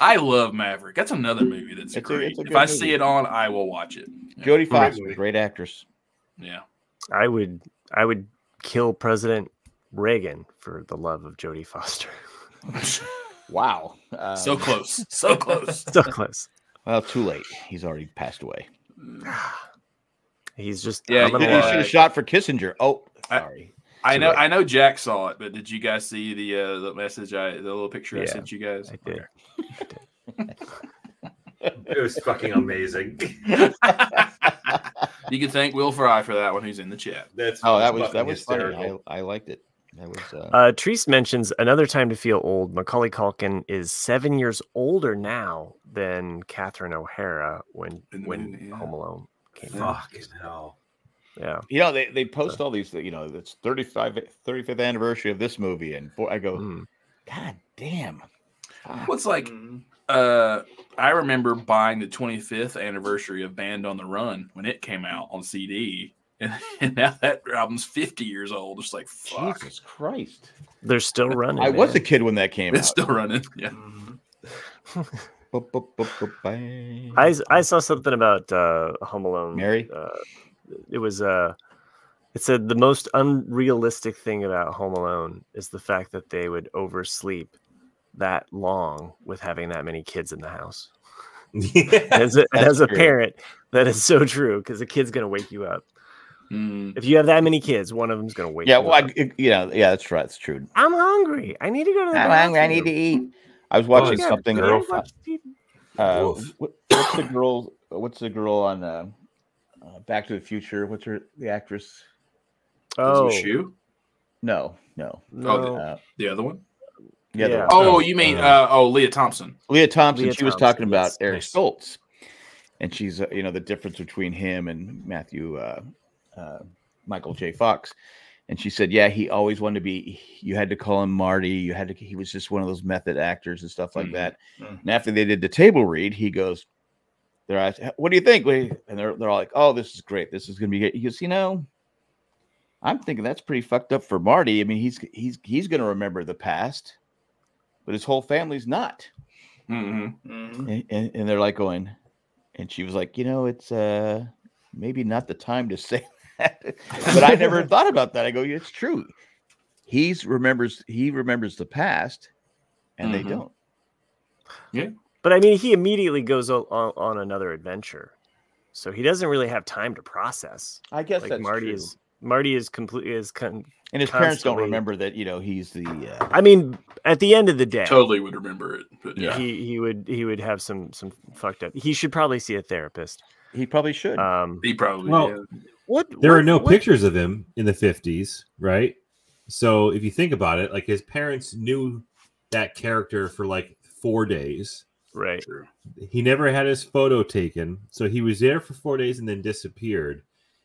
[SPEAKER 6] I love Maverick. That's another movie
[SPEAKER 4] It's
[SPEAKER 6] that's
[SPEAKER 4] a-
[SPEAKER 6] great.
[SPEAKER 4] it's a
[SPEAKER 6] if
[SPEAKER 4] good
[SPEAKER 6] I
[SPEAKER 4] movie.
[SPEAKER 6] see it on, I will watch it.
[SPEAKER 4] Jodie Foster,
[SPEAKER 6] movie.
[SPEAKER 4] great actress.
[SPEAKER 6] Yeah.
[SPEAKER 5] I would I would kill President Reagan for the love of Jodie Foster.
[SPEAKER 4] Wow. Um,
[SPEAKER 6] So close. So close.
[SPEAKER 5] so close.
[SPEAKER 4] Well, too late. He's already passed away.
[SPEAKER 5] He's just
[SPEAKER 6] Yeah,
[SPEAKER 4] I'm gonna
[SPEAKER 6] you-
[SPEAKER 4] lie. he should have shot for Kissinger. Oh,
[SPEAKER 6] uh, I-
[SPEAKER 4] sorry.
[SPEAKER 6] I
[SPEAKER 4] Too
[SPEAKER 6] know.
[SPEAKER 4] late.
[SPEAKER 6] I know Jack saw it, but did you guys see the uh, the message? I the little picture I
[SPEAKER 4] Yeah,
[SPEAKER 6] sent you guys.
[SPEAKER 5] I did.
[SPEAKER 1] it was fucking amazing.
[SPEAKER 6] you can thank Will Fry for that one. Who's in the chat?
[SPEAKER 1] That's
[SPEAKER 4] oh, that was that was funny. I, I liked it. That was uh,
[SPEAKER 5] Uh, Treese mentions another time to feel old. Macaulay Culkin is seven years older now than Catherine O'Hara when when Home Alone came out.
[SPEAKER 7] Fucking hell.
[SPEAKER 5] Yeah.
[SPEAKER 4] you know they, they post all these you know it's 35 35th anniversary of this movie and boy, I go
[SPEAKER 5] Hmm.
[SPEAKER 4] God damn.
[SPEAKER 6] What's like?
[SPEAKER 3] Mm-hmm.
[SPEAKER 6] Uh, I remember buying the 25th anniversary of Band on the Run when it came out on CD, and, and now that album's 50 years old. It's like fuck.
[SPEAKER 4] Jesus Christ.
[SPEAKER 5] They're still running.
[SPEAKER 4] I was
[SPEAKER 5] man.
[SPEAKER 4] a kid when that came
[SPEAKER 6] It's
[SPEAKER 4] out.
[SPEAKER 6] still running. Yeah.
[SPEAKER 3] Mm-hmm.
[SPEAKER 4] Bup, bup, bup, bup, bang.
[SPEAKER 5] I, s- I saw something about uh, Home Alone.
[SPEAKER 4] Mary?
[SPEAKER 5] Uh, it was uh, it said the most unrealistic thing about Home Alone is the fact that they would oversleep that long with having that many kids in the house. as a,
[SPEAKER 4] That's
[SPEAKER 5] as a
[SPEAKER 4] true.
[SPEAKER 5] parent, that is so true because a kid's gonna wake you up.
[SPEAKER 6] Mm.
[SPEAKER 5] If you have that many kids, one of them's gonna wake.
[SPEAKER 4] Yeah,
[SPEAKER 5] you
[SPEAKER 4] well, I,
[SPEAKER 5] up.
[SPEAKER 4] it- yeah, yeah, that's right. That's true.
[SPEAKER 5] I'm hungry. I need to go to the
[SPEAKER 4] I'm
[SPEAKER 5] bathroom.
[SPEAKER 4] hungry, I need to eat. I was watching
[SPEAKER 5] Yeah,
[SPEAKER 4] something.
[SPEAKER 5] I need to watch TV.
[SPEAKER 4] Uh, what, what's the girl? What's the girl on uh, uh, Back to the Future? What's her the actress?
[SPEAKER 5] Oh,
[SPEAKER 6] Shoe?
[SPEAKER 4] No, no,
[SPEAKER 6] Oh, the,
[SPEAKER 4] Uh,
[SPEAKER 6] the other one.
[SPEAKER 4] the other one.
[SPEAKER 6] Oh, you mean uh, oh Leah Thompson?
[SPEAKER 4] Leah Thompson.
[SPEAKER 6] Leah
[SPEAKER 4] she was
[SPEAKER 6] Thompson,
[SPEAKER 4] talking about
[SPEAKER 6] yes,
[SPEAKER 4] Eric
[SPEAKER 6] yes.
[SPEAKER 4] Stoltz, and she's uh, you know the difference between him and Matthew uh, uh, Michael J. Fox, and she said, yeah, he always wanted to be. You had to call him Marty. You had to. He was just one of those method actors and stuff like
[SPEAKER 6] Mm-hmm,
[SPEAKER 4] that.
[SPEAKER 3] Mhm.
[SPEAKER 4] And after they did the table read, he goes. They're asked, "What do you think?" Lee?" And they're they're all like, "Oh, this is great. This is gonna be good." He goes, "You know, I'm thinking that's pretty fucked up for Marty. I mean, he's he's he's gonna remember the past, but his whole family's not."
[SPEAKER 6] Mm-hmm.
[SPEAKER 4] and, and, and they're like going and she was like you know it's uh maybe not the time to say that but i never thought about that i go yeah, it's true he's remembers he remembers the past and
[SPEAKER 6] Mhm.
[SPEAKER 5] Mm-hmm.
[SPEAKER 4] they don't
[SPEAKER 6] Yeah.
[SPEAKER 5] But I mean, he immediately goes on, on another adventure, so he doesn't really have time to process.
[SPEAKER 4] I guess
[SPEAKER 5] like
[SPEAKER 4] that's
[SPEAKER 5] Marty
[SPEAKER 4] true.
[SPEAKER 5] is Marty is completely is con-
[SPEAKER 4] and his parents don't
[SPEAKER 5] constantly-
[SPEAKER 4] remember that you know he's the uh,
[SPEAKER 5] I mean, at the end of the day,
[SPEAKER 6] Totally would remember it. But yeah.
[SPEAKER 5] he he would he would have some some fucked up. He should probably see a therapist.
[SPEAKER 4] he probably should
[SPEAKER 5] Um,
[SPEAKER 6] He probably
[SPEAKER 7] Well,
[SPEAKER 6] yeah.
[SPEAKER 5] what
[SPEAKER 7] there
[SPEAKER 5] what,
[SPEAKER 7] are no
[SPEAKER 5] what-
[SPEAKER 7] pictures of him in the 50s right so if you think about it like his parents knew that character for like four days
[SPEAKER 5] Right.
[SPEAKER 7] he never had his photo taken so he was there for four days and then disappeared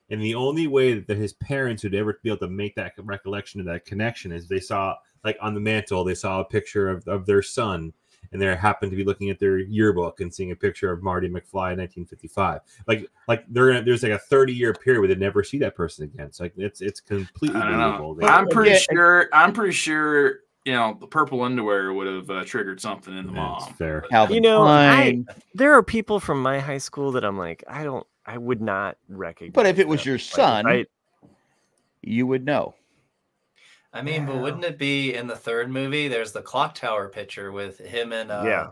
[SPEAKER 7] and the only way that his parents would ever be able to make that recollection of that connection is they saw like on the mantle they saw a picture of, of their son and they happened to be looking at their yearbook and seeing a picture of marty mcfly in 1955 like like they're gonna, there's like a 30 year period where they never see that person again so like it's it's completely
[SPEAKER 6] I don't
[SPEAKER 7] believable
[SPEAKER 6] know.
[SPEAKER 7] They-
[SPEAKER 6] I'm pretty
[SPEAKER 7] Yeah,
[SPEAKER 6] sure. I'm pretty sure. You know, the purple underwear would have uh, triggered something in the mom.
[SPEAKER 7] fair
[SPEAKER 4] Calvin
[SPEAKER 5] You know, I,
[SPEAKER 4] Klein.
[SPEAKER 5] there are people from my high school that I'm like, I don't, I would not recognize.
[SPEAKER 4] but uh, if it was
[SPEAKER 5] them.
[SPEAKER 4] your
[SPEAKER 5] Like,
[SPEAKER 4] son
[SPEAKER 5] I,
[SPEAKER 4] you would know
[SPEAKER 3] I mean, but wouldn't it be in the third movie? There's the clock tower picture with him and uh,
[SPEAKER 5] yeah,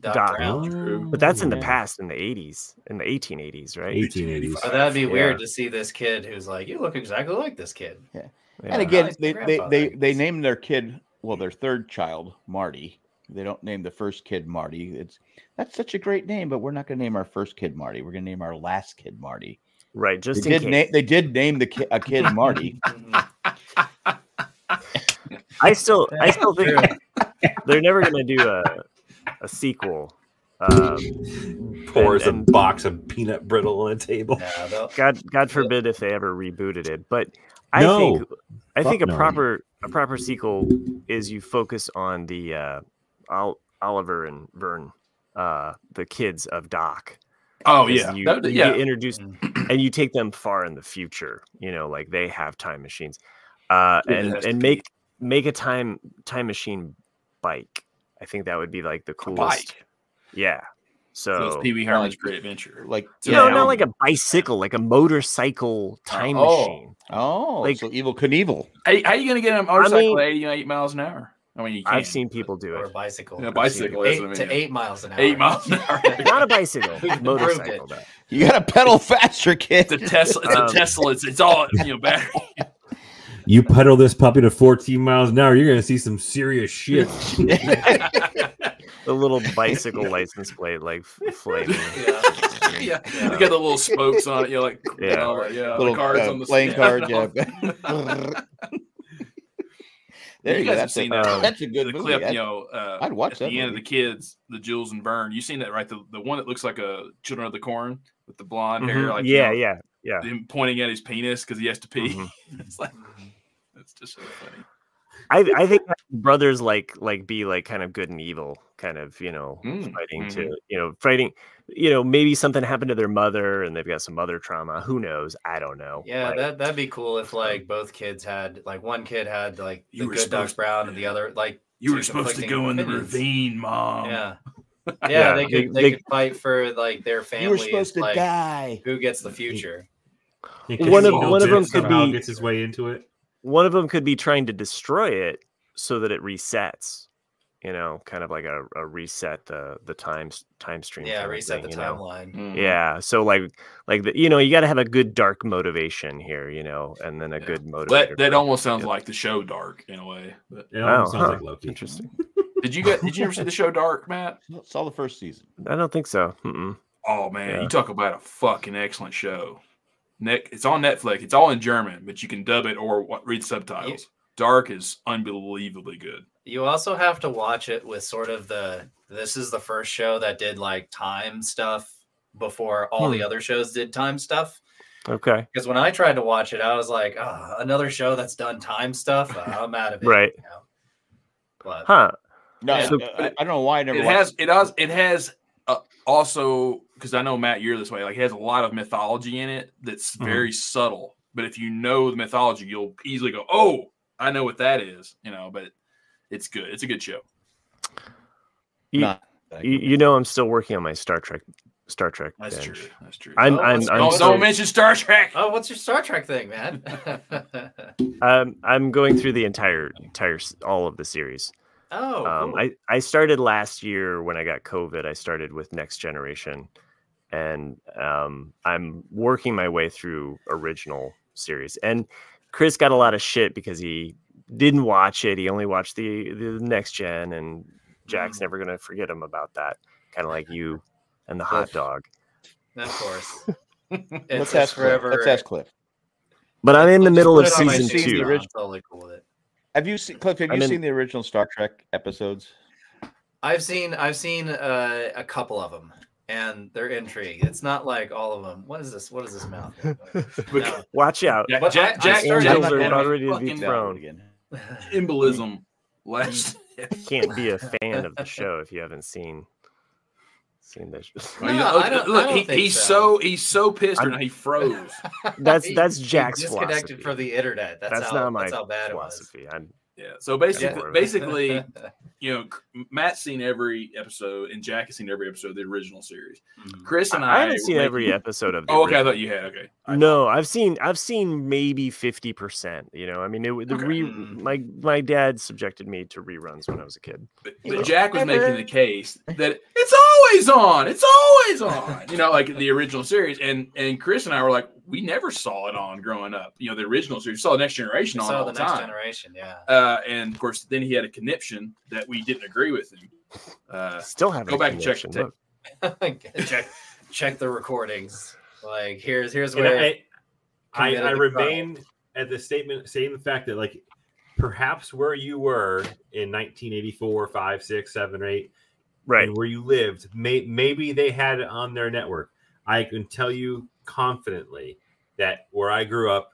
[SPEAKER 3] Doc,
[SPEAKER 5] Doc.
[SPEAKER 3] Brown.
[SPEAKER 5] but that's in the past, in the '80s, in the 1880s, right?
[SPEAKER 7] 1880s
[SPEAKER 3] So Oh, that'd be
[SPEAKER 5] Yeah.
[SPEAKER 3] weird to see this kid who's like, you look exactly like this kid.
[SPEAKER 4] Yeah.
[SPEAKER 5] Yeah.
[SPEAKER 4] And again,
[SPEAKER 3] Nice
[SPEAKER 4] they, they,
[SPEAKER 3] grandfather.
[SPEAKER 4] they, they named their kid, well, their third child, Marty. They don't name the first kid Marty. It's that's such a great name, but we're not going to name our first kid Marty. We're going to name our last kid Marty.
[SPEAKER 5] Right,
[SPEAKER 4] They
[SPEAKER 5] just in
[SPEAKER 4] did
[SPEAKER 5] case.
[SPEAKER 4] name they did name the ki- a kid Marty.
[SPEAKER 3] Mm-hmm.
[SPEAKER 5] I still, I still think they're never gonna do a a sequel. Um,
[SPEAKER 1] Pours
[SPEAKER 5] and-
[SPEAKER 1] a
[SPEAKER 5] and-
[SPEAKER 1] box of peanut brittle on a table.
[SPEAKER 5] God, God forbid if they ever rebooted it. But I
[SPEAKER 1] No.
[SPEAKER 5] think, I think a
[SPEAKER 1] Fuck no.
[SPEAKER 5] proper a proper sequel is you focus on the uh, Ol- Oliver and Vern, uh, the kids of Doc.
[SPEAKER 6] Oh,
[SPEAKER 5] Because
[SPEAKER 6] yeah.
[SPEAKER 5] you,
[SPEAKER 6] That would-
[SPEAKER 5] you get
[SPEAKER 6] yeah.
[SPEAKER 5] introduced, and you take them far in the future. You know, like they have time machines, uh,
[SPEAKER 6] Yeah, it
[SPEAKER 5] and
[SPEAKER 6] has to
[SPEAKER 5] and make make a time time machine bike. I think that would be like the coolest. Yeah. So,
[SPEAKER 6] So it's Pee Wee Herman's Great Adventure.
[SPEAKER 4] Like
[SPEAKER 5] no, not like a bicycle, like a motorcycle time
[SPEAKER 6] Oh.
[SPEAKER 5] machine.
[SPEAKER 4] Oh,
[SPEAKER 5] Like-
[SPEAKER 4] so evil Knievel.
[SPEAKER 6] How, how you going to get a motorcycle
[SPEAKER 5] mean-
[SPEAKER 6] at 89 miles an hour? I mean, you can't.
[SPEAKER 5] I've seen people do it.
[SPEAKER 3] Or a bicycle.
[SPEAKER 6] Yeah, bicycle,
[SPEAKER 3] Eight,
[SPEAKER 6] that's what I
[SPEAKER 3] to
[SPEAKER 6] mean.
[SPEAKER 3] eight miles an hour.
[SPEAKER 6] Eight miles an hour.
[SPEAKER 5] Not a bicycle,
[SPEAKER 3] We've improved
[SPEAKER 5] motorcycle
[SPEAKER 3] it.
[SPEAKER 5] though.
[SPEAKER 4] You got to pedal faster, kid.
[SPEAKER 6] The Tesla, it's
[SPEAKER 5] Um,
[SPEAKER 6] a Tesla. It's, it's all you know, battery.
[SPEAKER 1] You pedal this puppy to 14 miles an hour, you're gonna see some serious shit.
[SPEAKER 5] The little bicycle license plate, like f- mm-hmm. flaming.
[SPEAKER 6] yeah. yeah,
[SPEAKER 5] Yeah.
[SPEAKER 6] You got the little spokes on it. You're like,
[SPEAKER 5] Yeah.
[SPEAKER 6] yeah, yeah.
[SPEAKER 4] Little,
[SPEAKER 6] the cards
[SPEAKER 4] uh,
[SPEAKER 6] on the
[SPEAKER 4] playing
[SPEAKER 6] stand.
[SPEAKER 4] card, yeah. There you,
[SPEAKER 6] you
[SPEAKER 4] go.
[SPEAKER 6] guys have
[SPEAKER 4] That's a,
[SPEAKER 6] seen that.
[SPEAKER 4] that's a good
[SPEAKER 6] the
[SPEAKER 4] movie.
[SPEAKER 6] clip,
[SPEAKER 4] That-
[SPEAKER 6] you know, uh,
[SPEAKER 4] I'd watch
[SPEAKER 6] at
[SPEAKER 4] that
[SPEAKER 6] The end of
[SPEAKER 4] movie.
[SPEAKER 6] the kids, the Jules and Vern. You seen that, right? The the one that looks like a Children of the Corn with the blonde hair,
[SPEAKER 5] Mhm.
[SPEAKER 6] like you
[SPEAKER 5] yeah,
[SPEAKER 6] know,
[SPEAKER 5] yeah, yeah.
[SPEAKER 6] Him pointing at his penis because he has to pee.
[SPEAKER 5] Mhm.
[SPEAKER 6] it's like that's just so funny.
[SPEAKER 5] I, I think that brothers like like be like kind of good and evil, kind of you know
[SPEAKER 6] Mm,
[SPEAKER 5] fighting
[SPEAKER 3] mm-hmm.
[SPEAKER 6] mhm.
[SPEAKER 5] to you know fighting, you know maybe something happened to their mother and they've got some mother trauma. Who knows? I don't know.
[SPEAKER 3] Yeah,
[SPEAKER 5] Like,
[SPEAKER 3] that that'd be cool if like both kids had like one kid had like
[SPEAKER 6] You
[SPEAKER 3] the
[SPEAKER 6] were
[SPEAKER 3] good Doc
[SPEAKER 6] supposed-
[SPEAKER 3] Brown and the other like
[SPEAKER 6] You were
[SPEAKER 3] two
[SPEAKER 6] supposed to
[SPEAKER 3] conflicting
[SPEAKER 6] go in the
[SPEAKER 3] opinions.
[SPEAKER 6] ravine,
[SPEAKER 5] Um,
[SPEAKER 6] mom.
[SPEAKER 3] Yeah. Yeah,
[SPEAKER 5] Yeah,
[SPEAKER 3] they
[SPEAKER 5] they-
[SPEAKER 3] could they,
[SPEAKER 5] they-
[SPEAKER 3] could fight for like their family.
[SPEAKER 4] You were supposed to
[SPEAKER 3] like,
[SPEAKER 4] die.
[SPEAKER 3] Who gets the future?
[SPEAKER 5] One of- one of them could
[SPEAKER 7] somehow
[SPEAKER 5] be-
[SPEAKER 7] gets his way into it.
[SPEAKER 5] one of them could be trying to destroy it so that it resets. You know, kind of like a, a reset the the time s- time stream.
[SPEAKER 3] Yeah,
[SPEAKER 5] kind of
[SPEAKER 3] reset the
[SPEAKER 5] thing, you know?
[SPEAKER 3] timeline.
[SPEAKER 6] Mm.
[SPEAKER 3] mm-hmm.
[SPEAKER 5] Yeah, so like like the, you know you got to have a good dark motivation here, you know, and then a good motivator.
[SPEAKER 6] That, that
[SPEAKER 5] for-
[SPEAKER 6] almost sounds like the show Dark in a way. But
[SPEAKER 7] It almost
[SPEAKER 5] Oh,
[SPEAKER 7] sounds
[SPEAKER 5] huh.
[SPEAKER 7] like Loki.
[SPEAKER 3] Mm-hmm.
[SPEAKER 5] Interesting.
[SPEAKER 6] did you get? Did you ever see the show Dark, Matt?
[SPEAKER 4] Saw the first season.
[SPEAKER 5] I don't think so. Mm-mm.
[SPEAKER 6] Oh man,
[SPEAKER 5] Yeah.
[SPEAKER 6] you talk about a fucking excellent show. Nick, it's on Netflix. It's all in German, but you can dub it or wa- read subtitles. Dark is unbelievably good.
[SPEAKER 3] You also have to watch it with sort of the this is the first show that did like time stuff before all the
[SPEAKER 5] Hmm.
[SPEAKER 3] other shows did time stuff.
[SPEAKER 5] Okay,
[SPEAKER 3] Because when I tried to watch it, I was like, oh, another show that's done time stuff. Uh, I'm out of it.
[SPEAKER 5] right?
[SPEAKER 3] You know? But
[SPEAKER 5] Huh?
[SPEAKER 4] No,
[SPEAKER 6] So-
[SPEAKER 4] I, I don't know why I never
[SPEAKER 6] It
[SPEAKER 4] watched.
[SPEAKER 6] has. It has. It has. Uh, also, because I know Matt, you're this way. Like, it has a lot of mythology in it that's very subtle. But if you know the mythology, you'll easily go, "Oh, I know what that is." You know, but it's good. It's a good show.
[SPEAKER 5] You,
[SPEAKER 4] Nah,
[SPEAKER 5] you, you know, I'm still working on my Star Trek Star Trek.
[SPEAKER 6] That's
[SPEAKER 5] binge.
[SPEAKER 6] true. That's true.
[SPEAKER 5] I'm
[SPEAKER 3] Oh,
[SPEAKER 5] I'm,
[SPEAKER 3] that's-
[SPEAKER 5] I'm
[SPEAKER 6] don't,
[SPEAKER 5] still-
[SPEAKER 6] don't mention Star Trek.
[SPEAKER 3] oh, what's your Star Trek thing, man?
[SPEAKER 5] um, I'm going through the entire entire s- all of the series.
[SPEAKER 3] oh,
[SPEAKER 5] um,
[SPEAKER 3] cool.
[SPEAKER 5] I, I started last year when I got COVID. I started with Next Generation, and um, I'm working my way through original series. And Chris got a lot of shit because he didn't watch it. He only watched the the Next Gen, and
[SPEAKER 3] Mm.
[SPEAKER 5] Jack's never gonna forget him about that. Kind of like you and the hot dog.
[SPEAKER 3] of course.
[SPEAKER 4] Let's
[SPEAKER 3] It's
[SPEAKER 4] ask
[SPEAKER 3] just
[SPEAKER 4] Cliff.
[SPEAKER 3] forever.
[SPEAKER 4] Let's ask Cliff.
[SPEAKER 5] But I'm in the middle of
[SPEAKER 3] Put it on my
[SPEAKER 5] season
[SPEAKER 3] season,
[SPEAKER 5] two.
[SPEAKER 3] I'm totally cool with it.
[SPEAKER 4] Have you seen Cliff? Have
[SPEAKER 5] I'm
[SPEAKER 4] you
[SPEAKER 5] in-
[SPEAKER 4] seen the original Star Trek episodes?
[SPEAKER 3] I've seen I've seen uh, a couple of them, and they're intrigue. It's not like all of them. What is this? What is this mouth? No.
[SPEAKER 5] Watch out!
[SPEAKER 6] Jack,
[SPEAKER 3] But
[SPEAKER 6] Jack,
[SPEAKER 3] I-
[SPEAKER 6] Jack,
[SPEAKER 3] I'm
[SPEAKER 6] Jack
[SPEAKER 5] Angels are
[SPEAKER 6] had a
[SPEAKER 5] about ready to be
[SPEAKER 6] fucking
[SPEAKER 5] thrown.
[SPEAKER 4] again.
[SPEAKER 6] embolism
[SPEAKER 3] Mm.
[SPEAKER 6] last.
[SPEAKER 5] Can't be a fan of the show if you haven't seen seen the show.
[SPEAKER 6] Well, you
[SPEAKER 3] No,
[SPEAKER 6] know,
[SPEAKER 3] I don't- I
[SPEAKER 6] look,
[SPEAKER 3] don't
[SPEAKER 6] he-
[SPEAKER 3] think
[SPEAKER 6] he's
[SPEAKER 3] so.
[SPEAKER 6] so. he's so pissed
[SPEAKER 5] I'm-
[SPEAKER 6] right now. He froze.
[SPEAKER 5] That's
[SPEAKER 3] He-
[SPEAKER 5] that's
[SPEAKER 3] he
[SPEAKER 5] Jack's
[SPEAKER 3] disconnected
[SPEAKER 5] philosophy.
[SPEAKER 3] from the internet. That's,
[SPEAKER 5] That's,
[SPEAKER 3] how,
[SPEAKER 5] not my
[SPEAKER 3] that's how bad
[SPEAKER 5] philosophy. I'm
[SPEAKER 6] yeah. So
[SPEAKER 5] Yeah.
[SPEAKER 6] basically,
[SPEAKER 5] More of it.
[SPEAKER 6] basically,
[SPEAKER 3] it was.
[SPEAKER 6] you know, C- Matt's seen every episode, and Jack has seen every episode of the original series.
[SPEAKER 3] Mm.
[SPEAKER 6] Chris and I,
[SPEAKER 5] I haven't
[SPEAKER 6] were
[SPEAKER 5] seen
[SPEAKER 6] making-
[SPEAKER 5] every episode of. The
[SPEAKER 6] Oh, okay. I
[SPEAKER 5] original.
[SPEAKER 6] thought you had. Okay.
[SPEAKER 5] No, I've seen I've seen maybe fifty percent. You know, I mean, it, w- the
[SPEAKER 6] Okay.
[SPEAKER 5] re,
[SPEAKER 3] Mm.
[SPEAKER 5] my my dad subjected me to reruns when I was a kid.
[SPEAKER 6] But,
[SPEAKER 4] Yeah.
[SPEAKER 6] but Jack was making the case that it's always on. It's always on. You know, like the original series, and and Chris and I were like, we never saw it on growing up. You know, the original series. We saw the Next Generation
[SPEAKER 3] We
[SPEAKER 6] on
[SPEAKER 3] saw
[SPEAKER 6] all
[SPEAKER 3] the
[SPEAKER 6] the
[SPEAKER 3] next
[SPEAKER 6] time.
[SPEAKER 3] generation. Yeah.
[SPEAKER 6] Uh, and of course, then he had a conniption that we didn't agree with him. Uh,
[SPEAKER 5] Still have
[SPEAKER 6] go back and check the tape.
[SPEAKER 3] check check the recordings. Like here's here's
[SPEAKER 7] And
[SPEAKER 3] where
[SPEAKER 7] I, I,
[SPEAKER 3] committed
[SPEAKER 7] I
[SPEAKER 3] the
[SPEAKER 7] remain at the statement, saying the fact that like perhaps where you were in 1984, 5, 6, 7, or 8,
[SPEAKER 5] right
[SPEAKER 1] where you lived may, maybe they had it on their network i can tell you confidently that where i grew up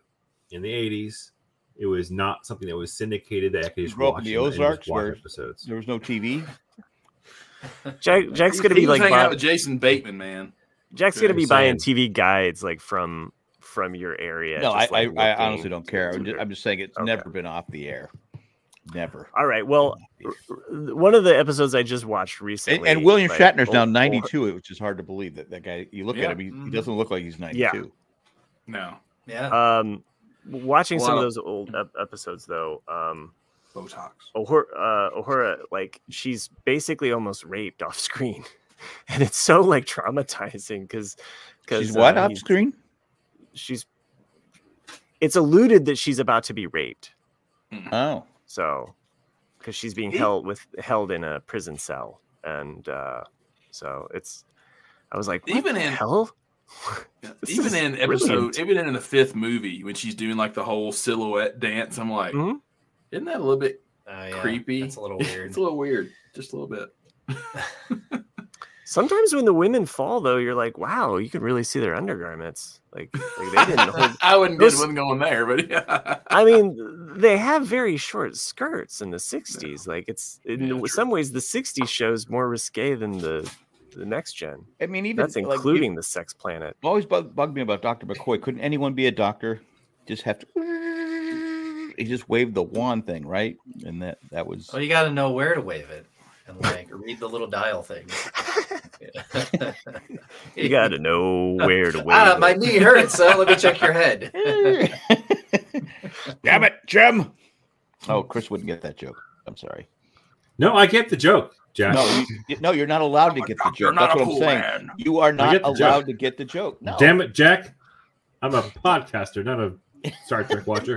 [SPEAKER 1] in the 80s it was not something that was syndicated that i could
[SPEAKER 4] You
[SPEAKER 1] just
[SPEAKER 4] grew up
[SPEAKER 1] watch
[SPEAKER 4] in the
[SPEAKER 1] and- and just
[SPEAKER 4] Ozarks
[SPEAKER 1] watch
[SPEAKER 4] where
[SPEAKER 1] episodes
[SPEAKER 4] there was no TV.
[SPEAKER 5] Jack, Jack's gonna be
[SPEAKER 6] He was
[SPEAKER 5] like
[SPEAKER 6] hanging
[SPEAKER 5] buy-
[SPEAKER 6] out with Jason Bateman, man.
[SPEAKER 5] Jack's gonna be
[SPEAKER 6] Seriously.
[SPEAKER 5] buying TV guides like from from your area.
[SPEAKER 4] no, I,
[SPEAKER 5] just, like,
[SPEAKER 4] I, I
[SPEAKER 5] looking
[SPEAKER 4] honestly don't care. I'm
[SPEAKER 5] through
[SPEAKER 4] just, I'm just saying it's never been off the air. Never.
[SPEAKER 5] All right. Well, r- r- one of the episodes I just watched
[SPEAKER 4] And,
[SPEAKER 5] recently,
[SPEAKER 4] and William
[SPEAKER 5] like,
[SPEAKER 4] Shatner's
[SPEAKER 5] o-
[SPEAKER 4] now
[SPEAKER 5] over-
[SPEAKER 4] 92, which is hard to believe that that guy. You look
[SPEAKER 5] Yeah.
[SPEAKER 4] at him, he, he
[SPEAKER 5] Mhm.
[SPEAKER 4] doesn't look like he's 92.
[SPEAKER 5] Yeah.
[SPEAKER 6] No.
[SPEAKER 5] Yeah. Um, watching some
[SPEAKER 4] Wow.
[SPEAKER 5] of those old ep- episodes though, um,
[SPEAKER 6] Botox.
[SPEAKER 5] Ohura, uh, Ohura, like she's basically almost raped off screen, and it's so like traumatizing because because
[SPEAKER 4] She's what off screen?
[SPEAKER 5] She's. It's alluded that she's about to be raped.
[SPEAKER 4] Oh.
[SPEAKER 5] So, because she's being held with held in a prison cell, and uh, so it's. I was like,
[SPEAKER 6] Even
[SPEAKER 5] even
[SPEAKER 6] in-
[SPEAKER 5] in hell. This
[SPEAKER 6] even
[SPEAKER 5] is
[SPEAKER 6] in episode,
[SPEAKER 5] brilliant.
[SPEAKER 6] even in the fifth movie, when she's doing like the whole silhouette dance, I'm like,
[SPEAKER 1] Mm-hmm.
[SPEAKER 6] isn't that a little bit
[SPEAKER 3] Oh,
[SPEAKER 6] creepy? It's a little weird. it's a little weird, just a little bit.
[SPEAKER 5] Sometimes when the women fall, though, you're like, wow, you can really see their undergarments. Like, like they didn't
[SPEAKER 1] Uh,
[SPEAKER 5] hold.
[SPEAKER 6] I wouldn't
[SPEAKER 5] those-
[SPEAKER 6] good one going there, but yeah.
[SPEAKER 5] I mean, they have very short skirts in the '60s. Like, it's in some ways the '60s shows more risque than the the next gen.
[SPEAKER 4] I mean, even
[SPEAKER 5] that's
[SPEAKER 4] like,
[SPEAKER 5] including
[SPEAKER 4] you-
[SPEAKER 5] the Sex Planet.
[SPEAKER 4] Always bug, bugged me about Dr. McCoy. Couldn't anyone be a doctor? Just have to. He just waved the wand thing, right? And that that was.
[SPEAKER 3] Well, you got to know where to wave it and like read the little dial thing.
[SPEAKER 5] You got to know where to wait.
[SPEAKER 3] ah, my knee hurts, so let me check your head.
[SPEAKER 4] Damn it, Jim! Oh, Chris wouldn't get that joke. I'm sorry.
[SPEAKER 1] no i get the joke jack
[SPEAKER 4] No, you, no, you're not allowed to get the joke.
[SPEAKER 1] not
[SPEAKER 4] That's
[SPEAKER 1] a
[SPEAKER 4] what I'm
[SPEAKER 1] cool
[SPEAKER 4] saying.
[SPEAKER 1] man.
[SPEAKER 4] You are
[SPEAKER 1] I
[SPEAKER 4] not
[SPEAKER 1] get the joke.
[SPEAKER 4] allowed to get the joke. No.
[SPEAKER 1] damn it jack i'm a podcaster not a star trek watcher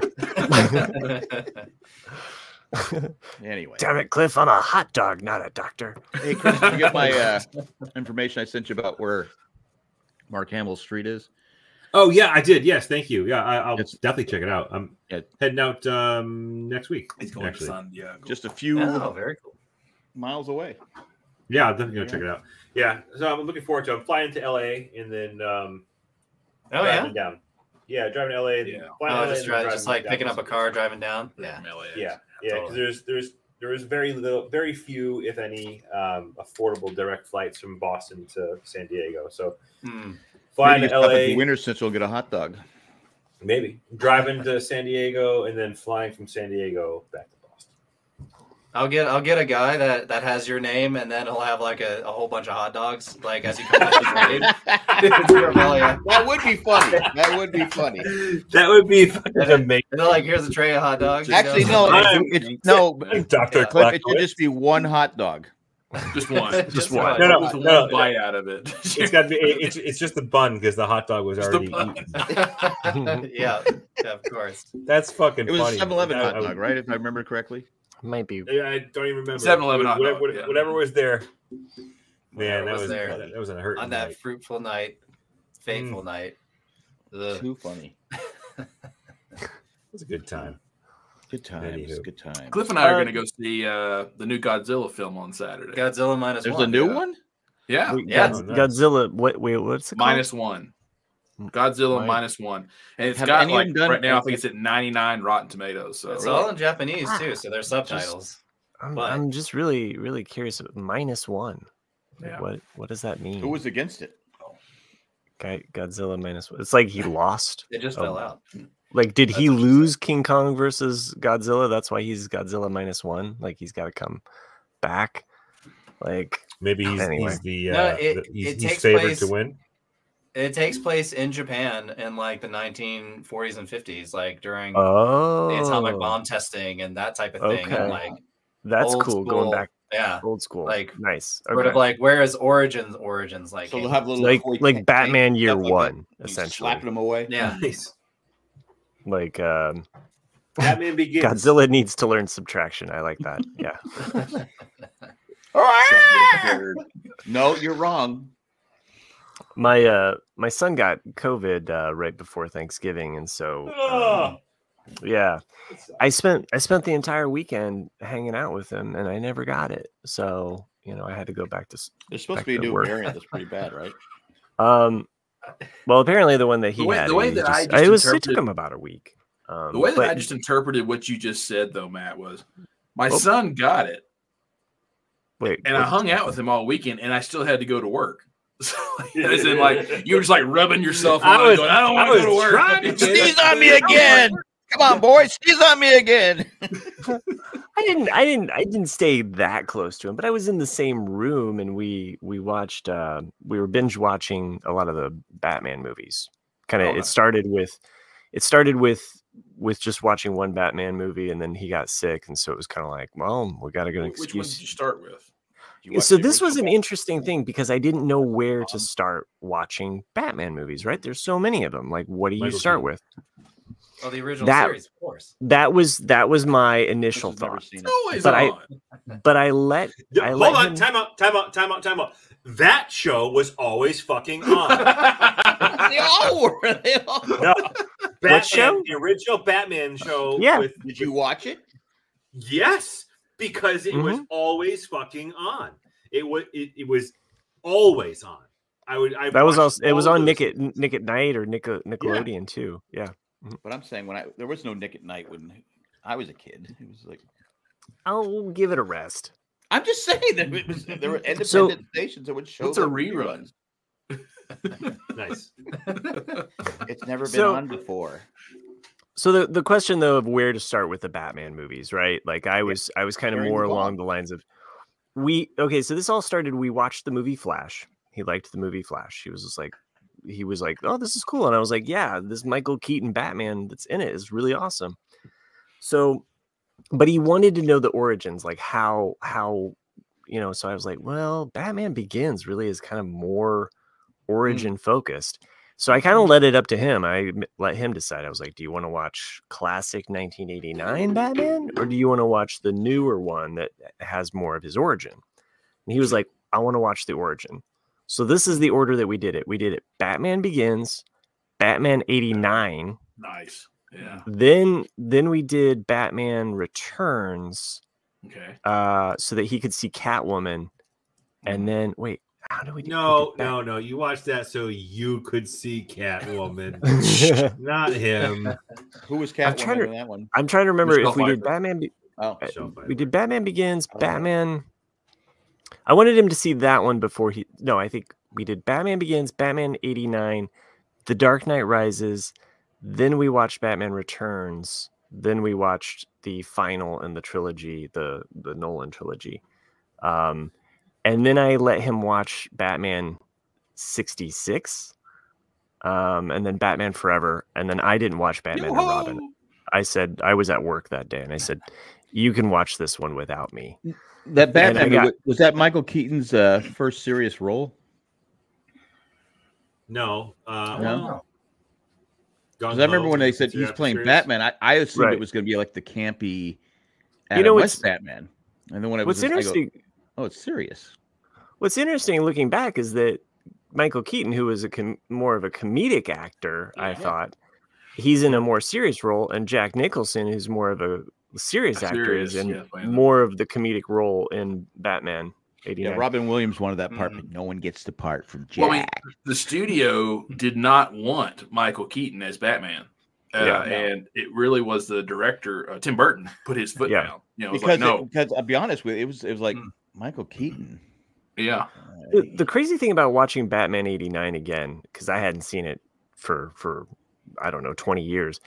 [SPEAKER 4] Anyway.
[SPEAKER 5] Damn it, Cliff! I'm a hot dog, not a doctor.
[SPEAKER 4] Hey, Chris, did you get my uh, information I sent you about where Mark Hamill's street is?
[SPEAKER 1] Oh yeah, I did. Yes, thank you. Yeah, I, I'll definitely check it out. I'm heading out um, next week.
[SPEAKER 6] He's
[SPEAKER 4] going to
[SPEAKER 1] actually.
[SPEAKER 6] Santiago.
[SPEAKER 4] Just a few
[SPEAKER 3] Oh, very cool.
[SPEAKER 4] miles away.
[SPEAKER 1] Yeah, I'm definitely gonna check it out. Yeah, so I'm looking forward to. it. I'm flying to LA and then um,
[SPEAKER 3] Oh,
[SPEAKER 1] driving down. Yeah, driving to LA. Yeah,
[SPEAKER 3] Oh, just, drive, just like picking up a car, driving down. Yeah.
[SPEAKER 1] Yeah, yeah, because there's there's there is very little, very few, if any, um, affordable direct flights from Boston to San Diego. So
[SPEAKER 3] Hmm.
[SPEAKER 1] flying
[SPEAKER 4] Maybe
[SPEAKER 1] to
[SPEAKER 4] you stop at the
[SPEAKER 1] LA,
[SPEAKER 4] Winter Central, get a hot dog.
[SPEAKER 1] maybe driving to San Diego and then flying from San Diego back to Boston.
[SPEAKER 3] I'll get I'll get a guy that that has your name, and then he'll have like a, a whole bunch of hot dogs, like as you come up with your name. It's Rebellion.
[SPEAKER 4] That would be funny. That would be funny.
[SPEAKER 1] That would be fucking amazing.
[SPEAKER 3] And they're like, here's a tray of hot dogs. you know?
[SPEAKER 4] Actually, no, it's, it's, no,
[SPEAKER 1] Dr.
[SPEAKER 4] Cliff, it should just be one hot dog.
[SPEAKER 6] Just one.
[SPEAKER 4] Just one.
[SPEAKER 1] No, no,
[SPEAKER 6] Just a
[SPEAKER 1] no,
[SPEAKER 6] little bite out of it.
[SPEAKER 1] It's got to be. it- It's, it's just the bun because the hot dog was already. eaten.
[SPEAKER 3] yeah, yeah, of course.
[SPEAKER 1] That's fucking.
[SPEAKER 4] It was
[SPEAKER 1] funny.
[SPEAKER 4] 7 Eleven
[SPEAKER 1] I-
[SPEAKER 4] hot
[SPEAKER 1] I-
[SPEAKER 4] dog, right? If I remember correctly.
[SPEAKER 5] Might be.
[SPEAKER 1] Yeah, I don't even remember.
[SPEAKER 6] 7-Eleven hot
[SPEAKER 1] Whatever,
[SPEAKER 6] dog,
[SPEAKER 1] whatever,
[SPEAKER 6] yeah.
[SPEAKER 1] was there.
[SPEAKER 3] Whatever
[SPEAKER 1] Man, that
[SPEAKER 3] was
[SPEAKER 1] was,
[SPEAKER 3] there.
[SPEAKER 1] That, was a hurt
[SPEAKER 3] on that fruitful night, fateful
[SPEAKER 5] Mm.
[SPEAKER 3] night. Ugh.
[SPEAKER 4] Too funny.
[SPEAKER 1] It was a good time.
[SPEAKER 4] Good times. Good times.
[SPEAKER 6] Cliff and I are going to go see uh, the new Godzilla film on Saturday.
[SPEAKER 3] Godzilla minus
[SPEAKER 5] There's a one, new yeah. one?
[SPEAKER 6] Yeah,
[SPEAKER 5] Wait,
[SPEAKER 6] Oh, yeah.
[SPEAKER 5] Godz- Godzilla. What? Wait, what's it called?
[SPEAKER 6] minus one. Godzilla
[SPEAKER 5] Right.
[SPEAKER 6] minus one, and it's
[SPEAKER 5] Have
[SPEAKER 6] got
[SPEAKER 5] any of
[SPEAKER 6] like
[SPEAKER 5] them done-
[SPEAKER 6] right now. I think it's at ninety nine Rotten Tomatoes. So
[SPEAKER 3] It's all in Japanese too, so there's subtitles.
[SPEAKER 5] I'm,
[SPEAKER 3] But-
[SPEAKER 5] I'm just really, really curious. About minus one. Like,
[SPEAKER 6] Yeah.
[SPEAKER 5] What? What does that mean?
[SPEAKER 4] Who was against it?
[SPEAKER 5] Guy, Godzilla minus one. It's like he lost.
[SPEAKER 3] It just
[SPEAKER 5] Oh,
[SPEAKER 3] fell out.
[SPEAKER 5] Like, did he lose King Kong versus Godzilla? That's why he's Godzilla minus one. Like, he's got to come back. Like,
[SPEAKER 1] maybe he's,
[SPEAKER 5] anyway.
[SPEAKER 1] he's the, uh,
[SPEAKER 3] No, it-
[SPEAKER 1] the- he's,
[SPEAKER 3] it
[SPEAKER 1] he's
[SPEAKER 3] takes
[SPEAKER 1] favored
[SPEAKER 3] place-
[SPEAKER 1] to win.
[SPEAKER 3] It takes place in Japan in like the 1940s and 50s, like during the atomic
[SPEAKER 5] Oh.
[SPEAKER 3] bomb testing and that type of thing. and,
[SPEAKER 5] Okay.
[SPEAKER 3] like
[SPEAKER 5] That's
[SPEAKER 3] old
[SPEAKER 5] cool. Going
[SPEAKER 3] school-
[SPEAKER 5] back,
[SPEAKER 3] yeah,
[SPEAKER 5] old school.
[SPEAKER 3] like,
[SPEAKER 5] nice.
[SPEAKER 3] sort of
[SPEAKER 5] Okay.
[SPEAKER 3] like where is origins origins like
[SPEAKER 4] So
[SPEAKER 3] came
[SPEAKER 4] they'll have
[SPEAKER 3] from?
[SPEAKER 4] little
[SPEAKER 5] like
[SPEAKER 4] toy
[SPEAKER 5] like
[SPEAKER 4] tank
[SPEAKER 5] Batman Year
[SPEAKER 4] stuff like
[SPEAKER 5] One,
[SPEAKER 4] that. You
[SPEAKER 5] essentially.
[SPEAKER 4] slapping them away.
[SPEAKER 5] Hmm.
[SPEAKER 3] Yeah.
[SPEAKER 5] Like, um,
[SPEAKER 1] Batman Begins.
[SPEAKER 5] Godzilla needs to learn subtraction. I like that. Yeah.
[SPEAKER 4] no, you're wrong.
[SPEAKER 5] my uh my son got covid uh, right before thanksgiving and so um, yeah i spent i spent the entire weekend hanging out with him and i never got it so you know, I had to go back to. s-
[SPEAKER 4] There's supposed
[SPEAKER 5] back
[SPEAKER 4] to be a new
[SPEAKER 5] work.
[SPEAKER 4] variant that's pretty bad, right?
[SPEAKER 5] Um, well, apparently the one that he
[SPEAKER 6] The way-
[SPEAKER 5] had,
[SPEAKER 6] the way
[SPEAKER 5] he
[SPEAKER 6] that I
[SPEAKER 5] just-
[SPEAKER 6] just
[SPEAKER 5] it was it took
[SPEAKER 6] interpreted-
[SPEAKER 5] him about a week. Um,
[SPEAKER 6] The way that
[SPEAKER 5] but
[SPEAKER 6] I just interpreted what you just said, though, Matt, was my
[SPEAKER 5] Well-
[SPEAKER 6] son got it,
[SPEAKER 5] wait,
[SPEAKER 6] and I
[SPEAKER 5] wait.
[SPEAKER 6] hung out with him all weekend, and I still had to go to work. So, like, as in, like you were just like rubbing yourself.
[SPEAKER 4] I
[SPEAKER 6] around
[SPEAKER 4] was-
[SPEAKER 6] going, I don't
[SPEAKER 4] I
[SPEAKER 6] want to go to
[SPEAKER 4] was
[SPEAKER 6] work.
[SPEAKER 4] trying to Sneeze on me again. Come on, boys, sneeze on me again.
[SPEAKER 5] I didn't I didn't I didn't stay that close to him, but I was in the same room and we we watched uh we were binge watching a lot of the Batman movies. Kind of
[SPEAKER 6] Oh,
[SPEAKER 5] it
[SPEAKER 6] nice.
[SPEAKER 5] started with it started with with just watching one Batman movie and then he got sick and so it was kind of like, well, we got to get an
[SPEAKER 6] Which one did
[SPEAKER 5] excuse.
[SPEAKER 6] you start with?
[SPEAKER 5] Yeah, So this was an interesting thing because I didn't know where
[SPEAKER 6] Uh-huh.
[SPEAKER 5] to start watching Batman movies, right? There's so many of them. Like what do you
[SPEAKER 3] Michael
[SPEAKER 5] start
[SPEAKER 3] Keaton.
[SPEAKER 5] with?
[SPEAKER 3] Oh, the original
[SPEAKER 5] That-
[SPEAKER 3] series, of course.
[SPEAKER 5] That was that was my initial thought.
[SPEAKER 3] always
[SPEAKER 5] But I
[SPEAKER 7] on.
[SPEAKER 5] but I let I
[SPEAKER 7] Hold
[SPEAKER 5] let
[SPEAKER 7] on,
[SPEAKER 5] him-
[SPEAKER 7] time out, time out, time out, time out. That show was always fucking on.
[SPEAKER 4] they all were. They all
[SPEAKER 7] no, Batman,
[SPEAKER 4] show?
[SPEAKER 7] The original Batman show.
[SPEAKER 4] Yeah.
[SPEAKER 7] With,
[SPEAKER 4] Did you watch it?
[SPEAKER 7] yes, because it
[SPEAKER 5] Mm-hmm.
[SPEAKER 7] was always fucking on. It was it, it was always on. I would. I
[SPEAKER 5] that was
[SPEAKER 7] watched
[SPEAKER 5] also it was
[SPEAKER 7] all
[SPEAKER 5] on
[SPEAKER 7] those-
[SPEAKER 5] Nick at Nick at Night or Nick Nickelodeon too. Yeah.
[SPEAKER 4] But I'm saying when I there was no Nick at Night when I was a kid. It was like
[SPEAKER 5] I'll give it a rest.
[SPEAKER 4] I'm just saying that it was, there were independent
[SPEAKER 5] So-
[SPEAKER 4] stations that would show.
[SPEAKER 6] What's a
[SPEAKER 4] them
[SPEAKER 6] rerun?
[SPEAKER 7] nice.
[SPEAKER 4] It's never been
[SPEAKER 5] So-
[SPEAKER 4] on before.
[SPEAKER 5] So the, the question though of where to start with the Batman movies, right? Like I was I was kind of
[SPEAKER 4] During the
[SPEAKER 5] more
[SPEAKER 4] block.
[SPEAKER 5] along the lines of we okay, so this all started we watched the movie Flash. He liked the movie Flash. He was just like he was like, "Oh, this is cool." And I was like, "Yeah, this Michael Keaton Batman that's in it is really awesome." So but he wanted to know the origins, like how how you know, so I was like, "Well, Batman Begins really is kind of more origin focused." So I
[SPEAKER 7] Mm-hmm.
[SPEAKER 5] kind of let it up to him. I m- let him decide. I was like, "Do you want to watch classic 1989 Batman, or do you want to watch the newer one that uh, has more of his origin?" And he was like, "I want to watch the origin." So this is the order that we did it. We did it: Batman Begins, Batman '89,
[SPEAKER 6] Nice. Yeah.
[SPEAKER 5] then then we did Batman Returns,
[SPEAKER 6] Okay.
[SPEAKER 5] uh, so that he could see Catwoman, and then wait, how do we do?
[SPEAKER 7] Mm-hmm. No, no, no. You watched that so you could see Catwoman, not him.
[SPEAKER 4] Who was
[SPEAKER 5] I'm trying
[SPEAKER 4] Catwoman
[SPEAKER 5] to-
[SPEAKER 4] in that one?
[SPEAKER 5] I'm trying to remember
[SPEAKER 4] Michelle
[SPEAKER 5] if we did
[SPEAKER 4] Pfeiffer.
[SPEAKER 5] Batman. Be-
[SPEAKER 4] Oh,
[SPEAKER 5] uh,
[SPEAKER 4] Michelle
[SPEAKER 5] we did Batman Begins,
[SPEAKER 4] I don't know.
[SPEAKER 5] Batman. I wanted him to see that one before he. No, I think we did Batman Begins, Batman '89, The Dark Knight Rises. Then we watched Batman Returns. Then we watched the final in the trilogy, the the Nolan trilogy. Um, and then I let him watch Batman 66 um, and then Batman Forever. And then I didn't watch Batman and Robin. I said, I was at work that day and I said, you can watch this one without me.
[SPEAKER 4] That
[SPEAKER 5] And I
[SPEAKER 4] Batman
[SPEAKER 5] got-
[SPEAKER 4] was, was that Michael Keaton's uh, first serious role?
[SPEAKER 7] No.
[SPEAKER 5] Oh,
[SPEAKER 7] Uh,
[SPEAKER 4] No.
[SPEAKER 7] Gung
[SPEAKER 4] Because I remember
[SPEAKER 7] Ho
[SPEAKER 4] when they
[SPEAKER 7] is
[SPEAKER 4] said he's
[SPEAKER 7] considered
[SPEAKER 4] playing
[SPEAKER 7] serious.
[SPEAKER 4] Batman, I, I assumed
[SPEAKER 5] Right.
[SPEAKER 4] it was going to be like the campy
[SPEAKER 5] You
[SPEAKER 4] Adam
[SPEAKER 5] know,
[SPEAKER 4] West
[SPEAKER 5] it's-
[SPEAKER 4] Batman. And then when it
[SPEAKER 5] What's
[SPEAKER 4] was in, I go,
[SPEAKER 5] interesting,
[SPEAKER 4] oh, it's serious.
[SPEAKER 5] what's interesting looking back is that Michael Keaton, who was a com- more of a comedic actor, I thought he's in a more serious role, and Jack Nicholson, who's more of a serious actor, is
[SPEAKER 6] Serious,
[SPEAKER 5] in
[SPEAKER 6] yeah, playing the-
[SPEAKER 5] more of the comedic role in Batman. 89.
[SPEAKER 4] Yeah, Robin Williams wanted that
[SPEAKER 5] Mm-hmm.
[SPEAKER 4] part, but no one gets the part from Jack.
[SPEAKER 6] Well, I mean, the studio did not want Michael Keaton as Batman. Uh,
[SPEAKER 4] Yeah, no.
[SPEAKER 6] And it really was the director, uh, Tim Burton, put his foot down. You know, it was
[SPEAKER 4] because
[SPEAKER 6] like,
[SPEAKER 4] it-
[SPEAKER 6] no,
[SPEAKER 4] because I'll be honest with you, it was it was like Michael Keaton.
[SPEAKER 6] yeah.
[SPEAKER 5] Mm. the, the crazy thing about watching Batman 89 again, because I hadn't seen it for for I don't know 20 years,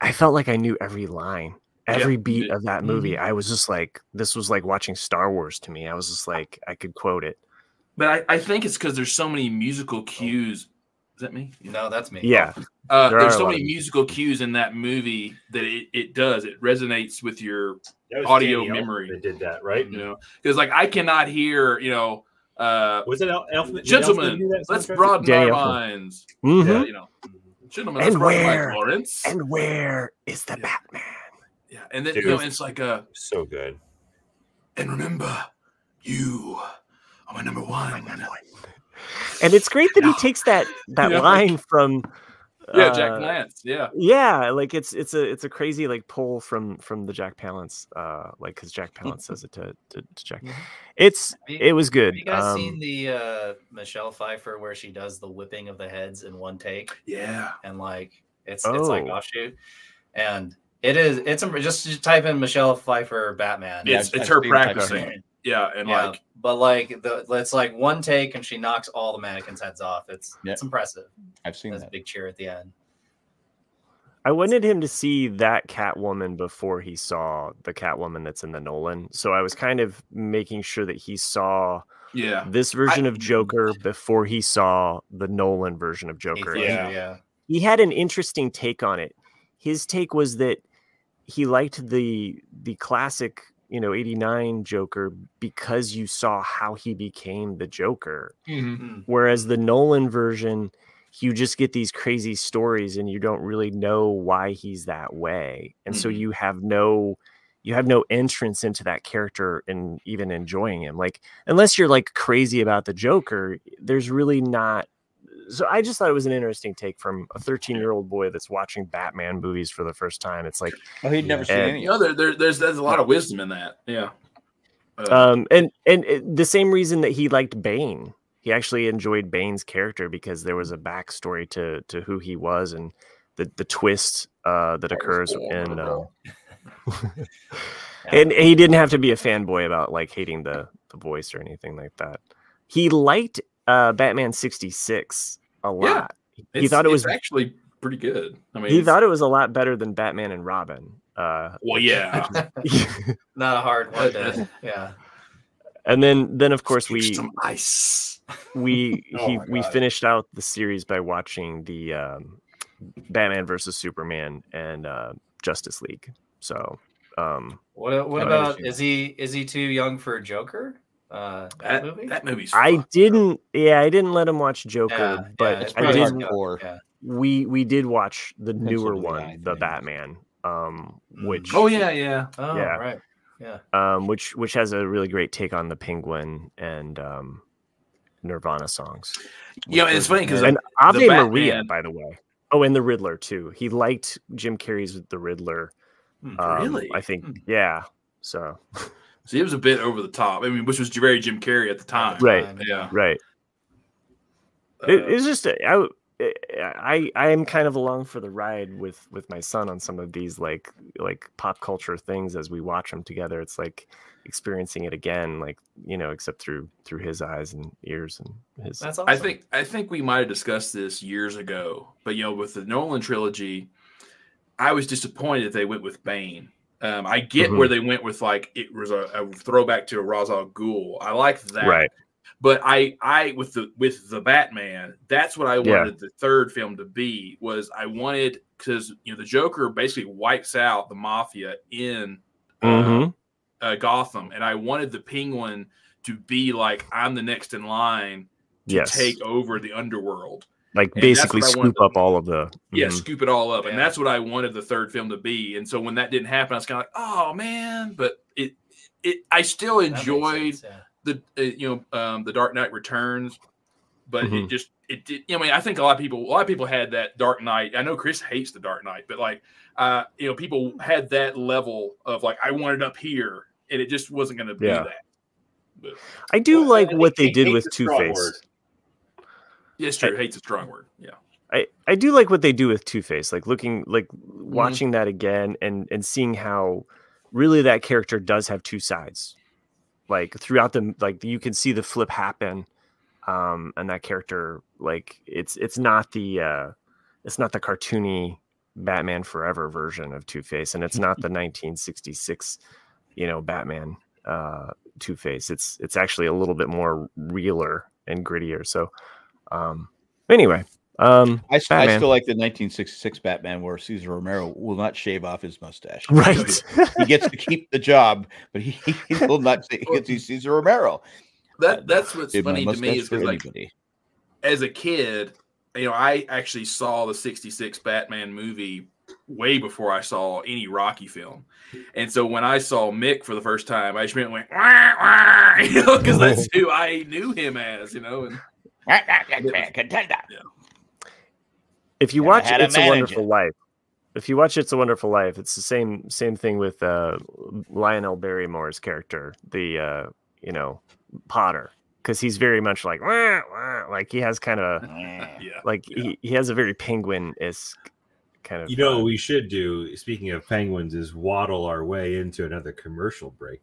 [SPEAKER 5] I felt like I knew every line,
[SPEAKER 6] Yeah,
[SPEAKER 5] every
[SPEAKER 6] you
[SPEAKER 5] beat
[SPEAKER 6] did. Mm-hmm.
[SPEAKER 5] of that movie. I was just like, this was like watching Star Wars to me. I was just like, I could quote it.
[SPEAKER 6] But I, I think it's because there's so many musical cues. Is that me?
[SPEAKER 3] No, that's me.
[SPEAKER 5] Yeah.
[SPEAKER 6] Uh,
[SPEAKER 5] There
[SPEAKER 6] there's
[SPEAKER 5] are a
[SPEAKER 6] so
[SPEAKER 5] lot
[SPEAKER 6] many
[SPEAKER 5] of-
[SPEAKER 6] musical cues in that movie that it, it does. It resonates with your
[SPEAKER 7] That was
[SPEAKER 6] audio
[SPEAKER 7] Danny Elfman
[SPEAKER 6] memory.
[SPEAKER 7] that did that, right?
[SPEAKER 4] Mm-hmm.
[SPEAKER 6] You know, because like I cannot hear, you know, uh,
[SPEAKER 7] Was it Al- Elfman? did Elfman
[SPEAKER 6] gentlemen,
[SPEAKER 7] do that
[SPEAKER 6] let's
[SPEAKER 7] soundtrack?
[SPEAKER 6] broaden
[SPEAKER 5] Danny
[SPEAKER 6] our
[SPEAKER 5] Elfman.
[SPEAKER 6] minds.
[SPEAKER 5] Mhm.
[SPEAKER 6] Yeah, you know, gentlemen, let's
[SPEAKER 5] and
[SPEAKER 6] broaden our
[SPEAKER 5] where
[SPEAKER 6] minds, Lawrence.
[SPEAKER 5] and where is the Batman?
[SPEAKER 6] Yeah, and then
[SPEAKER 7] Dude.
[SPEAKER 6] you know, it's like uh, a
[SPEAKER 7] So good.
[SPEAKER 6] and remember, you are my number one.
[SPEAKER 5] And it's great that he takes that that
[SPEAKER 6] Yeah.
[SPEAKER 5] line from
[SPEAKER 6] Yeah, Jack
[SPEAKER 5] Uh,
[SPEAKER 6] Lance. Yeah.
[SPEAKER 5] yeah like it's it's a it's a crazy like pull from from the jack palance uh like because jack palance says it to, to, to jack
[SPEAKER 6] Mm-hmm.
[SPEAKER 5] it's
[SPEAKER 3] Have you-
[SPEAKER 5] it was
[SPEAKER 3] Have
[SPEAKER 5] good
[SPEAKER 3] you guys
[SPEAKER 5] um,
[SPEAKER 3] seen the uh, Michelle Pfeiffer where she does the whipping of the heads in one take?
[SPEAKER 6] Yeah,
[SPEAKER 3] and like it's it's like
[SPEAKER 5] Oh.
[SPEAKER 3] offshoot, and it is it's a, just just type in Michelle Pfeiffer Batman.
[SPEAKER 6] It's- Yeah, it's I've her seen it typed practicing. in. Yeah, and, like-
[SPEAKER 3] but like the it's like one take and she knocks all the mannequins' heads off. It's
[SPEAKER 4] Yeah.
[SPEAKER 3] it's impressive.
[SPEAKER 4] I've seen
[SPEAKER 3] That's a big cheer at the end.
[SPEAKER 5] I wanted him to see that Catwoman before he saw the Catwoman that's in the Nolan. So I was kind of making sure that he saw
[SPEAKER 6] Yeah.
[SPEAKER 5] this version of Joker before he saw the Nolan version of Joker.
[SPEAKER 6] Yeah.
[SPEAKER 5] And
[SPEAKER 6] Yeah.
[SPEAKER 5] He had an interesting take on it. His take was that he liked the the classic, you know, 89 Joker because you saw how he became the Joker. Whereas the Nolan version, you just get these crazy stories and you don't really know why he's that way. And so
[SPEAKER 6] Mhm.
[SPEAKER 5] you have no you have no entrance into that character and even enjoying him. Like unless you're like crazy about the Joker, there's really not so I just thought it was an interesting take from a 13-year-old boy that's watching Batman movies for the first time. It's like
[SPEAKER 4] Oh, he'd never seen
[SPEAKER 5] and-
[SPEAKER 4] any
[SPEAKER 6] You know, there, there, there's there's a lot of wisdom in that. Yeah. Uh,
[SPEAKER 5] um and and it, the same reason that he liked bane he actually enjoyed bane's character because there was a backstory to to who he was and the the twist uh that occurs in um, and he didn't have to be a fanboy about like hating the the voice or anything like that he liked uh batman 66 a lot he
[SPEAKER 6] It's-
[SPEAKER 5] thought it
[SPEAKER 6] it's
[SPEAKER 5] was
[SPEAKER 6] actually pretty good. I mean,
[SPEAKER 5] he
[SPEAKER 6] it's-
[SPEAKER 5] thought it was a lot better than batman and robin uh
[SPEAKER 6] Well, yeah.
[SPEAKER 3] Not a hard one. To, yeah.
[SPEAKER 5] and then then of course we
[SPEAKER 6] ice.
[SPEAKER 5] we
[SPEAKER 3] Oh
[SPEAKER 5] he
[SPEAKER 3] my
[SPEAKER 5] we
[SPEAKER 3] God.
[SPEAKER 5] finished out the series by watching the um, Batman versus Superman and uh, Justice League. So um,
[SPEAKER 3] What what
[SPEAKER 5] I've never
[SPEAKER 3] about
[SPEAKER 5] seen
[SPEAKER 3] is he is he too young for Joker? Uh, that, movie.
[SPEAKER 6] That movie's.
[SPEAKER 5] I didn't. Yeah, I didn't let him watch Joker,
[SPEAKER 3] Yeah, yeah, it's
[SPEAKER 5] but I
[SPEAKER 3] pretty
[SPEAKER 5] did.
[SPEAKER 3] hardcore. Yeah.
[SPEAKER 5] We we did watch the
[SPEAKER 3] Pencil
[SPEAKER 5] newer
[SPEAKER 3] to the
[SPEAKER 5] one, the Batman, um, which
[SPEAKER 6] Oh yeah, yeah.
[SPEAKER 3] Mm. Oh
[SPEAKER 5] Yeah.
[SPEAKER 3] right. Yeah.
[SPEAKER 5] um, which which has a really great take on the Penguin and um, Nirvana songs.
[SPEAKER 6] Yeah, and it's funny 'cause
[SPEAKER 5] and
[SPEAKER 6] the-
[SPEAKER 5] Ave
[SPEAKER 6] the
[SPEAKER 5] Maria,
[SPEAKER 6] Batman-
[SPEAKER 5] by the way. Oh, and the Riddler too. He liked Jim Carrey's The Riddler.
[SPEAKER 6] Hmm,
[SPEAKER 5] um,
[SPEAKER 6] really?
[SPEAKER 5] I think yeah. So
[SPEAKER 6] See, it was a bit over the top. I mean, which was very Jim Carrey at the time.
[SPEAKER 5] right,
[SPEAKER 6] Yeah.
[SPEAKER 5] right.
[SPEAKER 6] Uh
[SPEAKER 5] It, it's just a- I, eh, I I am kind of along for the ride with with my son on some of these like like pop culture things as we watch them together. It's like experiencing it again, like you know, except through through his eyes and ears and his.
[SPEAKER 6] I think I think we might have discussed this years ago, but you know, with the Nolan trilogy, I was disappointed they went with Bane. Um, I get
[SPEAKER 5] Mhm.
[SPEAKER 6] where they went with like it was a, a throwback to a Ra's al Ghul. I like that,
[SPEAKER 5] Right.
[SPEAKER 6] But I, I with the with the Batman, that's what I
[SPEAKER 5] Yeah.
[SPEAKER 6] wanted the third film to be. Was I wanted because you know the Joker basically wipes out the mafia in
[SPEAKER 5] hmm
[SPEAKER 6] uh, Gotham, and I wanted the Penguin to be like I'm the next in line to
[SPEAKER 5] Yes.
[SPEAKER 6] take over the underworld.
[SPEAKER 5] Like
[SPEAKER 6] And that's
[SPEAKER 5] basically
[SPEAKER 6] what I wanted
[SPEAKER 5] scoop up all of the.
[SPEAKER 6] Yeah,
[SPEAKER 5] mhm.
[SPEAKER 6] scoop it all up, and that's what I wanted the third film to be. And so when that didn't happen, I was kind of like, oh man, but it, it, I still enjoyed the uh, you know um, the Dark Knight Returns, but it
[SPEAKER 5] Mhm.
[SPEAKER 6] just it did. I mean, I think a lot of people, a lot of people had that Dark Knight. I know Chris hates the Dark Knight, but like, uh, you know, people had that level of like, I want it up here, and it just wasn't going to be
[SPEAKER 5] Yeah.
[SPEAKER 6] that.
[SPEAKER 5] I do like what they did with
[SPEAKER 6] hate's a
[SPEAKER 5] Two
[SPEAKER 6] strong word.
[SPEAKER 5] Face.
[SPEAKER 6] Yeah, it's true. Hate's a strong word. Yeah.
[SPEAKER 5] I, I do like what they do with Two Face, like looking like
[SPEAKER 6] Mm-hmm.
[SPEAKER 5] watching that again and and seeing how really that character does have two sides. Like throughout the like you can see the flip happen. Um and that character like it's it's not the uh it's not the cartoony Batman Forever version of Two Face and it's not the 1966 you know Batman uh Two Face. It's it's actually a little bit more realer and grittier. So um anyway, um
[SPEAKER 4] I, s- I
[SPEAKER 5] Batman.
[SPEAKER 4] still like the 1966 Batman where Cesar Romero will not shave off his mustache.
[SPEAKER 5] Right.
[SPEAKER 4] he gets to keep the job, but he, he will not. He gets to Cesar Romero.
[SPEAKER 6] That that's what's
[SPEAKER 4] Give my
[SPEAKER 6] funny to me
[SPEAKER 4] mustache
[SPEAKER 6] is 'cause, like
[SPEAKER 4] anybody.
[SPEAKER 6] as a kid, you know, I actually saw the 66 Batman movie way before I saw any Rocky film. And so when I saw Mick for the first time, I just went, went wah, wah, you know, because that's who I knew him as, you know. And,
[SPEAKER 4] contender.
[SPEAKER 5] If you
[SPEAKER 4] And I
[SPEAKER 5] watch
[SPEAKER 4] had to
[SPEAKER 5] It's a
[SPEAKER 4] manage
[SPEAKER 5] Wonderful Life, if you watch It's a Wonderful Life, it's the same same thing with uh, Lionel Barrymore's character, the uh, you know Potter, because he's very much like "Wah, wah," like he has kind of a, like He, he has a very penguin esque kind of
[SPEAKER 1] You know what we should do, speaking of penguins, is waddle our way into another commercial break.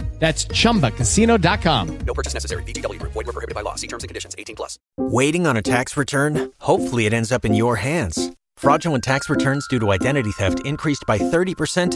[SPEAKER 8] That's chumbacasino.com.
[SPEAKER 9] No purchase necessary. VGW Group. Void were prohibited by law. See terms and conditions. 18 plus.
[SPEAKER 12] Waiting on a tax return? Hopefully, it ends up in your hands. Fraudulent tax returns due to identity theft increased by 30%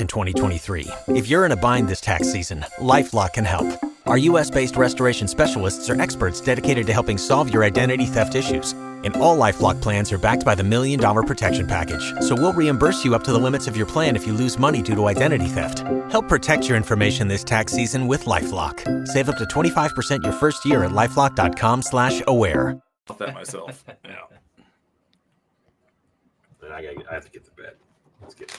[SPEAKER 12] in 2023. If you're in a bind this tax season, LifeLock can help. Our U.S. based restoration specialists are experts dedicated to helping solve your identity theft issues. And all LifeLock plans are backed by the Million Dollar Protection Package. So we'll reimburse you up to the limits of your plan if you lose money due to identity theft. Help protect your information this tax season with LifeLock. Save up to 25% your first year at LifeLock.com slash aware.
[SPEAKER 6] about that myself. Yeah.
[SPEAKER 1] But I, gotta, I have to get to bed. Let's get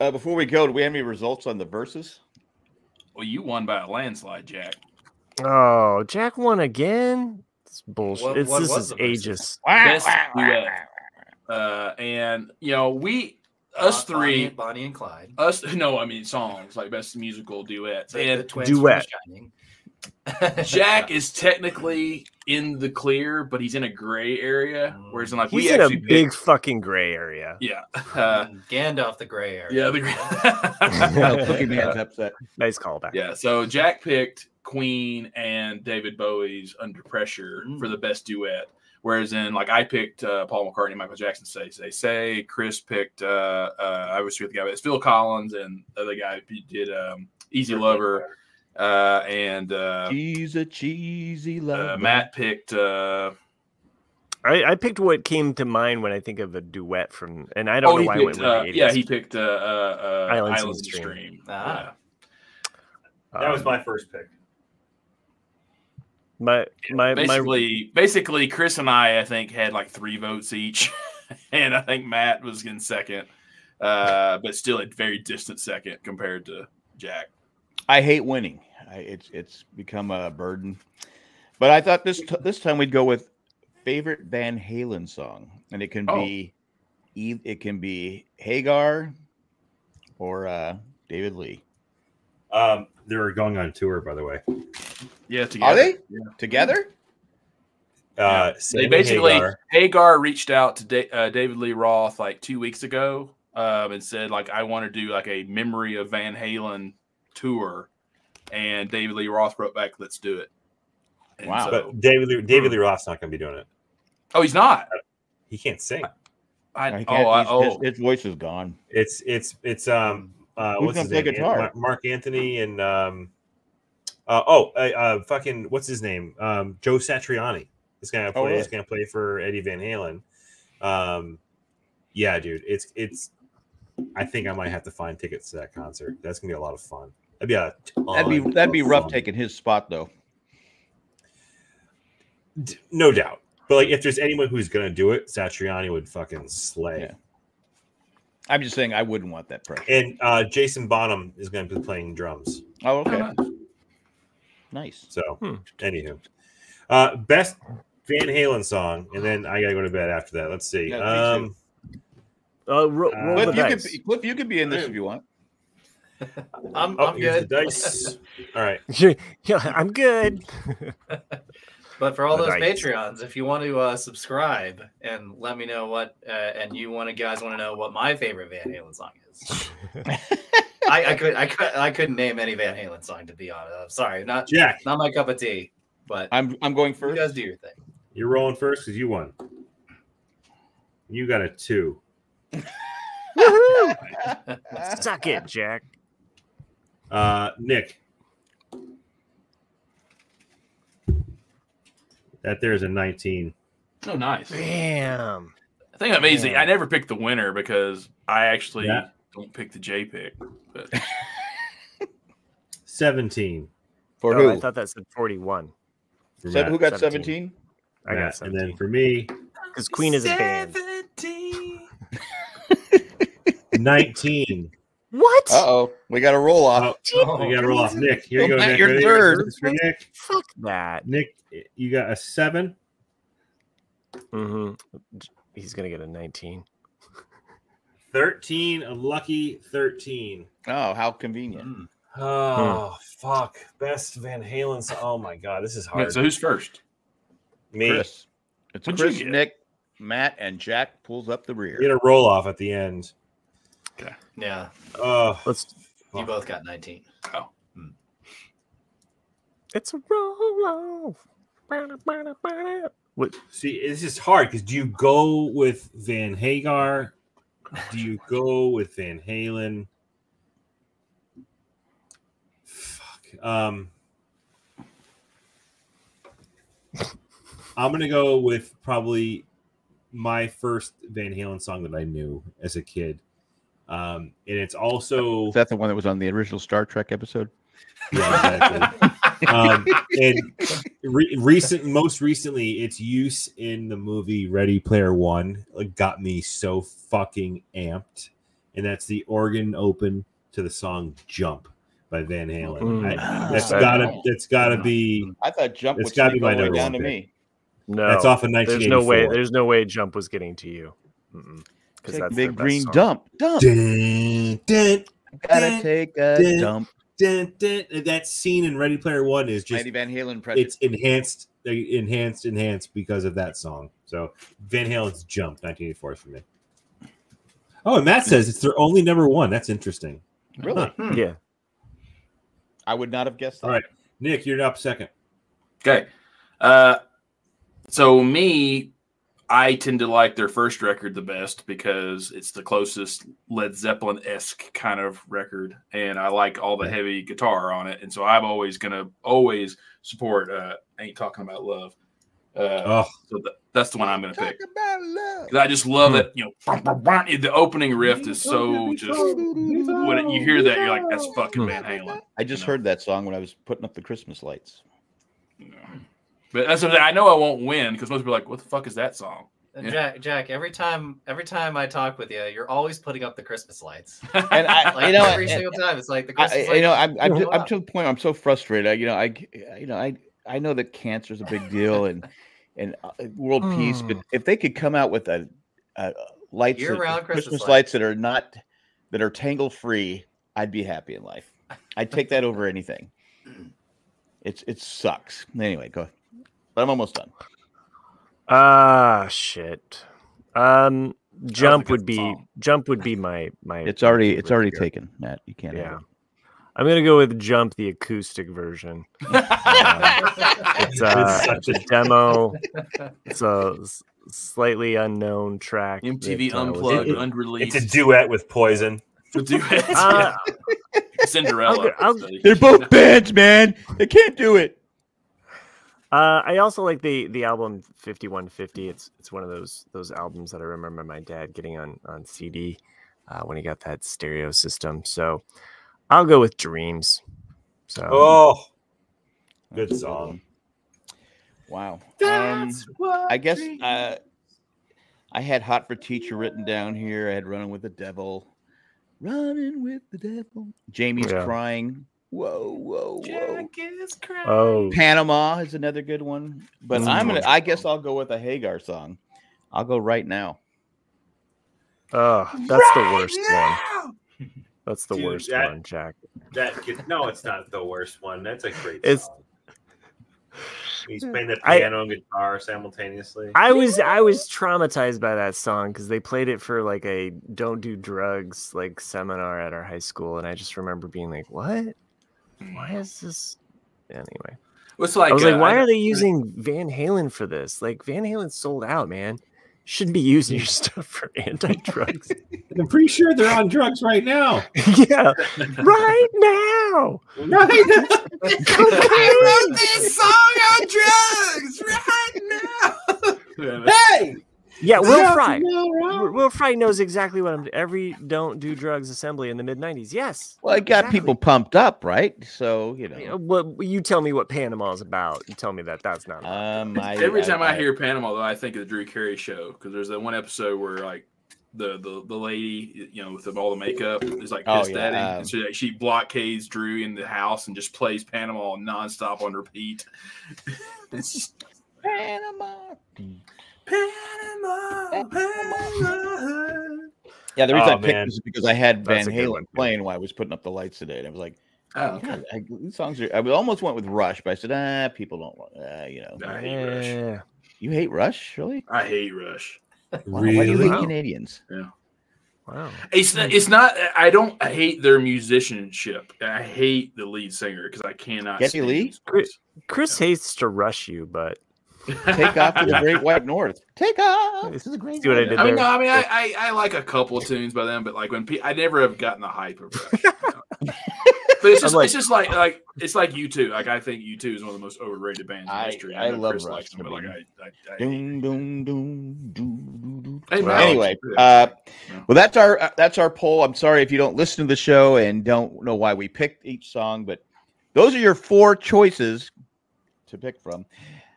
[SPEAKER 4] Uh, before we go, do we have any results on the verses?
[SPEAKER 6] Well, you won by a landslide, Jack.
[SPEAKER 5] Oh, Jack won again. It's bullshit.
[SPEAKER 6] What-
[SPEAKER 5] it's,
[SPEAKER 6] what
[SPEAKER 5] this
[SPEAKER 6] was
[SPEAKER 5] is
[SPEAKER 6] the verses?
[SPEAKER 5] aegis.
[SPEAKER 6] Best duet. Uh, and you know we us
[SPEAKER 3] Bon- Bonnie-
[SPEAKER 6] three,
[SPEAKER 3] Bonnie and Clyde.
[SPEAKER 6] us no, I mean songs like best musical duets
[SPEAKER 3] The-
[SPEAKER 6] and
[SPEAKER 3] the twins from Duet.
[SPEAKER 6] Jack is technically in the clear, but he's in a gray area. Whereas in like
[SPEAKER 5] He's
[SPEAKER 6] we
[SPEAKER 5] in a
[SPEAKER 6] actually
[SPEAKER 5] big fucking gray area.
[SPEAKER 6] picked- yeah uh,
[SPEAKER 3] Gandalf the Gray Area.
[SPEAKER 6] yeah the
[SPEAKER 5] Oh,
[SPEAKER 6] gray.
[SPEAKER 5] Cookie Man's upset. Nice callback.
[SPEAKER 6] Yeah, so Jack picked Queen and David Bowie's Under Pressure for the best duet. Whereas in like I picked uh, Paul McCartney, Michael Jackson, say say say. Chris picked uh, uh, I was with the guy, but it's Phil Collins and the other guy who did um, Easy Lover, uh, and uh,
[SPEAKER 4] He's a cheesy
[SPEAKER 6] uh,
[SPEAKER 4] lover.
[SPEAKER 6] Matt picked uh,
[SPEAKER 5] I, I picked what came to mind when I think of a duet from, and I don't
[SPEAKER 6] oh,
[SPEAKER 5] know
[SPEAKER 6] he
[SPEAKER 5] why I went with
[SPEAKER 6] picked, uh,
[SPEAKER 5] the 80s.
[SPEAKER 6] yeah he picked uh, uh, uh,
[SPEAKER 5] Islands in
[SPEAKER 6] Islands,
[SPEAKER 5] the
[SPEAKER 6] in the
[SPEAKER 5] Stream.
[SPEAKER 6] Stream.
[SPEAKER 3] Ah.
[SPEAKER 5] Um,
[SPEAKER 1] That was my first pick.
[SPEAKER 5] my my my.
[SPEAKER 6] basically, basically, Chris and I, I think, had like three votes each, and I think Matt was in second, uh, but still a very distant second compared to Jack.
[SPEAKER 4] I hate winning. I, it's it's become a burden. But I thought this t- this time we'd go with favorite Van Halen song, and it can
[SPEAKER 6] Oh.
[SPEAKER 4] be e- it can be Hagar or uh, David Lee.
[SPEAKER 1] Um, they're going on tour, by the way.
[SPEAKER 6] Yeah,
[SPEAKER 4] Are they together?
[SPEAKER 1] Uh,
[SPEAKER 6] they basically Hagar. reached out to da- uh, David Lee Roth like two weeks ago um, and said like I want to do like a memory of Van Halen tour, and David Lee Roth wrote back, "Let's do it." And so-
[SPEAKER 1] But David Lee, David Lee Roth's not going to be doing it.
[SPEAKER 6] oh, he's not.
[SPEAKER 1] He can't sing.
[SPEAKER 6] I,
[SPEAKER 4] I can't-
[SPEAKER 6] oh, I,
[SPEAKER 4] he's-
[SPEAKER 6] oh,
[SPEAKER 4] His, his voice is gone.
[SPEAKER 1] It's it's it's um uh
[SPEAKER 4] Who's
[SPEAKER 1] what's
[SPEAKER 4] gonna
[SPEAKER 1] his
[SPEAKER 4] play
[SPEAKER 1] name?
[SPEAKER 4] guitar?
[SPEAKER 1] An- Mark Anthony and um uh, oh uh, uh fucking what's his name? Um Joe Satriani is gonna play
[SPEAKER 4] Oh, really?
[SPEAKER 1] is gonna play for Eddie Van Halen. Um yeah, dude, it's it's I think I might have to find tickets to that concert. That's gonna be a lot of fun. That'd be a
[SPEAKER 4] That'd be
[SPEAKER 1] ton
[SPEAKER 4] that'd be
[SPEAKER 1] of
[SPEAKER 4] rough
[SPEAKER 1] fun.
[SPEAKER 4] taking his spot though.
[SPEAKER 1] D- no doubt. But like if there's anyone who's gonna do it, Satriani would fucking slay.
[SPEAKER 4] I'm just saying I wouldn't want that pressure.
[SPEAKER 1] And uh Jason Bonham is gonna be playing drums.
[SPEAKER 4] Oh, okay. Nice.
[SPEAKER 1] So, anywho, uh, best Van Halen song, and then I gotta go to bed after that. Let's see.
[SPEAKER 4] Yeah, me
[SPEAKER 1] um,
[SPEAKER 5] Uh, ro-
[SPEAKER 1] uh,
[SPEAKER 5] roll the
[SPEAKER 4] Cliff, you
[SPEAKER 5] dice.
[SPEAKER 4] could be, Cliff, you could be in this if you want.
[SPEAKER 3] I'm,
[SPEAKER 1] oh,
[SPEAKER 3] I'm
[SPEAKER 1] here's
[SPEAKER 3] good.
[SPEAKER 1] the dice. All right.
[SPEAKER 5] Yeah, yeah, I'm good.
[SPEAKER 3] But for all
[SPEAKER 5] The
[SPEAKER 3] those
[SPEAKER 5] dice.
[SPEAKER 3] Patreons, if you want to uh, subscribe and let me know what, uh, and you want to guys want to know what my favorite Van Halen song is, I, I could I could I couldn't name any Van Halen song to be honest. I'm sorry, not
[SPEAKER 1] Jack.
[SPEAKER 3] not my cup of tea. But
[SPEAKER 4] I'm I'm going first.
[SPEAKER 3] You guys do your thing.
[SPEAKER 1] You're rolling first because you won. You got a two.
[SPEAKER 5] Suck it, Jack.
[SPEAKER 1] Uh, Nick. That there is a 19.
[SPEAKER 6] oh, nice.
[SPEAKER 5] Damn.
[SPEAKER 6] I think I'm easy. I never picked the winner because I actually
[SPEAKER 1] That,
[SPEAKER 6] don't pick the J pick. But
[SPEAKER 1] 17.
[SPEAKER 4] For
[SPEAKER 5] Oh, I
[SPEAKER 4] who?
[SPEAKER 5] thought that said 41.
[SPEAKER 4] Said who got 17?
[SPEAKER 5] I got
[SPEAKER 1] And then for me,
[SPEAKER 5] Because Queen is a band.
[SPEAKER 1] 19.
[SPEAKER 5] What?
[SPEAKER 4] Uh oh. We got a roll off.
[SPEAKER 1] Oh, we got to roll off. Nick, here you go. Nick.
[SPEAKER 4] You're
[SPEAKER 1] Ready?
[SPEAKER 4] third.
[SPEAKER 1] It's for Nick.
[SPEAKER 5] Fuck that.
[SPEAKER 1] Nick, you got a seven.
[SPEAKER 5] hmm He's going to get a 19.
[SPEAKER 1] 13, a lucky 13.
[SPEAKER 4] Oh, how
[SPEAKER 1] Hmm.
[SPEAKER 4] convenient.
[SPEAKER 1] Oh, fuck. Best Van Halen song. Oh, my God. This is hard.
[SPEAKER 6] so who's first?
[SPEAKER 1] Me.
[SPEAKER 4] Chris. It's
[SPEAKER 1] What'd you
[SPEAKER 4] Chris,
[SPEAKER 1] get?
[SPEAKER 4] Nick, Matt, and Jack pulls up the rear.
[SPEAKER 1] Get a roll off at the end.
[SPEAKER 3] Yeah.
[SPEAKER 1] Oh,
[SPEAKER 5] Let's.
[SPEAKER 3] You both got 19.
[SPEAKER 6] Oh.
[SPEAKER 5] It's a roll off. What?
[SPEAKER 1] See, this is hard because do you go with Van Hagar? Do you go with Van Halen? Fuck. Um, I'm gonna go with probably my first Van Halen song that I knew as a kid, um, and it's also
[SPEAKER 4] Is that the one that was on the original Star Trek episode?
[SPEAKER 1] Yeah, exactly. um, and re- recent, most recently, its use in the movie Ready Player One like, got me so fucking amped, and that's the organ open to the song "Jump" by Van Halen.
[SPEAKER 5] Mm.
[SPEAKER 1] I, that's
[SPEAKER 5] Ah.
[SPEAKER 1] gotta, that's gotta be.
[SPEAKER 4] I thought Jump
[SPEAKER 1] It's
[SPEAKER 4] was
[SPEAKER 1] gotta be my
[SPEAKER 4] sneaking all the way down
[SPEAKER 1] number
[SPEAKER 4] to
[SPEAKER 1] one pick.
[SPEAKER 4] me.
[SPEAKER 5] No.
[SPEAKER 1] That's off of
[SPEAKER 5] There's no way.
[SPEAKER 1] 1984.
[SPEAKER 5] There's no way Jump was getting to you. Because
[SPEAKER 4] Take
[SPEAKER 5] that's their
[SPEAKER 4] big
[SPEAKER 5] best
[SPEAKER 4] green
[SPEAKER 5] song.
[SPEAKER 4] dump. Dump.
[SPEAKER 1] Dun, dun,
[SPEAKER 4] Gotta take a
[SPEAKER 1] dun,
[SPEAKER 4] dump.
[SPEAKER 1] dun, dun. That scene in Ready Player One is just
[SPEAKER 4] Mighty Van Halen impression.
[SPEAKER 1] it's enhanced, enhanced, enhanced because of that song. So Van Halen's Jump, 1984 is for me. Oh, and Matt says it's their only number one. That's interesting.
[SPEAKER 4] really?
[SPEAKER 5] Yeah.
[SPEAKER 4] I would not have guessed that.
[SPEAKER 1] All right, Nick, you're up second.
[SPEAKER 6] Okay. Uh, so me, I tend to like their first record the best because it's the closest Led Zeppelin esque kind of record, and I like all the heavy guitar on it, and so I'm always gonna always support. Uh, ain't talking about love. Uh,
[SPEAKER 1] Oh.
[SPEAKER 6] So th- that's the one I'm gonna pick
[SPEAKER 4] about love.
[SPEAKER 6] because I just love it. You know, brum, brum, brum, the opening riff is so just when it- you hear that you're like that's fucking Van Halen.
[SPEAKER 4] I just heard that song when I was putting up the Christmas lights.
[SPEAKER 6] But that's what I'm saying. I know I won't win because most people are like, "What the fuck is that song?"
[SPEAKER 3] And
[SPEAKER 6] Yeah.
[SPEAKER 3] Jack, Jack, every time, every time I talk with you, you're always putting up the Christmas lights.
[SPEAKER 4] And I,
[SPEAKER 3] Like
[SPEAKER 4] you know,
[SPEAKER 3] every
[SPEAKER 4] and-
[SPEAKER 3] single time, it's like the Christmas
[SPEAKER 4] I, I-
[SPEAKER 3] lights.
[SPEAKER 4] you know, I'm, I'm,
[SPEAKER 3] go
[SPEAKER 4] to, I'm
[SPEAKER 3] up.
[SPEAKER 4] to the point. I'm so frustrated. I, you know, I, you know, I, I know that cancer is a big deal and and uh, world peace,
[SPEAKER 3] Mm.
[SPEAKER 4] but if they could come out with a, a lights, that-
[SPEAKER 3] Year-round Christmas
[SPEAKER 4] Christmas lights.
[SPEAKER 3] lights.
[SPEAKER 4] that are not that are tangle free, I'd be happy in life. I'd take that over anything. It's it sucks. Anyway, go. But I'm almost done.
[SPEAKER 5] Ah, shit. Um, jump
[SPEAKER 6] think
[SPEAKER 5] would be
[SPEAKER 6] it's a song.
[SPEAKER 5] jump would be my my.
[SPEAKER 4] It's
[SPEAKER 5] my
[SPEAKER 4] already it's
[SPEAKER 5] favorite
[SPEAKER 4] already
[SPEAKER 5] here.
[SPEAKER 4] taken, Matt. You can't.
[SPEAKER 5] Yeah, I'm gonna go with jump the acoustic version. Uh, it's uh,
[SPEAKER 1] such
[SPEAKER 5] it's a demo. It's a s- slightly unknown track.
[SPEAKER 6] MTV
[SPEAKER 5] that, uh, was-
[SPEAKER 6] Unplugged,
[SPEAKER 1] it-
[SPEAKER 6] unreleased.
[SPEAKER 1] It's a duet with Poison.
[SPEAKER 6] We'll do it.
[SPEAKER 5] Uh,
[SPEAKER 6] Cinderella.
[SPEAKER 5] I'll-
[SPEAKER 4] They're both bands, man. They can't do it.
[SPEAKER 5] Uh, I also like the the album 5150. It's it's one of those those albums that I remember my dad getting on on CD uh, when he got that stereo system. So I'll go with Dreams. So
[SPEAKER 1] Oh, good song.
[SPEAKER 4] Wow. Um, I guess uh, I had "Hot for Teacher" written down here. I had "Running with the Devil," "Running with the Devil." Jamie's
[SPEAKER 5] Yeah.
[SPEAKER 4] crying. Whoa, whoa, whoa!
[SPEAKER 5] oh
[SPEAKER 4] Panama is another good one. But I'm gonna. I guess I'll go with a Hagar song. I'll go right now.
[SPEAKER 5] oh, that's the worst one. That's the
[SPEAKER 1] Dude,
[SPEAKER 5] worst
[SPEAKER 1] that-
[SPEAKER 5] one, Jack.
[SPEAKER 1] That could, no, it's not the worst one. That's a great
[SPEAKER 5] It's-
[SPEAKER 1] song. He's playing the
[SPEAKER 5] I-
[SPEAKER 1] piano and guitar simultaneously.
[SPEAKER 5] I was I was traumatized by that song because they played it for like a don't do drugs like seminar at our high school, and I just remember being like, what? Why is this? Anyway.
[SPEAKER 6] It's like,
[SPEAKER 5] I was like,
[SPEAKER 6] uh,
[SPEAKER 5] why are they
[SPEAKER 6] I-
[SPEAKER 5] using Van Halen for this? Like, Van Halen's sold out, man. Shouldn't be using your stuff for anti drugs.
[SPEAKER 1] I'm pretty sure they're on drugs right now.
[SPEAKER 5] yeah, right now.
[SPEAKER 8] wrote this song on drugs right now.
[SPEAKER 6] Yeah,
[SPEAKER 8] Hey,
[SPEAKER 5] Yeah, Will
[SPEAKER 2] Yeah,
[SPEAKER 5] Fry.
[SPEAKER 2] Will
[SPEAKER 5] Will Will Fry knows exactly what I'm. Every don't do drugs assembly in the mid '90s. Yes.
[SPEAKER 4] Well, it got people pumped up, right? So you
[SPEAKER 5] Yeah,
[SPEAKER 4] know,
[SPEAKER 5] uh, Well, you tell me what Panama is about. You tell me that that's not.
[SPEAKER 4] Um,
[SPEAKER 6] Every time I, hear Panama, though, I think of the Drew Carey show because there's that one episode where like the the, the lady, you know, with all the makeup is like
[SPEAKER 4] Oh,
[SPEAKER 6] pissed
[SPEAKER 4] yeah,
[SPEAKER 6] at him,
[SPEAKER 4] um,
[SPEAKER 6] and so like, she blockades Drew in the house and just plays Panama nonstop on repeat. it's just
[SPEAKER 4] Panama.
[SPEAKER 5] Eh.
[SPEAKER 6] Panama, Panama.
[SPEAKER 4] yeah, the reason
[SPEAKER 1] Oh,
[SPEAKER 4] I picked
[SPEAKER 1] man.
[SPEAKER 4] this is because I had
[SPEAKER 1] That's
[SPEAKER 4] Van
[SPEAKER 1] a good
[SPEAKER 4] Halen
[SPEAKER 1] one,
[SPEAKER 4] playing while I was putting up the lights today, and I was like,
[SPEAKER 6] Oh, okay.
[SPEAKER 4] "God, I, these songs are." I almost went with Rush, but I said, "Ah, people don't want, uh, you know."
[SPEAKER 6] I hate Rush.
[SPEAKER 4] You hate Rush, really?
[SPEAKER 6] I hate Rush.
[SPEAKER 4] Wow, Why do you hate Canadians?
[SPEAKER 6] Yeah.
[SPEAKER 5] Wow.
[SPEAKER 6] It's not, it's not. I don't hate their musicianship. I hate the lead singer because I cannot. stand his
[SPEAKER 5] Chri- Chris hates to rush you, but
[SPEAKER 4] take off to the Great White North. Take off. This is a great.
[SPEAKER 5] See what I did
[SPEAKER 6] I mean,
[SPEAKER 5] there?
[SPEAKER 6] no, I mean, I, I, I like a couple of tunes by them, but like when pe- I never have gotten the hype of Rush. you know. but it's
[SPEAKER 4] I'm
[SPEAKER 6] just,
[SPEAKER 4] like-
[SPEAKER 6] it's just like, like it's like U two. Like I think U two is one of the most overrated bands in history.
[SPEAKER 4] I
[SPEAKER 6] know
[SPEAKER 4] love
[SPEAKER 6] Chris
[SPEAKER 4] Rush,
[SPEAKER 6] likes them,
[SPEAKER 4] I
[SPEAKER 6] but like
[SPEAKER 4] mean-
[SPEAKER 6] I, I, I
[SPEAKER 4] Doom, doom, doom, doom,
[SPEAKER 6] Hey,
[SPEAKER 4] doom.
[SPEAKER 6] Mel.
[SPEAKER 4] Anyway,
[SPEAKER 6] Yeah.
[SPEAKER 4] uh,
[SPEAKER 6] Yeah.
[SPEAKER 4] well, that's our uh, that's our poll. I'm sorry if you don't listen to the show and don't know why we picked each song, but those are your four choices to pick from.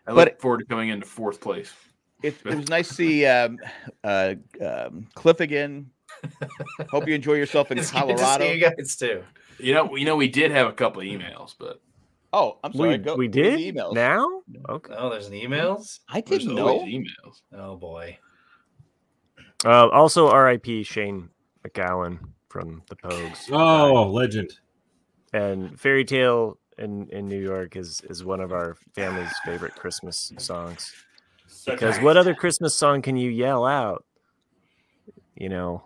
[SPEAKER 6] I
[SPEAKER 4] but
[SPEAKER 6] look forward to coming into fourth place.
[SPEAKER 4] it, it was nice to see um, uh, um, Cliff again. Hope you enjoy yourself in
[SPEAKER 6] It's good to see
[SPEAKER 4] Colorado.
[SPEAKER 6] you
[SPEAKER 3] guys too.
[SPEAKER 6] You know, you know, we did have a couple of emails, but
[SPEAKER 4] Oh, I'm sorry.
[SPEAKER 6] We-
[SPEAKER 4] go,
[SPEAKER 6] we
[SPEAKER 4] go to the
[SPEAKER 6] did?
[SPEAKER 4] emails.
[SPEAKER 5] now. Okay.
[SPEAKER 3] Oh, there's an emails.
[SPEAKER 4] I
[SPEAKER 6] there's
[SPEAKER 4] didn't
[SPEAKER 6] always
[SPEAKER 4] know.
[SPEAKER 6] emails.
[SPEAKER 3] Oh boy.
[SPEAKER 5] Uh, also, R.I.P. Shane McGowan from the Pogues.
[SPEAKER 7] Oh, legend.
[SPEAKER 5] And Fairy Tale in, in New York is is one of our family's favorite Christmas songs.
[SPEAKER 6] Such
[SPEAKER 5] Because
[SPEAKER 6] a-
[SPEAKER 5] what other Christmas song can you yell out? You know,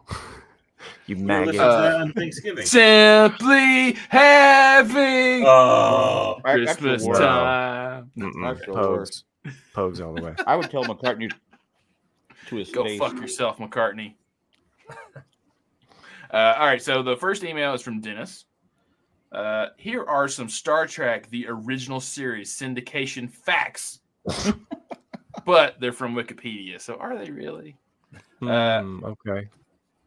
[SPEAKER 5] you maggot.
[SPEAKER 7] listen to that on Thanksgiving.
[SPEAKER 6] Simply having
[SPEAKER 1] Uh,
[SPEAKER 7] Oh.
[SPEAKER 6] Christmas
[SPEAKER 5] Wow.
[SPEAKER 6] time.
[SPEAKER 5] Mm-mm.
[SPEAKER 4] That's the
[SPEAKER 5] Pogues. Pogues all the way.
[SPEAKER 4] I would tell McCartney to his
[SPEAKER 6] Go
[SPEAKER 4] face.
[SPEAKER 6] fuck yourself, McCartney. uh, all right, so the first email is from Dennis. Uh, here are some Star Trek: The Original Series syndication facts, but they're from Wikipedia. So are they really?
[SPEAKER 5] Mm, okay.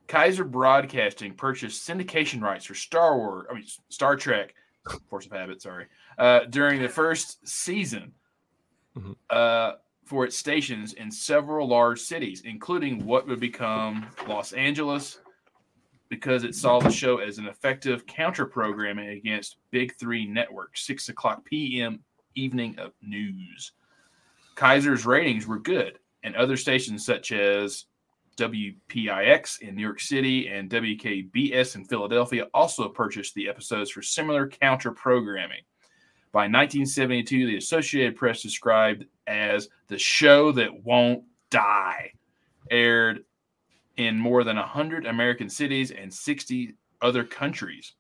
[SPEAKER 6] Kaiser Broadcasting purchased syndication rights for Star Wars, I mean Star Trek, Force of Habit, sorry, uh, during the first season uh, for its stations in several large cities, including what would become Los Angeles, because it saw the show as an effective counter programming against Big Three Network, six o'clock p.m. evening of news. Kaiser's ratings were good, and other stations such as WPIX in New York City and WKBS in Philadelphia also purchased the episodes for similar counter programming. By 1972, the Associated Press described as the show that won't die aired in more than 100 American cities and 60 other countries.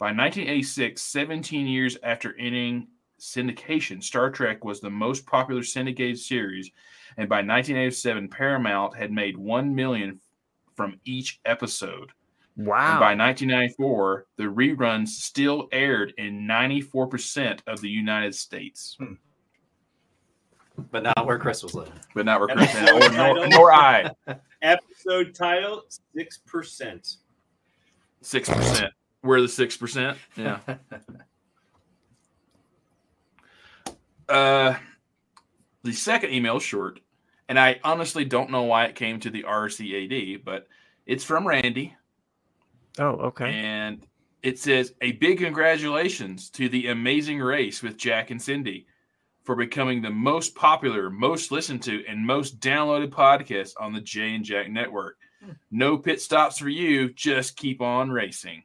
[SPEAKER 6] By 1986, 17 years after ending syndication, Star Trek was the most popular syndicated series, and by 1987, Paramount had made 1 million from each episode.
[SPEAKER 5] Wow.
[SPEAKER 6] And by 1994, the reruns still aired in 94% of the United States.
[SPEAKER 3] But not where Chris was living.
[SPEAKER 6] But not where Chris
[SPEAKER 7] Episode
[SPEAKER 6] or, nor,
[SPEAKER 7] title.
[SPEAKER 6] nor I.
[SPEAKER 7] Episode title six percent.
[SPEAKER 6] 6%. We're the 6%. Yeah. Uh, the second email is short, and I honestly don't know why it came to the RCAD, but it's from Randy.
[SPEAKER 5] Oh, okay.
[SPEAKER 6] And it says, A big congratulations to the amazing race with Jack and Cindy for becoming the most popular, most listened to, and most downloaded podcast on the J and Jack network.
[SPEAKER 5] Hmm.
[SPEAKER 6] No pit stops for you. Just keep on racing.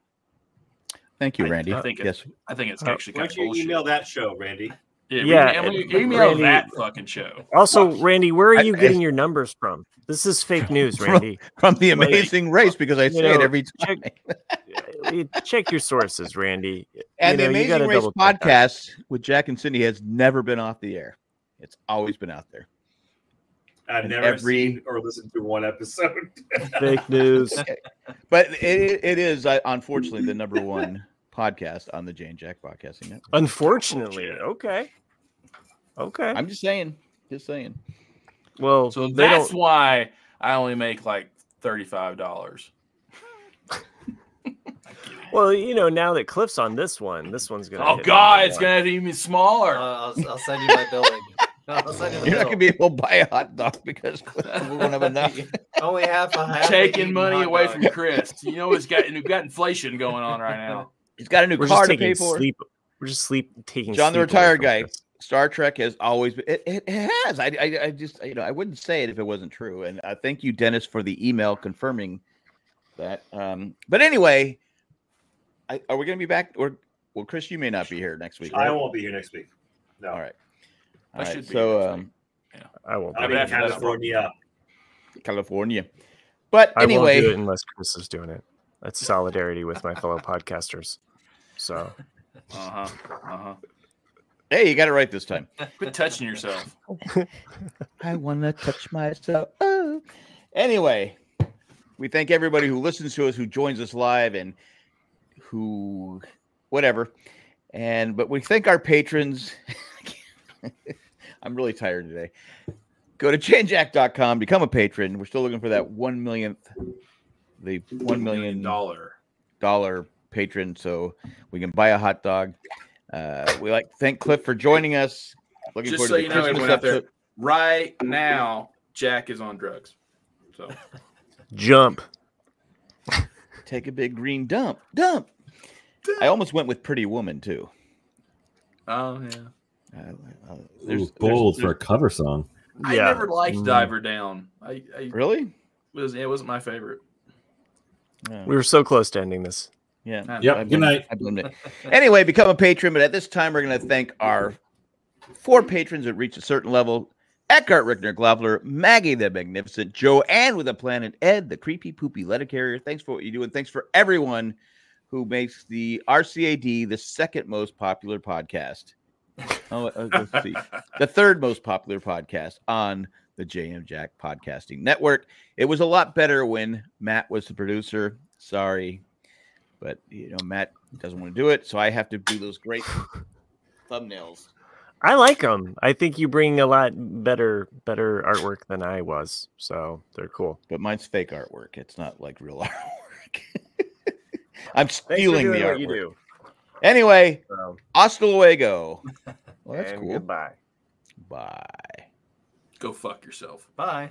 [SPEAKER 4] Thank you,
[SPEAKER 6] I-
[SPEAKER 4] Randy.
[SPEAKER 6] I think it-
[SPEAKER 4] yes.
[SPEAKER 6] I think it's
[SPEAKER 5] Uh,
[SPEAKER 6] actually
[SPEAKER 7] Why
[SPEAKER 6] kind
[SPEAKER 7] don't
[SPEAKER 6] of
[SPEAKER 7] you
[SPEAKER 6] bullshit.
[SPEAKER 7] email that show, Randy?
[SPEAKER 6] Yeah,
[SPEAKER 5] Yeah,
[SPEAKER 6] yeah,
[SPEAKER 5] and-
[SPEAKER 6] email
[SPEAKER 5] Randy-
[SPEAKER 6] that fucking show.
[SPEAKER 5] Also, Randy, where
[SPEAKER 4] I-
[SPEAKER 5] are you
[SPEAKER 4] I-
[SPEAKER 5] getting your numbers from? This is fake news,
[SPEAKER 4] From-
[SPEAKER 5] Randy.
[SPEAKER 4] From the
[SPEAKER 5] Like,
[SPEAKER 4] amazing race, because I
[SPEAKER 5] you
[SPEAKER 4] say it
[SPEAKER 5] know,
[SPEAKER 4] every time.
[SPEAKER 5] Uh, you check your sources, Randy. You
[SPEAKER 4] And
[SPEAKER 5] know,
[SPEAKER 4] the
[SPEAKER 5] you gotta
[SPEAKER 4] Amazing Race
[SPEAKER 5] double-check that.
[SPEAKER 4] podcast with Jack and Cindy has never been off the air. It's always been out there.
[SPEAKER 7] I've
[SPEAKER 4] And
[SPEAKER 7] never
[SPEAKER 4] every-
[SPEAKER 7] seen or listened to one episode.
[SPEAKER 5] Fake news.
[SPEAKER 4] But it, it is uh, unfortunately the number one podcast on the Jane Jack Broadcasting Network.
[SPEAKER 5] Unfortunately, okay, okay.
[SPEAKER 4] I'm just saying, just saying.
[SPEAKER 5] Well,
[SPEAKER 6] So
[SPEAKER 5] they
[SPEAKER 6] that's
[SPEAKER 5] don't-
[SPEAKER 6] why I only make like thirty-five dollars.
[SPEAKER 5] Well, you know, now that Cliff's on this one, this one's gonna.
[SPEAKER 6] Oh
[SPEAKER 5] hit
[SPEAKER 6] God,
[SPEAKER 5] number
[SPEAKER 6] it's
[SPEAKER 5] one.
[SPEAKER 6] gonna be even smaller.
[SPEAKER 3] Uh, I'll, I'll send you my billing. I'll send you the
[SPEAKER 4] You're not
[SPEAKER 3] bill.
[SPEAKER 4] gonna be able to buy a hot dog because we won't have enough.
[SPEAKER 3] Only half a half a
[SPEAKER 6] Taking
[SPEAKER 3] eaten
[SPEAKER 6] money
[SPEAKER 3] hot
[SPEAKER 6] away
[SPEAKER 3] dog.
[SPEAKER 6] from Chris. You know he's got we've got inflation going on right now.
[SPEAKER 4] He's got a new
[SPEAKER 5] We're
[SPEAKER 4] car
[SPEAKER 5] just
[SPEAKER 4] to pay
[SPEAKER 5] taking
[SPEAKER 4] for.
[SPEAKER 5] sleep. We're just sleep taking.
[SPEAKER 4] John the
[SPEAKER 5] sleep away
[SPEAKER 4] retired
[SPEAKER 5] from
[SPEAKER 4] guy.
[SPEAKER 5] Chris.
[SPEAKER 4] Star Trek has always been. It, it it has. I, I I just you know I wouldn't say it if it wasn't true. And I thank you, Dennis, for the email confirming that. Um, but anyway, I, are we going to be back? Or well, Chris, you may not be here next week.
[SPEAKER 7] I
[SPEAKER 4] right?
[SPEAKER 7] won't be here next week. No.
[SPEAKER 4] All right.
[SPEAKER 7] I
[SPEAKER 4] All right,
[SPEAKER 7] should be
[SPEAKER 4] so
[SPEAKER 7] here next
[SPEAKER 4] um,
[SPEAKER 5] I won't.
[SPEAKER 7] I'm in California.
[SPEAKER 4] California. But
[SPEAKER 5] I
[SPEAKER 4] anyway,
[SPEAKER 5] won't do it unless Chris is doing it. That's solidarity with my fellow podcasters. So
[SPEAKER 6] Uh huh. Uh huh.
[SPEAKER 4] Hey, you got it right this time.
[SPEAKER 6] Quit touching yourself.
[SPEAKER 4] I want to touch myself. Oh. Anyway, we thank everybody who listens to us, who joins us live, and who, whatever. And but we thank our patrons. I'm really tired today. Go to changeact.com, become a patron. We're still looking for that one millionth, the one million
[SPEAKER 6] dollar
[SPEAKER 4] dollar patron, so we can buy a hot dog. Uh, we like to thank Cliff for joining us. Looking
[SPEAKER 6] Just
[SPEAKER 4] forward
[SPEAKER 6] so
[SPEAKER 4] to
[SPEAKER 6] you
[SPEAKER 4] the
[SPEAKER 6] know,
[SPEAKER 4] Christmas
[SPEAKER 6] everyone out there,
[SPEAKER 4] episode.
[SPEAKER 6] right now, Jack is on drugs. So
[SPEAKER 5] jump.
[SPEAKER 4] Take a big green dump. Dump. I almost went with Pretty Woman too.
[SPEAKER 6] Oh yeah.
[SPEAKER 4] Uh,
[SPEAKER 7] Ooh, bold for a
[SPEAKER 4] there's-
[SPEAKER 7] cover song.
[SPEAKER 6] I
[SPEAKER 4] Yeah.
[SPEAKER 6] never liked
[SPEAKER 7] Mm.
[SPEAKER 6] Diver Down. I, I
[SPEAKER 4] Really?
[SPEAKER 6] Was it wasn't my favorite.
[SPEAKER 5] we were so close to ending this.
[SPEAKER 4] Yeah.
[SPEAKER 6] Yep,
[SPEAKER 4] Ah, I
[SPEAKER 6] good
[SPEAKER 4] blamed it.
[SPEAKER 6] night.
[SPEAKER 4] I blamed it. Anyway, become a patron. But at this time, we're going to thank our four patrons that reach a certain level Eckhart Rickner Glovler, Maggie the Magnificent, Joanne with a Planet, Ed the Creepy Poopy Letter Carrier. Thanks for what you do. And thanks for everyone who makes the RCAD the second most popular podcast. Oh, uh, let's see. The third most popular podcast on the JM Jack Podcasting Network. It was a lot better when Matt was the producer. Sorry, but you know Matt doesn't want to do it, so I have to do those great thumbnails.
[SPEAKER 5] I like them. I think you bring a lot better better artwork than I was. So they're cool.
[SPEAKER 4] But mine's fake artwork. It's not like real artwork. I'm stealing the
[SPEAKER 5] doing what you
[SPEAKER 4] artwork.
[SPEAKER 5] do.
[SPEAKER 4] Anyway,
[SPEAKER 5] So-
[SPEAKER 4] hasta luego. Well, that's
[SPEAKER 5] And
[SPEAKER 4] cool.
[SPEAKER 5] Goodbye.
[SPEAKER 4] Bye.
[SPEAKER 6] Go fuck yourself.
[SPEAKER 3] Bye.